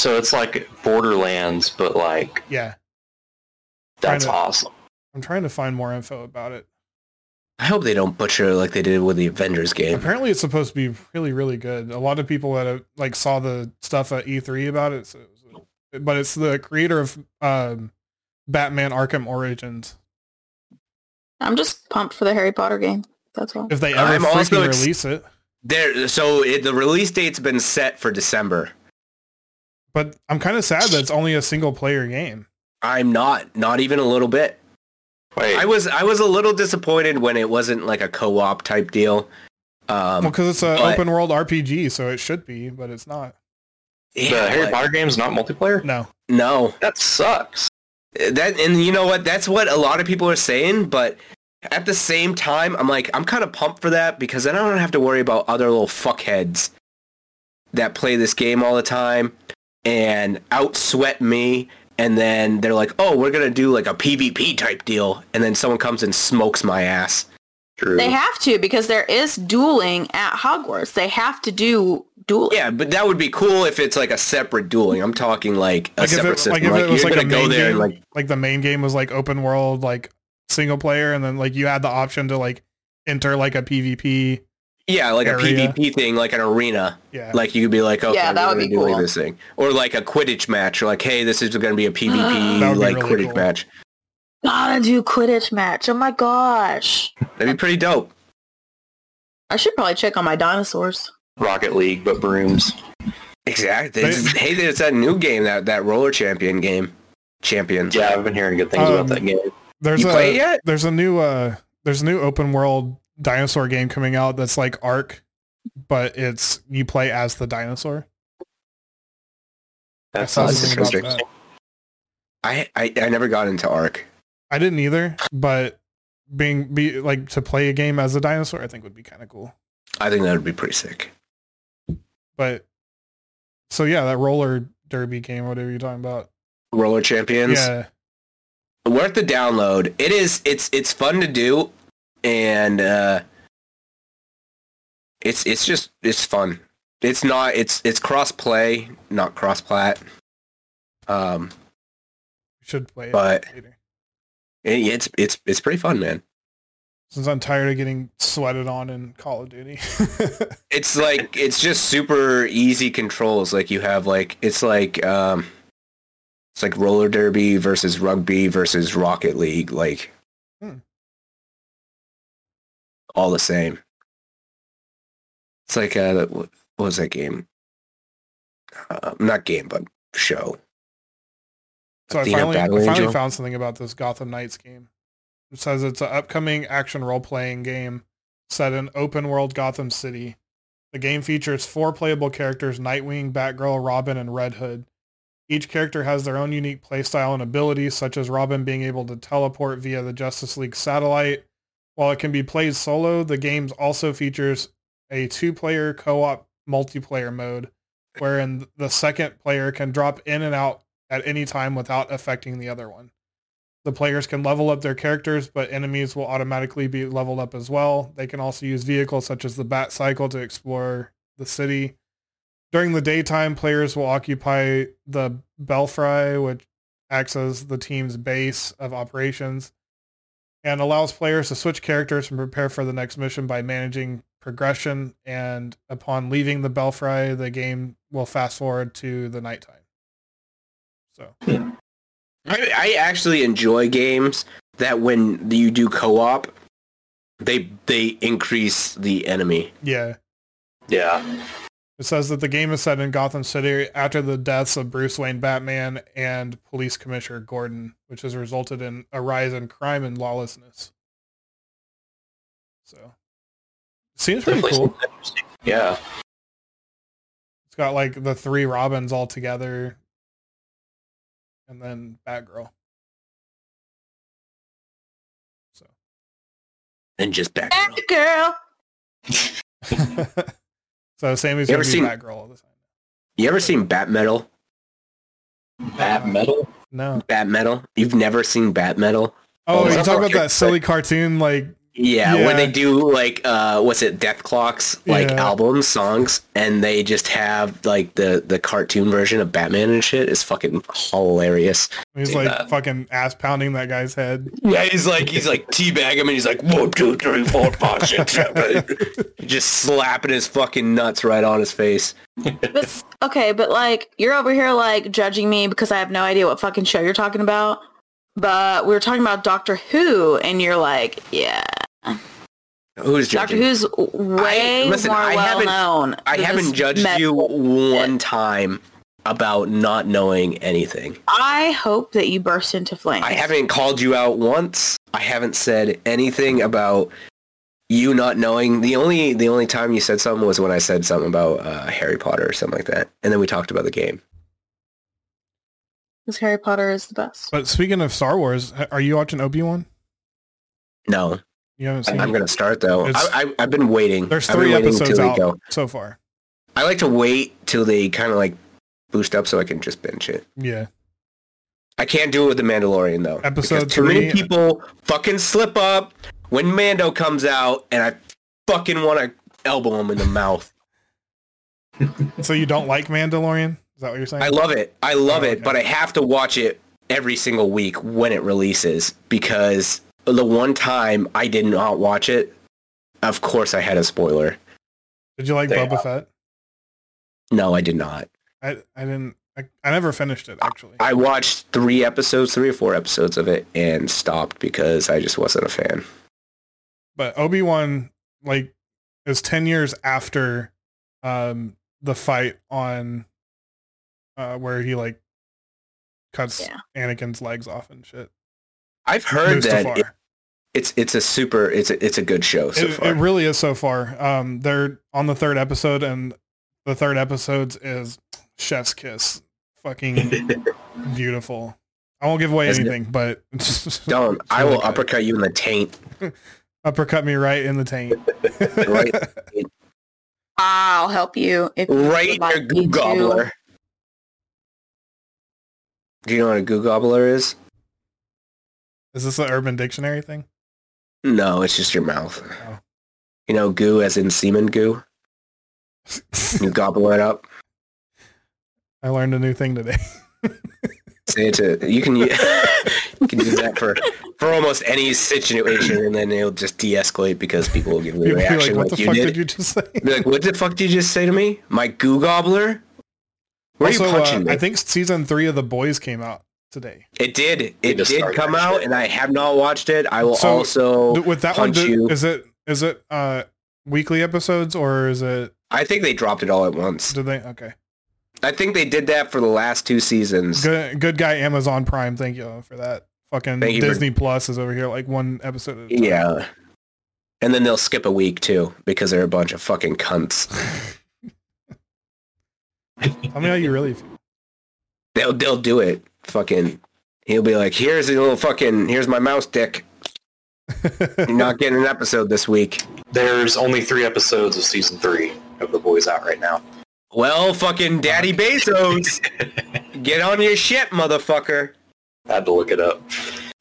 [SPEAKER 2] So it's like Borderlands, but like
[SPEAKER 1] Yeah,
[SPEAKER 2] that's
[SPEAKER 1] Kinda.
[SPEAKER 2] awesome.
[SPEAKER 1] I'm trying to find more info about it.
[SPEAKER 4] I hope they don't butcher it like they did with the Avengers game.
[SPEAKER 1] Apparently, it's supposed to be really, really good. A lot of people that uh, like saw the stuff at E3 about it, so it was- but it's the creator of um, Batman Arkham Origins.
[SPEAKER 3] I'm just pumped for the Harry Potter game. That's all.
[SPEAKER 1] If they ever
[SPEAKER 4] I'm also
[SPEAKER 1] freaking
[SPEAKER 4] ex-
[SPEAKER 1] release it,
[SPEAKER 4] There, so it, the release date's been set for December.
[SPEAKER 1] but I'm kind of sad that it's only a single player game.
[SPEAKER 4] I'm not, not even a little bit.
[SPEAKER 2] Wait,
[SPEAKER 4] I was, I was a little disappointed when it wasn't like a co-op type deal.
[SPEAKER 1] Well,
[SPEAKER 4] Um,
[SPEAKER 1] because it's an
[SPEAKER 4] but-
[SPEAKER 1] open world RPG, so it should be, but it's not.
[SPEAKER 2] the
[SPEAKER 4] yeah,
[SPEAKER 2] Harry
[SPEAKER 4] like,
[SPEAKER 2] Potter game's not multiplayer?
[SPEAKER 1] No,
[SPEAKER 4] No,
[SPEAKER 2] That sucks.
[SPEAKER 4] that, and you know what? That's what a lot of people are saying. But at the same time, I'm like, I'm kind of pumped for that because then I don't have to worry about other little fuckheads that play this game all the time and outsweat me. And then they're like, oh, we're gonna do like a PvP type deal, and then someone comes and smokes my ass.
[SPEAKER 2] True.
[SPEAKER 3] They have to because there is dueling at Hogwarts. They have to do dueling.
[SPEAKER 4] Yeah, but that would be cool if it's like a separate dueling. I'm talking like a
[SPEAKER 1] like if
[SPEAKER 4] separate
[SPEAKER 1] it,
[SPEAKER 4] system.
[SPEAKER 1] like if it was
[SPEAKER 4] you're
[SPEAKER 1] like a
[SPEAKER 4] gonna go
[SPEAKER 1] main
[SPEAKER 4] there and
[SPEAKER 1] game,
[SPEAKER 4] like
[SPEAKER 1] like, the main game was like open world, like single player, and then like you had the option to like enter like a PvP.
[SPEAKER 4] yeah, like
[SPEAKER 1] area.
[SPEAKER 4] a PvP thing, like an arena.
[SPEAKER 1] Yeah,
[SPEAKER 4] Like you could be like, okay,
[SPEAKER 3] Yeah, that would
[SPEAKER 4] we're gonna
[SPEAKER 3] be
[SPEAKER 4] do like
[SPEAKER 3] cool.
[SPEAKER 4] this thing, or like a Quidditch match, or like, hey, this is going to be a
[SPEAKER 1] That
[SPEAKER 4] PvP
[SPEAKER 1] would be
[SPEAKER 4] like
[SPEAKER 1] really
[SPEAKER 4] Quidditch
[SPEAKER 1] cool.
[SPEAKER 4] match.
[SPEAKER 3] Gotta do Quidditch match. Oh my gosh.
[SPEAKER 4] That'd be pretty dope.
[SPEAKER 3] I should probably check on my dinosaurs.
[SPEAKER 2] Rocket League, but brooms.
[SPEAKER 4] Exactly.
[SPEAKER 1] They-
[SPEAKER 4] It's- hey, it's that new game that that Roller Champion game, Champions.
[SPEAKER 2] Yeah, I've been hearing good things
[SPEAKER 1] Um,
[SPEAKER 2] about that game.
[SPEAKER 1] there's
[SPEAKER 4] you
[SPEAKER 1] a
[SPEAKER 4] play it yet?
[SPEAKER 1] there's a new uh there's a new open world dinosaur game coming out that's like Ark, but it's you play as the dinosaur. I
[SPEAKER 2] That
[SPEAKER 1] saw
[SPEAKER 2] sounds
[SPEAKER 1] something about
[SPEAKER 2] interesting.
[SPEAKER 1] that.
[SPEAKER 4] I, I I never got into Arc.
[SPEAKER 1] I didn't either, but being be like to play a game as a dinosaur, I think would be kind of cool.
[SPEAKER 4] I think that would be pretty sick.
[SPEAKER 1] But so yeah, that roller derby game, whatever you're talking about.
[SPEAKER 4] Roller Champions.
[SPEAKER 1] Yeah,
[SPEAKER 4] worth the download. It is. It's it's fun to do, and uh, it's it's just it's fun. It's not. It's it's cross play, not cross plat. Um,
[SPEAKER 1] we should play it
[SPEAKER 4] But-
[SPEAKER 1] later.
[SPEAKER 4] it, it's it's it's pretty fun, man.
[SPEAKER 1] Since I'm tired of getting sweated on in Call of Duty.
[SPEAKER 4] It's like it's just super easy controls. Like you have like it's like um, it's like roller derby versus rugby versus Rocket League. Like
[SPEAKER 1] Hmm.
[SPEAKER 4] all the same. It's like uh, that- what what was that game? Uh, not game, but show.
[SPEAKER 1] So I
[SPEAKER 4] Athena
[SPEAKER 1] finally, I
[SPEAKER 4] Battle
[SPEAKER 1] finally
[SPEAKER 4] Angel?
[SPEAKER 1] found something about this Gotham Knights game. It says it's an upcoming action role-playing game set in open-world Gotham City. The game features four playable characters, Nightwing, Batgirl, Robin, and Red Hood. Each character has their own unique playstyle and abilities, such as Robin being able to teleport via the Justice League satellite. While it can be played solo, the game also features a two-player co-op multiplayer mode, wherein the second player can drop in and out at any time without affecting the other one. The players can level up their characters, but enemies will automatically be leveled up as well. They can also use vehicles such as the Bat Cycle to explore the city. During the daytime, players will occupy the Belfry, which acts as the team's base of operations and allows players to switch characters and prepare for the next mission by managing progression. And upon leaving the Belfry, the game will fast forward to the nighttime. So
[SPEAKER 4] I, I actually enjoy games that when you do co-op, they they increase the enemy.
[SPEAKER 1] Yeah.
[SPEAKER 2] Yeah.
[SPEAKER 1] It says that the game is set in Gotham City after the deaths of Bruce Wayne, Batman, and Police Commissioner Gordon, which has resulted in a rise in crime and lawlessness. So, seems pretty
[SPEAKER 2] Definitely
[SPEAKER 1] cool.
[SPEAKER 2] seems interesting. Yeah.
[SPEAKER 1] It's got like the three Robins all together, and then Batgirl. So
[SPEAKER 4] and just back.
[SPEAKER 3] girl.
[SPEAKER 1] so Sammy's
[SPEAKER 4] You
[SPEAKER 1] gonna
[SPEAKER 4] ever
[SPEAKER 1] be
[SPEAKER 4] seen-
[SPEAKER 1] Batgirl all the time.
[SPEAKER 4] You ever seen Bat Metal?
[SPEAKER 2] Bat metal.
[SPEAKER 1] No.
[SPEAKER 4] Bat Metal? You've never seen Bat Metal?
[SPEAKER 1] Oh,
[SPEAKER 4] Oh,
[SPEAKER 1] you
[SPEAKER 4] that's
[SPEAKER 1] talk about
[SPEAKER 4] okay.
[SPEAKER 1] that silly cartoon like
[SPEAKER 4] Yeah,
[SPEAKER 1] Yeah.
[SPEAKER 4] where they do like uh what's it, Death Clocks like
[SPEAKER 1] Yeah.
[SPEAKER 4] albums, songs, and they just have like the the cartoon version of Batman and shit is fucking hilarious.
[SPEAKER 1] he's
[SPEAKER 2] Do
[SPEAKER 1] like
[SPEAKER 2] that.
[SPEAKER 1] fucking ass pounding that guy's head.
[SPEAKER 4] Yeah, he's like he's like teabag him and he's like one, two, three, four, five, six, seven just slapping his fucking nuts right on his face.
[SPEAKER 3] This, okay, but like you're over here like judging me because I have no idea what fucking show you're talking about. But we were talking about Doctor Who, and you're like, yeah,
[SPEAKER 4] Who's
[SPEAKER 3] Doctor
[SPEAKER 4] judging?
[SPEAKER 3] Who's way
[SPEAKER 4] I- listen,
[SPEAKER 3] more
[SPEAKER 4] I
[SPEAKER 3] well
[SPEAKER 4] haven't-
[SPEAKER 3] known.
[SPEAKER 4] I
[SPEAKER 3] than
[SPEAKER 4] haven't
[SPEAKER 3] this
[SPEAKER 4] judged
[SPEAKER 3] mess.
[SPEAKER 4] you one time about not knowing anything.
[SPEAKER 3] I hope that you burst into flames.
[SPEAKER 4] I haven't called you out once. I haven't said anything about you not knowing. The only the only time you said something was when I said something about uh, Harry Potter or something like that, and then we talked about the game.
[SPEAKER 3] Because Harry Potter is the best.
[SPEAKER 1] But speaking of Star Wars, h- are you watching Obi Wan?
[SPEAKER 4] No,
[SPEAKER 1] You haven't
[SPEAKER 4] I-
[SPEAKER 1] seen
[SPEAKER 4] I'm
[SPEAKER 1] it?
[SPEAKER 4] gonna start though. I,
[SPEAKER 1] It's-
[SPEAKER 4] I, I've been waiting.
[SPEAKER 1] There's
[SPEAKER 4] I've been
[SPEAKER 1] three
[SPEAKER 4] waiting
[SPEAKER 1] episodes
[SPEAKER 4] till they
[SPEAKER 1] out
[SPEAKER 4] go.
[SPEAKER 1] so far.
[SPEAKER 4] I like to wait till they kind of like boost up so I can just binge it.
[SPEAKER 1] Yeah.
[SPEAKER 4] I can't do it with the Mandalorian though.
[SPEAKER 1] Episode
[SPEAKER 4] because too many
[SPEAKER 1] three-
[SPEAKER 4] people fucking slip up when Mando comes out, and I fucking want to elbow him in the mouth.
[SPEAKER 1] So you don't like Mandalorian? Is that what you're saying?
[SPEAKER 4] I love it. I love
[SPEAKER 1] Oh, okay.
[SPEAKER 4] it, but I have to watch it every single week when it releases because the one time I did not watch it, of course I had a spoiler.
[SPEAKER 1] Did you like
[SPEAKER 2] Damn.
[SPEAKER 1] Boba Fett?
[SPEAKER 4] No, I did not.
[SPEAKER 1] I, I didn't. I, I never finished it actually.
[SPEAKER 4] I watched three episodes, three or four episodes of it and stopped because I just wasn't a fan.
[SPEAKER 1] but Obi Wan like is ten years after um the fight on uh where he like cuts
[SPEAKER 3] Yeah.
[SPEAKER 1] Anakin's legs off and shit.
[SPEAKER 4] I've heard that
[SPEAKER 1] Mustafar.
[SPEAKER 4] it- it's it's a super it's a, it's a good show so
[SPEAKER 1] it,
[SPEAKER 4] far.
[SPEAKER 1] it really is so far. Um, they're on the third episode, and the third episodes is Chef's Kiss. Fucking beautiful. I won't give away
[SPEAKER 4] Isn't it?
[SPEAKER 1] anything, but
[SPEAKER 4] Don't.
[SPEAKER 1] it's
[SPEAKER 4] I
[SPEAKER 1] really
[SPEAKER 4] will
[SPEAKER 1] good.
[SPEAKER 4] uppercut you in the taint.
[SPEAKER 1] uppercut me right in the taint.
[SPEAKER 4] Right.
[SPEAKER 3] I'll help you if you
[SPEAKER 4] Right
[SPEAKER 3] would
[SPEAKER 4] in your
[SPEAKER 3] like
[SPEAKER 4] goo
[SPEAKER 3] me to.
[SPEAKER 4] gobbler. Do you know what a goo gobbler is?
[SPEAKER 1] Is this an Urban Dictionary thing?
[SPEAKER 4] No, it's just your mouth.
[SPEAKER 1] Oh.
[SPEAKER 4] You know, goo as in semen goo. You gobble it up.
[SPEAKER 1] I learned a new thing today.
[SPEAKER 4] Say it to you can u- you can do that for for almost any situation, and then it'll just de-escalate because people will give you a
[SPEAKER 1] People be like,
[SPEAKER 4] reaction
[SPEAKER 1] "What
[SPEAKER 4] like,
[SPEAKER 1] the
[SPEAKER 4] you
[SPEAKER 1] fuck
[SPEAKER 4] did.
[SPEAKER 1] did you just say?"
[SPEAKER 4] Be like, what the fuck did you just say to me? My goo gobbler? Where
[SPEAKER 1] also,
[SPEAKER 4] are you punching
[SPEAKER 1] uh,
[SPEAKER 4] me?
[SPEAKER 1] I think season three of The Boys came out today.
[SPEAKER 4] it did.
[SPEAKER 2] You
[SPEAKER 4] It
[SPEAKER 2] just
[SPEAKER 4] did
[SPEAKER 2] started
[SPEAKER 4] come
[SPEAKER 2] that
[SPEAKER 4] out,
[SPEAKER 2] shit.
[SPEAKER 4] and I have not watched it. I will
[SPEAKER 1] So,
[SPEAKER 4] also.
[SPEAKER 1] D- With that
[SPEAKER 4] punch
[SPEAKER 1] one, do-
[SPEAKER 4] you.
[SPEAKER 1] is it is it uh, weekly episodes or is it?
[SPEAKER 4] I think they dropped it all at once.
[SPEAKER 1] Did they? Okay.
[SPEAKER 4] I think they did that for the last two seasons.
[SPEAKER 1] Good, good guy Amazon Prime. Thank you for that. Fucking
[SPEAKER 4] Thank you for-
[SPEAKER 1] Disney Plus is over here like one episode. At a time.
[SPEAKER 4] Yeah. And then they'll skip a week too because they're a bunch of fucking cunts.
[SPEAKER 1] Tell me how you really feel.
[SPEAKER 4] They'll they'll do it. Fucking he'll be like, "Here's a little fucking here's my mouse dick. You're not getting an episode this week."
[SPEAKER 2] There's only three episodes of season three of The Boys out right now.
[SPEAKER 4] Well, fucking Daddy Bezos, get on your shit, motherfucker.
[SPEAKER 2] I had to look it up.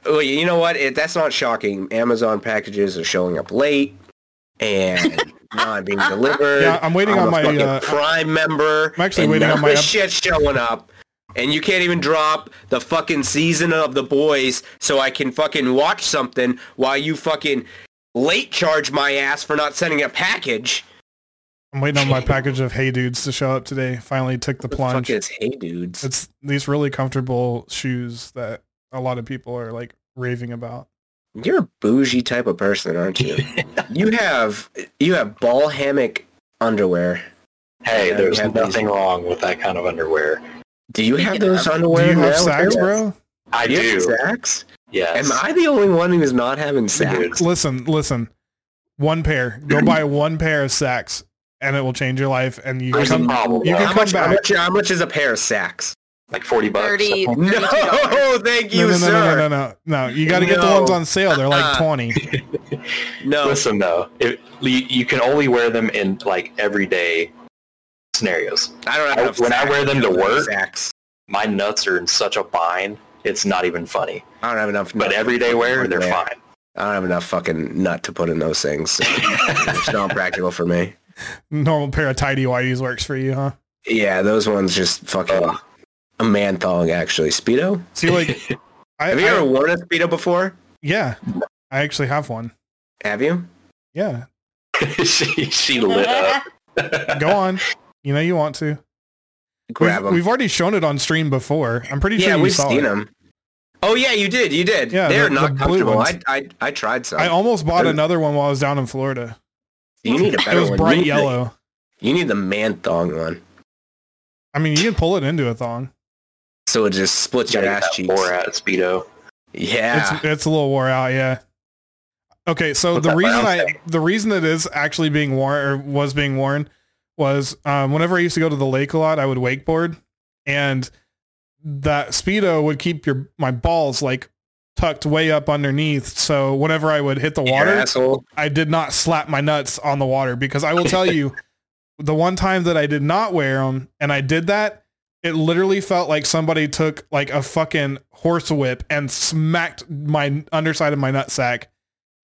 [SPEAKER 4] Well, you know what? It, that's not shocking. Amazon packages are showing up late and not being delivered.
[SPEAKER 1] Yeah, I'm waiting
[SPEAKER 4] I'm
[SPEAKER 1] on
[SPEAKER 4] a
[SPEAKER 1] my.
[SPEAKER 4] fucking
[SPEAKER 1] Uh,
[SPEAKER 4] Prime member.
[SPEAKER 1] I'm actually
[SPEAKER 4] and
[SPEAKER 1] waiting
[SPEAKER 4] none
[SPEAKER 1] on my
[SPEAKER 4] of this
[SPEAKER 1] up-
[SPEAKER 4] shit showing up, and you can't even drop the fucking season of the boys, so I can fucking watch something while you fucking late charge my ass for not sending a package.
[SPEAKER 1] I'm waiting on my package of Hey Dudes to show up today. Finally took the
[SPEAKER 4] What the fuck
[SPEAKER 1] plunge.
[SPEAKER 4] is hey dudes?
[SPEAKER 1] It's these really comfortable shoes that a lot of people are like raving about.
[SPEAKER 4] You're a bougie type of person, aren't you? you have you have ball hammock underwear.
[SPEAKER 2] Hey,
[SPEAKER 4] Yeah,
[SPEAKER 2] there's
[SPEAKER 4] we have these-
[SPEAKER 2] nothing wrong with that kind of underwear.
[SPEAKER 4] Do you have those
[SPEAKER 1] Do
[SPEAKER 4] underwear?
[SPEAKER 1] you have
[SPEAKER 4] now?
[SPEAKER 1] sacks, bro?
[SPEAKER 2] I
[SPEAKER 4] You have
[SPEAKER 2] do.
[SPEAKER 4] Sacks?
[SPEAKER 2] Yes.
[SPEAKER 4] Am I the only one who is not having sacks?
[SPEAKER 1] Listen, listen. One pair. Go buy one pair of sacks, and it will change your life. And you
[SPEAKER 2] There's a
[SPEAKER 1] come.
[SPEAKER 2] problem.
[SPEAKER 1] you
[SPEAKER 2] though.
[SPEAKER 1] can-
[SPEAKER 4] How much,
[SPEAKER 1] come
[SPEAKER 4] how
[SPEAKER 1] back.
[SPEAKER 4] much? How much is a pair of sacks?
[SPEAKER 2] Like forty bucks.
[SPEAKER 3] 30
[SPEAKER 2] something.
[SPEAKER 4] No, thank you,
[SPEAKER 1] no, no,
[SPEAKER 4] sir.
[SPEAKER 1] no, no, no, no, no. You got to get the
[SPEAKER 4] No.
[SPEAKER 1] ones on sale. They're like
[SPEAKER 4] Uh-uh.
[SPEAKER 1] twenty.
[SPEAKER 4] No.
[SPEAKER 2] Listen though, it, you, you can only wear them in like everyday scenarios.
[SPEAKER 4] I don't
[SPEAKER 2] I-
[SPEAKER 4] have
[SPEAKER 2] when I wear them to work-
[SPEAKER 4] Sacks.
[SPEAKER 2] My nuts are in such a bind; it's not even funny.
[SPEAKER 4] I don't have enough.
[SPEAKER 2] But
[SPEAKER 4] nut
[SPEAKER 2] everyday
[SPEAKER 4] to
[SPEAKER 2] wear,
[SPEAKER 4] put
[SPEAKER 2] they're
[SPEAKER 4] there.
[SPEAKER 2] fine.
[SPEAKER 4] I don't have enough fucking nut to put in those things. so it's not practical for me.
[SPEAKER 1] Normal pair of tidy whities works for you, huh?
[SPEAKER 4] Yeah, those ones just fucking
[SPEAKER 2] Ugh.
[SPEAKER 4] a man thong actually. Speedo.
[SPEAKER 1] See, like, I,
[SPEAKER 4] Have you
[SPEAKER 1] I-
[SPEAKER 4] ever worn a speedo before?
[SPEAKER 1] yeah, I actually have one.
[SPEAKER 4] Have you?
[SPEAKER 1] Yeah,
[SPEAKER 2] she she lit up.
[SPEAKER 1] go on. You know you want to.
[SPEAKER 4] Grab
[SPEAKER 1] we've,
[SPEAKER 4] them.
[SPEAKER 1] we've already shown it on stream before. I'm pretty
[SPEAKER 4] yeah,
[SPEAKER 1] sure you
[SPEAKER 4] we've
[SPEAKER 1] saw
[SPEAKER 4] seen
[SPEAKER 1] it.
[SPEAKER 4] them. Oh yeah, you did. You did.
[SPEAKER 1] Yeah,
[SPEAKER 4] they're
[SPEAKER 1] the- the
[SPEAKER 4] not
[SPEAKER 1] blue
[SPEAKER 4] comfortable.
[SPEAKER 1] ones.
[SPEAKER 4] I, I I tried some.
[SPEAKER 1] I almost bought
[SPEAKER 4] They're-
[SPEAKER 1] another one while I was down in Florida.
[SPEAKER 4] you need a
[SPEAKER 1] It
[SPEAKER 4] better
[SPEAKER 1] was
[SPEAKER 4] one.
[SPEAKER 1] bright
[SPEAKER 4] you need
[SPEAKER 1] yellow.
[SPEAKER 4] The, you need the man thong one,
[SPEAKER 1] I mean, you can pull it into a thong.
[SPEAKER 4] so it just splits your
[SPEAKER 2] Gotta get
[SPEAKER 4] ass
[SPEAKER 2] that
[SPEAKER 4] cheeks.
[SPEAKER 2] Borat speedo.
[SPEAKER 4] Yeah.
[SPEAKER 1] It's it's a little wore out, yeah. Okay, so
[SPEAKER 2] What's
[SPEAKER 1] the
[SPEAKER 2] that
[SPEAKER 1] reason
[SPEAKER 2] brown
[SPEAKER 1] I the reason it is actually being worn or was being worn was um, whenever I used to go to the lake a lot, I would wakeboard, and that speedo would keep your my balls like tucked way up underneath. So whenever I would hit the
[SPEAKER 4] Your
[SPEAKER 1] water,
[SPEAKER 4] asshole.
[SPEAKER 1] I did not slap my nuts on the water because I will tell you, the one time that I did not wear them and I did that, it literally felt like somebody took like a fucking horse whip and smacked my underside of my nutsack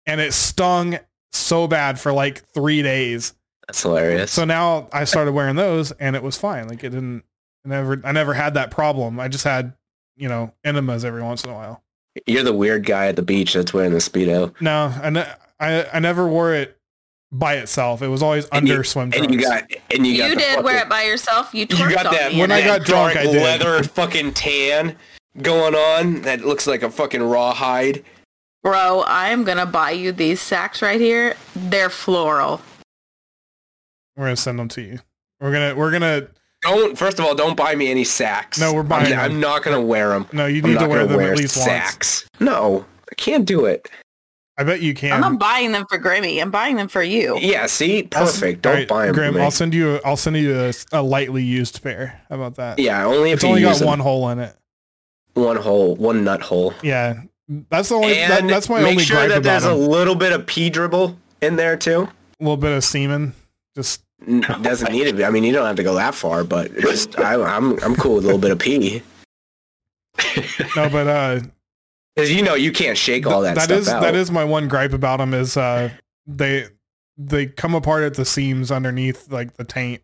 [SPEAKER 1] and it stung so bad for like three days.
[SPEAKER 4] That's hilarious.
[SPEAKER 1] So now I started wearing those and it was fine. Like it didn't, I never, I never had that problem. I just had, you know, enemas every once in a while.
[SPEAKER 4] You're the weird guy at the beach that's wearing the speedo,
[SPEAKER 1] No, I, ne- I, I never wore it by itself. It was always
[SPEAKER 4] And you-
[SPEAKER 1] under swim trunks.
[SPEAKER 4] and you got and you
[SPEAKER 3] You,
[SPEAKER 4] got the
[SPEAKER 3] did wear
[SPEAKER 4] fucking-
[SPEAKER 3] it by yourself. You twerked
[SPEAKER 4] You got
[SPEAKER 3] on
[SPEAKER 4] that
[SPEAKER 3] me.
[SPEAKER 1] When
[SPEAKER 3] and
[SPEAKER 1] I
[SPEAKER 3] I-
[SPEAKER 1] got drunk,
[SPEAKER 4] dark
[SPEAKER 1] I did.
[SPEAKER 4] leather fucking tan going on that looks like a fucking rawhide.
[SPEAKER 3] bro, I am gonna buy you these sacks right here. They're floral.
[SPEAKER 1] We're gonna send them to you. We're gonna we're gonna
[SPEAKER 4] Don't first of all, don't buy me any sacks.
[SPEAKER 1] No, we're buying
[SPEAKER 4] I'm,
[SPEAKER 1] them.
[SPEAKER 4] I'm not gonna wear them.
[SPEAKER 1] no. You
[SPEAKER 4] I'm
[SPEAKER 1] need
[SPEAKER 4] not
[SPEAKER 1] to wear
[SPEAKER 4] gonna
[SPEAKER 1] them
[SPEAKER 4] wear
[SPEAKER 1] at least once.
[SPEAKER 4] sacks. No, I can't do it.
[SPEAKER 1] I bet you
[SPEAKER 3] I'm
[SPEAKER 1] can.
[SPEAKER 3] not buying them for Grammy. I'm buying them for you.
[SPEAKER 4] Yeah, see,
[SPEAKER 1] I'll s-
[SPEAKER 4] perfect.
[SPEAKER 1] all
[SPEAKER 4] Don't
[SPEAKER 1] right,
[SPEAKER 4] buy them.
[SPEAKER 1] Oh, Graham,
[SPEAKER 4] for me.
[SPEAKER 1] I'll send you. A, I'll send you a, a lightly used pair. How about that?
[SPEAKER 4] yeah, only if
[SPEAKER 1] it's
[SPEAKER 4] you
[SPEAKER 1] only
[SPEAKER 4] use
[SPEAKER 1] got
[SPEAKER 4] them.
[SPEAKER 1] one hole in it.
[SPEAKER 4] one hole, one nut hole.
[SPEAKER 1] Yeah, that's the only. That,
[SPEAKER 4] And
[SPEAKER 1] that's my
[SPEAKER 4] make
[SPEAKER 1] only
[SPEAKER 4] sure
[SPEAKER 1] gripe
[SPEAKER 4] that
[SPEAKER 1] about
[SPEAKER 4] there's
[SPEAKER 1] them.
[SPEAKER 4] a little bit of pee dribble in there too.
[SPEAKER 1] A little bit of semen. Just
[SPEAKER 4] N- Doesn't need to be. I mean, you don't have to go that far, but it's just I, I'm I'm cool with a little bit of pee
[SPEAKER 1] no, but uh,
[SPEAKER 4] because you know you can't shake all that.
[SPEAKER 1] that
[SPEAKER 4] stuff
[SPEAKER 1] is
[SPEAKER 4] out.
[SPEAKER 1] that is my one gripe about them is uh they they come apart at the seams underneath like the taint.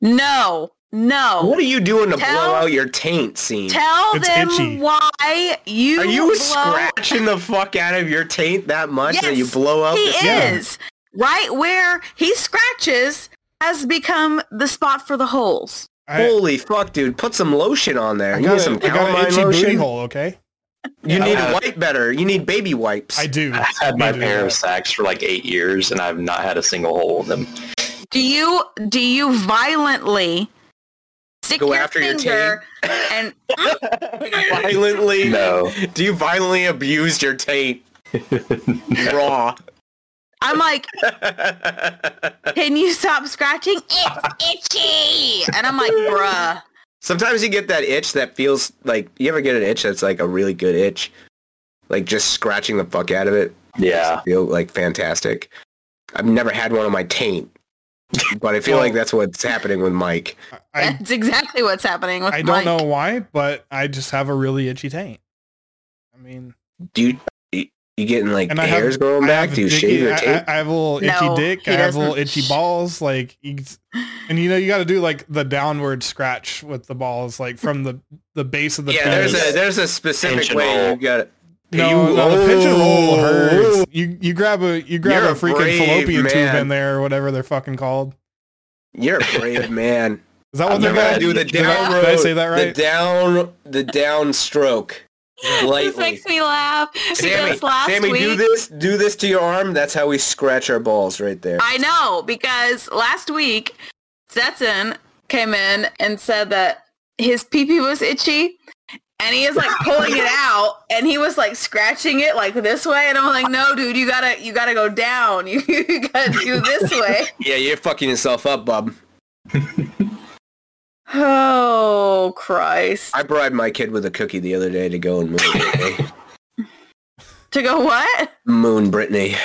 [SPEAKER 3] No, no.
[SPEAKER 4] What are you doing to
[SPEAKER 3] Tell-
[SPEAKER 4] blow out your taint scene?
[SPEAKER 3] Tell
[SPEAKER 1] It's
[SPEAKER 3] them
[SPEAKER 1] itchy.
[SPEAKER 3] why you
[SPEAKER 4] Are you
[SPEAKER 3] blow-
[SPEAKER 4] scratching the fuck out of your taint that much that you
[SPEAKER 3] Yes,
[SPEAKER 4] blow out?
[SPEAKER 3] He
[SPEAKER 4] the-
[SPEAKER 1] Yeah.
[SPEAKER 3] is right where he scratches has become the spot for the holes.
[SPEAKER 1] I,
[SPEAKER 4] Holy fuck, dude! Put some lotion on there.
[SPEAKER 1] I
[SPEAKER 4] you
[SPEAKER 1] got,
[SPEAKER 4] need
[SPEAKER 1] a-
[SPEAKER 4] some
[SPEAKER 1] I got an
[SPEAKER 4] calamine
[SPEAKER 1] itchy booty
[SPEAKER 4] lotion.
[SPEAKER 1] hole. Okay,
[SPEAKER 4] You
[SPEAKER 2] Yeah.
[SPEAKER 4] need
[SPEAKER 2] I
[SPEAKER 4] to
[SPEAKER 2] have-
[SPEAKER 4] wipe better. You need baby wipes.
[SPEAKER 1] I do.
[SPEAKER 2] I had my
[SPEAKER 1] do
[SPEAKER 2] pair
[SPEAKER 1] that.
[SPEAKER 2] of sacks for like eight years, and I've not had a single hole in them.
[SPEAKER 3] Do you do you violently stick
[SPEAKER 4] Go
[SPEAKER 3] your
[SPEAKER 4] after your
[SPEAKER 3] finger and
[SPEAKER 4] violently.
[SPEAKER 2] No.
[SPEAKER 4] Do you violently abuse your taint? Raw.
[SPEAKER 3] I'm like, can you stop scratching? It's itchy, and I'm like, bruh.
[SPEAKER 4] Sometimes you get that itch that feels like you ever get an itch that's like a really good itch, like just scratching the fuck out of it.
[SPEAKER 2] Yeah,
[SPEAKER 4] feel like fantastic. I've never had one on my taint, but I feel
[SPEAKER 1] Well-
[SPEAKER 4] like that's what's happening with Mike.
[SPEAKER 1] I
[SPEAKER 3] That's exactly what's happening with
[SPEAKER 1] I don't
[SPEAKER 3] Mike.
[SPEAKER 1] know why, but I just have a really itchy taint. I mean,
[SPEAKER 4] Do you, you you getting like
[SPEAKER 1] And I have-
[SPEAKER 4] hairs growing
[SPEAKER 1] I
[SPEAKER 4] back?
[SPEAKER 1] have
[SPEAKER 4] Do you
[SPEAKER 1] a diggy-
[SPEAKER 4] shave your
[SPEAKER 1] I-
[SPEAKER 4] taint?
[SPEAKER 1] I, I have a little itchy
[SPEAKER 3] No,
[SPEAKER 1] dick.
[SPEAKER 3] he
[SPEAKER 1] I have a little
[SPEAKER 3] doesn't.
[SPEAKER 1] itchy balls. Like, you- and you know, you got to do like the downward scratch with the balls, like from the the base of the
[SPEAKER 4] yeah, there's
[SPEAKER 1] penis.
[SPEAKER 4] a there's a specific
[SPEAKER 2] Pigeon
[SPEAKER 4] way
[SPEAKER 2] hole.
[SPEAKER 4] you got.
[SPEAKER 1] no,
[SPEAKER 4] you-
[SPEAKER 1] no, the pigeonhole
[SPEAKER 4] oh.
[SPEAKER 1] hurts. You you grab a you grab
[SPEAKER 4] You're
[SPEAKER 1] a
[SPEAKER 4] a
[SPEAKER 1] freaking
[SPEAKER 4] brave
[SPEAKER 1] fallopian tube
[SPEAKER 4] man.
[SPEAKER 1] in there or whatever they're fucking called.
[SPEAKER 4] You're a brave man.
[SPEAKER 1] Is that what
[SPEAKER 2] I've
[SPEAKER 1] they're
[SPEAKER 4] You
[SPEAKER 1] called?
[SPEAKER 2] never
[SPEAKER 4] gotta do the
[SPEAKER 2] Did
[SPEAKER 1] I-
[SPEAKER 4] down
[SPEAKER 1] did
[SPEAKER 4] road.
[SPEAKER 1] I say that right?
[SPEAKER 4] The down the down stroke.
[SPEAKER 3] This
[SPEAKER 4] Lightly.
[SPEAKER 3] makes me laugh
[SPEAKER 4] Sammy,
[SPEAKER 3] because last
[SPEAKER 4] Sammy,
[SPEAKER 3] week
[SPEAKER 4] do this, do this to your arm. That's how we scratch our balls right there.
[SPEAKER 3] I know because last week Stetson came in and said that his pee-pee was itchy and he is like pulling it out and he was like scratching it like this way and I'm like no dude you gotta you gotta go down you, you gotta do this way
[SPEAKER 4] yeah, you're fucking yourself up, bub.
[SPEAKER 3] Oh Christ!
[SPEAKER 4] I bribed my kid with a cookie the other day to go and moon Brittany.
[SPEAKER 3] To go what?
[SPEAKER 4] moon Brittany.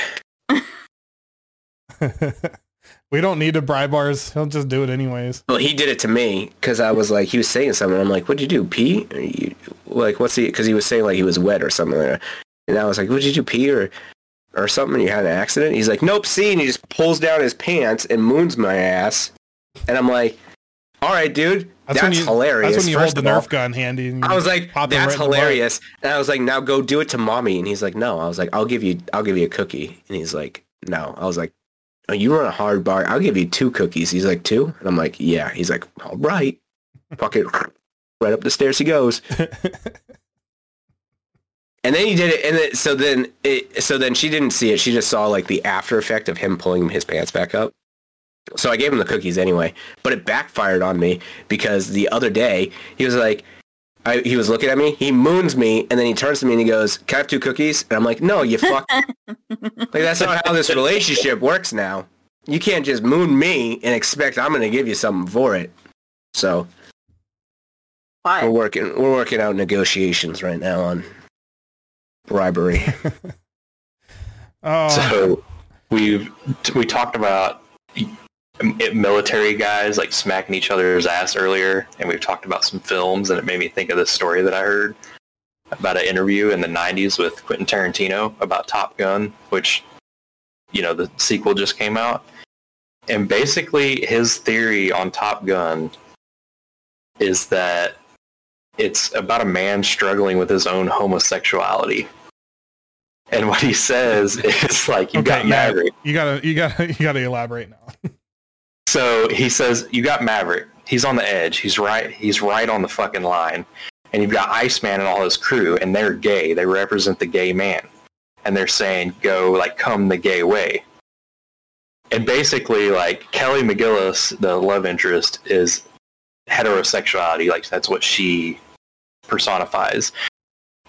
[SPEAKER 1] we don't need to bribe ours. He'll just do it anyways.
[SPEAKER 4] Well, he did it to me because I was like, he was saying something. I'm like, what'd you do, pee? Or you, like, what's he? Because he was saying like he was wet or something. Like that. And I was like, what'd you do, pee or or something? You had an accident? He's like, nope, see. And he just pulls down his pants and moons my ass. And I'm like, all right, dude, that's,
[SPEAKER 1] when you,
[SPEAKER 4] hilarious.
[SPEAKER 1] That's when you
[SPEAKER 4] first
[SPEAKER 1] hold the
[SPEAKER 4] of all."
[SPEAKER 1] Nerf gun handy. And
[SPEAKER 4] I was like,
[SPEAKER 1] pop it right
[SPEAKER 4] that's
[SPEAKER 1] in the butt.
[SPEAKER 4] hilarious. And I was like, now go do it to mommy. And he's like, no. I was like, I'll give you, I'll give you a cookie. And he's like, no. I was like, oh, you run a hard bar. I'll give you two cookies. He's like, two. And I'm like, yeah. He's like, all right. Fuck it. Right up the stairs he goes. And then he did it. And then, so then it, so then she didn't see it. She just saw like the after effect of him pulling his pants back up. So I gave him the cookies anyway, but it backfired on me because the other day he was like, I, he was looking at me. He moons me, and then he turns to me and he goes, "Can I have two cookies?" And I'm like, "No, you fuck. like that's not how this relationship works now. You can't just moon me and expect I'm going to give you something for it." So
[SPEAKER 3] Why?
[SPEAKER 4] we're working, we're working out negotiations right now on bribery.
[SPEAKER 1] Oh,
[SPEAKER 2] So we we talked about it- military guys like smacking each other's ass earlier, and we've talked about some films, and it made me think of this story that I heard about an interview in the '90s with Quentin Tarantino about Top Gun, which you know the sequel just came out, and basically his theory on Top Gun is that it's about a man struggling with his own homosexuality. And what he says is like, you got
[SPEAKER 1] okay, yeah,
[SPEAKER 2] Maverick.
[SPEAKER 1] you gotta, you gotta, you gotta elaborate now.
[SPEAKER 2] So he says, "You got Maverick. He's on the edge. He's right. He's right on the fucking line." And you've got Iceman and all his crew, and they're gay. They represent the gay man, and they're saying, "Go like come the gay way." And basically, like Kelly McGillis, the love interest, is heterosexuality. Like that's what she personifies.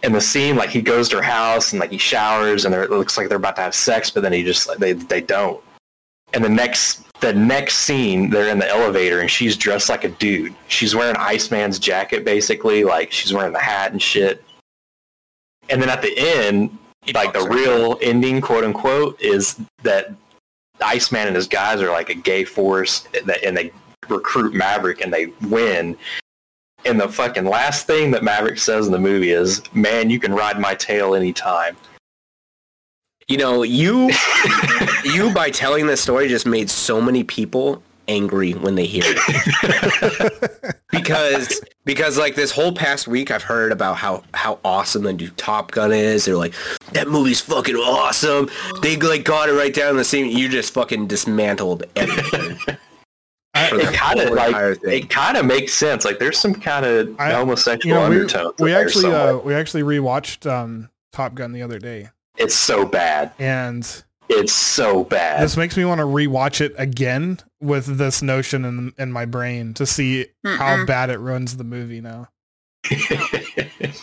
[SPEAKER 2] And the scene, like he goes to her house and like he showers, and they're- it looks like they're about to have sex, but then he just like, they they don't and the next the next scene they're in the elevator and she's dressed like a dude she's wearing iceman's jacket basically like she's wearing the hat and shit and then at the end like the real ending quote unquote is that iceman and his guys are like a gay force that, and they recruit maverick and they win and the fucking last thing that maverick says in the movie is man you can ride my tail anytime
[SPEAKER 4] you know, you you by telling this story just made so many people angry when they hear it because because like this whole past week I've heard about how how awesome the new Top Gun is they're like that movie's fucking awesome they like got it right down the scene you just fucking dismantled everything for
[SPEAKER 2] it
[SPEAKER 4] that
[SPEAKER 2] kind of
[SPEAKER 4] whole entire
[SPEAKER 2] like
[SPEAKER 4] thing.
[SPEAKER 2] it kind of makes sense. Like there's some kind of
[SPEAKER 1] I- You
[SPEAKER 2] homosexual
[SPEAKER 1] know, we,
[SPEAKER 2] undertone.
[SPEAKER 1] we actually, uh, we actually rewatched um, Top Gun the other day,
[SPEAKER 2] it's so bad.
[SPEAKER 1] and
[SPEAKER 2] It's so bad.
[SPEAKER 1] this makes me want to rewatch it again with this notion in in my brain to see how
[SPEAKER 3] Mm-mm.
[SPEAKER 1] bad it ruins the movie now.
[SPEAKER 2] if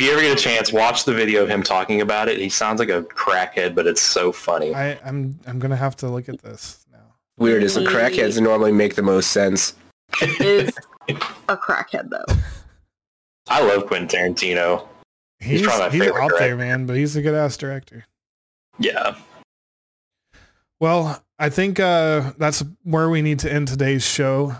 [SPEAKER 2] you ever get a chance, watch the video of him talking about it. He sounds like a crackhead, but it's so funny.
[SPEAKER 1] I, I'm I'm gonna have to look at this now.
[SPEAKER 4] weird as the crackheads normally make the most sense
[SPEAKER 3] Is a crackhead though.
[SPEAKER 2] I love Quentin Tarantino.
[SPEAKER 1] He's
[SPEAKER 2] He's
[SPEAKER 1] he's,
[SPEAKER 2] probably my
[SPEAKER 1] out
[SPEAKER 2] favorite
[SPEAKER 1] there, man, but he's a good ass director.
[SPEAKER 2] Yeah,
[SPEAKER 1] Well, I think uh, that's where we need to end today's show,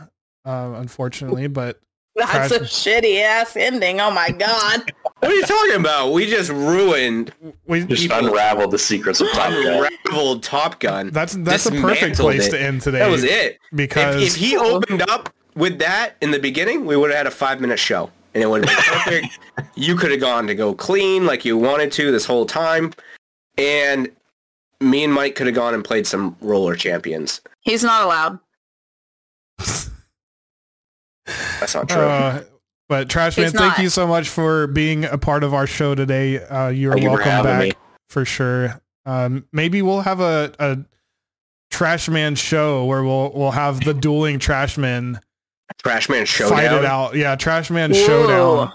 [SPEAKER 1] uh, unfortunately. But
[SPEAKER 3] That's a
[SPEAKER 1] Trash.
[SPEAKER 3] shitty ass ending. Oh my god.
[SPEAKER 4] what are you talking about we just ruined
[SPEAKER 1] we
[SPEAKER 2] just unraveled the secrets of Top Gun.
[SPEAKER 4] unraveled Top Gun
[SPEAKER 1] that's that's a perfect
[SPEAKER 4] Dismantled
[SPEAKER 1] place
[SPEAKER 4] it.
[SPEAKER 1] to end today.
[SPEAKER 4] that was it
[SPEAKER 1] because
[SPEAKER 4] If, if he opened up with that in the beginning, we would have had a five minute show and it would have been perfect. you could have gone to go clean like you wanted to this whole time. And me and Mike could have gone and played some roller champions.
[SPEAKER 3] He's not allowed.
[SPEAKER 4] That's not true.
[SPEAKER 1] Uh, but Trash Man,
[SPEAKER 3] He's
[SPEAKER 1] thank
[SPEAKER 3] not.
[SPEAKER 1] you so much for being a part of our show today. Uh, you're
[SPEAKER 2] Thank you for
[SPEAKER 1] welcome
[SPEAKER 2] having
[SPEAKER 1] back
[SPEAKER 2] me.
[SPEAKER 1] for sure. Um, maybe we'll have a, a Trash Man show where we'll we'll have the dueling Trash Men
[SPEAKER 4] Trash Man
[SPEAKER 1] fight it
[SPEAKER 4] Showdown.
[SPEAKER 1] out. Yeah, Trash Man
[SPEAKER 3] Whoa.
[SPEAKER 1] showdown.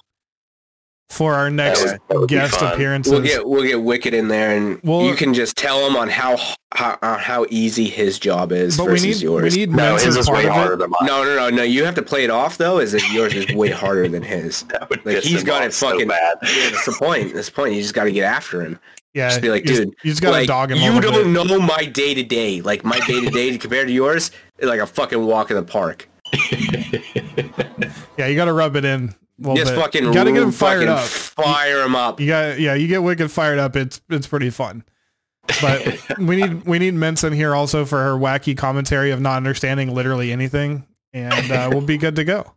[SPEAKER 1] for our next
[SPEAKER 2] would- that would be
[SPEAKER 1] guest
[SPEAKER 2] fun.
[SPEAKER 1] appearances.
[SPEAKER 4] We'll get we'll get Wicked in there, and
[SPEAKER 1] Well-
[SPEAKER 4] you can just tell him on how how, on how easy his job is
[SPEAKER 1] but we
[SPEAKER 4] versus
[SPEAKER 1] need
[SPEAKER 4] yours.
[SPEAKER 1] we need
[SPEAKER 2] No,
[SPEAKER 1] Mintz as
[SPEAKER 2] his is
[SPEAKER 1] part
[SPEAKER 2] way
[SPEAKER 1] of
[SPEAKER 2] harder
[SPEAKER 1] it.
[SPEAKER 2] than mine.
[SPEAKER 4] no, no, no, no. You have to play it off though, is that yours is way harder than his.
[SPEAKER 2] That would
[SPEAKER 4] Like
[SPEAKER 2] piss
[SPEAKER 4] he's
[SPEAKER 2] him
[SPEAKER 4] got
[SPEAKER 2] off
[SPEAKER 4] it fucking
[SPEAKER 2] so bad.
[SPEAKER 4] Yeah, that's the point. That's the point. You just got to get after him.
[SPEAKER 1] Yeah,
[SPEAKER 4] Just be like,
[SPEAKER 1] you
[SPEAKER 4] dude,
[SPEAKER 1] you just got
[SPEAKER 4] like,
[SPEAKER 1] a dog him. a
[SPEAKER 4] You
[SPEAKER 1] little bit.
[SPEAKER 4] don't know my day to day. Like my day to day compared to yours, is like a fucking walk in the park.
[SPEAKER 1] Yeah, you got to rub it in. A little
[SPEAKER 4] Just
[SPEAKER 1] bit.
[SPEAKER 4] fucking
[SPEAKER 1] you got to get him fired
[SPEAKER 4] fucking
[SPEAKER 1] up.
[SPEAKER 4] Fire him up.
[SPEAKER 1] You got yeah, you get Wicked fired up. It's it's pretty fun. But we need we need Mintz in here also for her wacky commentary of not understanding literally anything, and uh, we'll be good to go.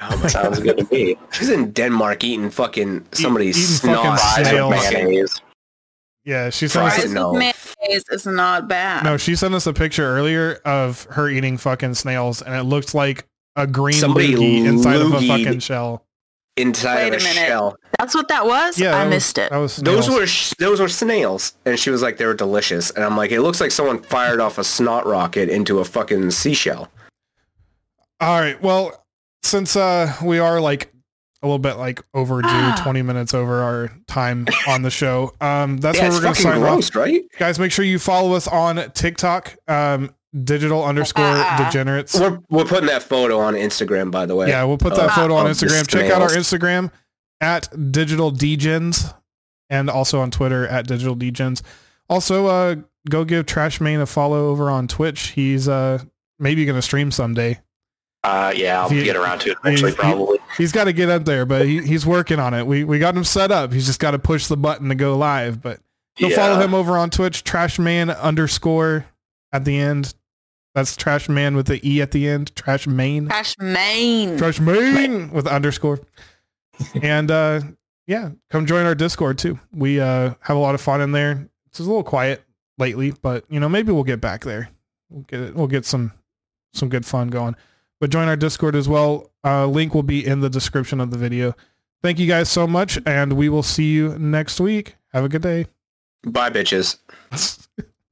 [SPEAKER 4] Oh my
[SPEAKER 2] Sounds good to me.
[SPEAKER 4] She's in Denmark eating fucking somebody's
[SPEAKER 1] eating fucking
[SPEAKER 4] snot.
[SPEAKER 2] Fries
[SPEAKER 1] snails.
[SPEAKER 2] with mayonnaise.
[SPEAKER 1] Yeah, she sent
[SPEAKER 4] Fries
[SPEAKER 1] us
[SPEAKER 3] Fries
[SPEAKER 4] it, no.
[SPEAKER 3] with mayonnaise is not bad.
[SPEAKER 1] no, she sent us a picture earlier of her eating fucking snails, and it looked like a green
[SPEAKER 4] Somebody
[SPEAKER 1] loogie inside of a
[SPEAKER 4] loogied.
[SPEAKER 1] fucking shell.
[SPEAKER 4] inside
[SPEAKER 3] Wait
[SPEAKER 4] of a,
[SPEAKER 3] a minute.
[SPEAKER 4] shell.
[SPEAKER 3] That's what that was.
[SPEAKER 1] Yeah,
[SPEAKER 3] I
[SPEAKER 1] that was-
[SPEAKER 3] missed it.
[SPEAKER 1] That was
[SPEAKER 4] Those
[SPEAKER 1] snails.
[SPEAKER 4] were sh- those were snails, and she was like they were delicious, and I'm like it looks like someone fired off a snot rocket into a fucking seashell.
[SPEAKER 1] all right. Well, since uh, we are like a little bit like overdue,
[SPEAKER 3] Ah.
[SPEAKER 1] twenty minutes over our time on the show. Um, that's
[SPEAKER 4] yeah,
[SPEAKER 1] where
[SPEAKER 4] it's
[SPEAKER 1] we're gonna
[SPEAKER 4] fucking
[SPEAKER 1] sign off.
[SPEAKER 4] gross, right?
[SPEAKER 1] guys make sure you follow us on tiktok um digital underscore
[SPEAKER 4] Ah.
[SPEAKER 1] degenerates
[SPEAKER 4] We're we're putting that photo on Instagram, by the way.
[SPEAKER 1] yeah we'll put that
[SPEAKER 4] Uh,
[SPEAKER 1] photo on
[SPEAKER 4] oh,
[SPEAKER 1] instagram
[SPEAKER 4] just
[SPEAKER 1] check out our
[SPEAKER 4] snails.
[SPEAKER 1] instagram at digital degens and also on twitter at digital degens also uh go give trash main a follow over on twitch he's uh maybe gonna stream someday
[SPEAKER 2] Uh, yeah, I'll
[SPEAKER 1] If you-
[SPEAKER 2] get around to it eventually,
[SPEAKER 1] if you-
[SPEAKER 2] probably.
[SPEAKER 1] he's got to get up there but he, he's working on it we we got him set up he's just got to push the button to go live but Go
[SPEAKER 2] yeah.
[SPEAKER 1] follow him over on Twitch, Trashman underscore at the end. That's Trashman with the E at the end. Trashman.
[SPEAKER 3] Cash main.
[SPEAKER 1] Trashman with underscore. And uh yeah, come join our Discord too. We uh have a lot of fun in there. It's a little quiet lately, but you know, maybe we'll get back there. We'll get it, we'll get some some good fun going. But join our Discord as well. Uh link will be in the description of the video. Thank you guys so much and we will see you next week. Have a good day.
[SPEAKER 4] Bye, bitches.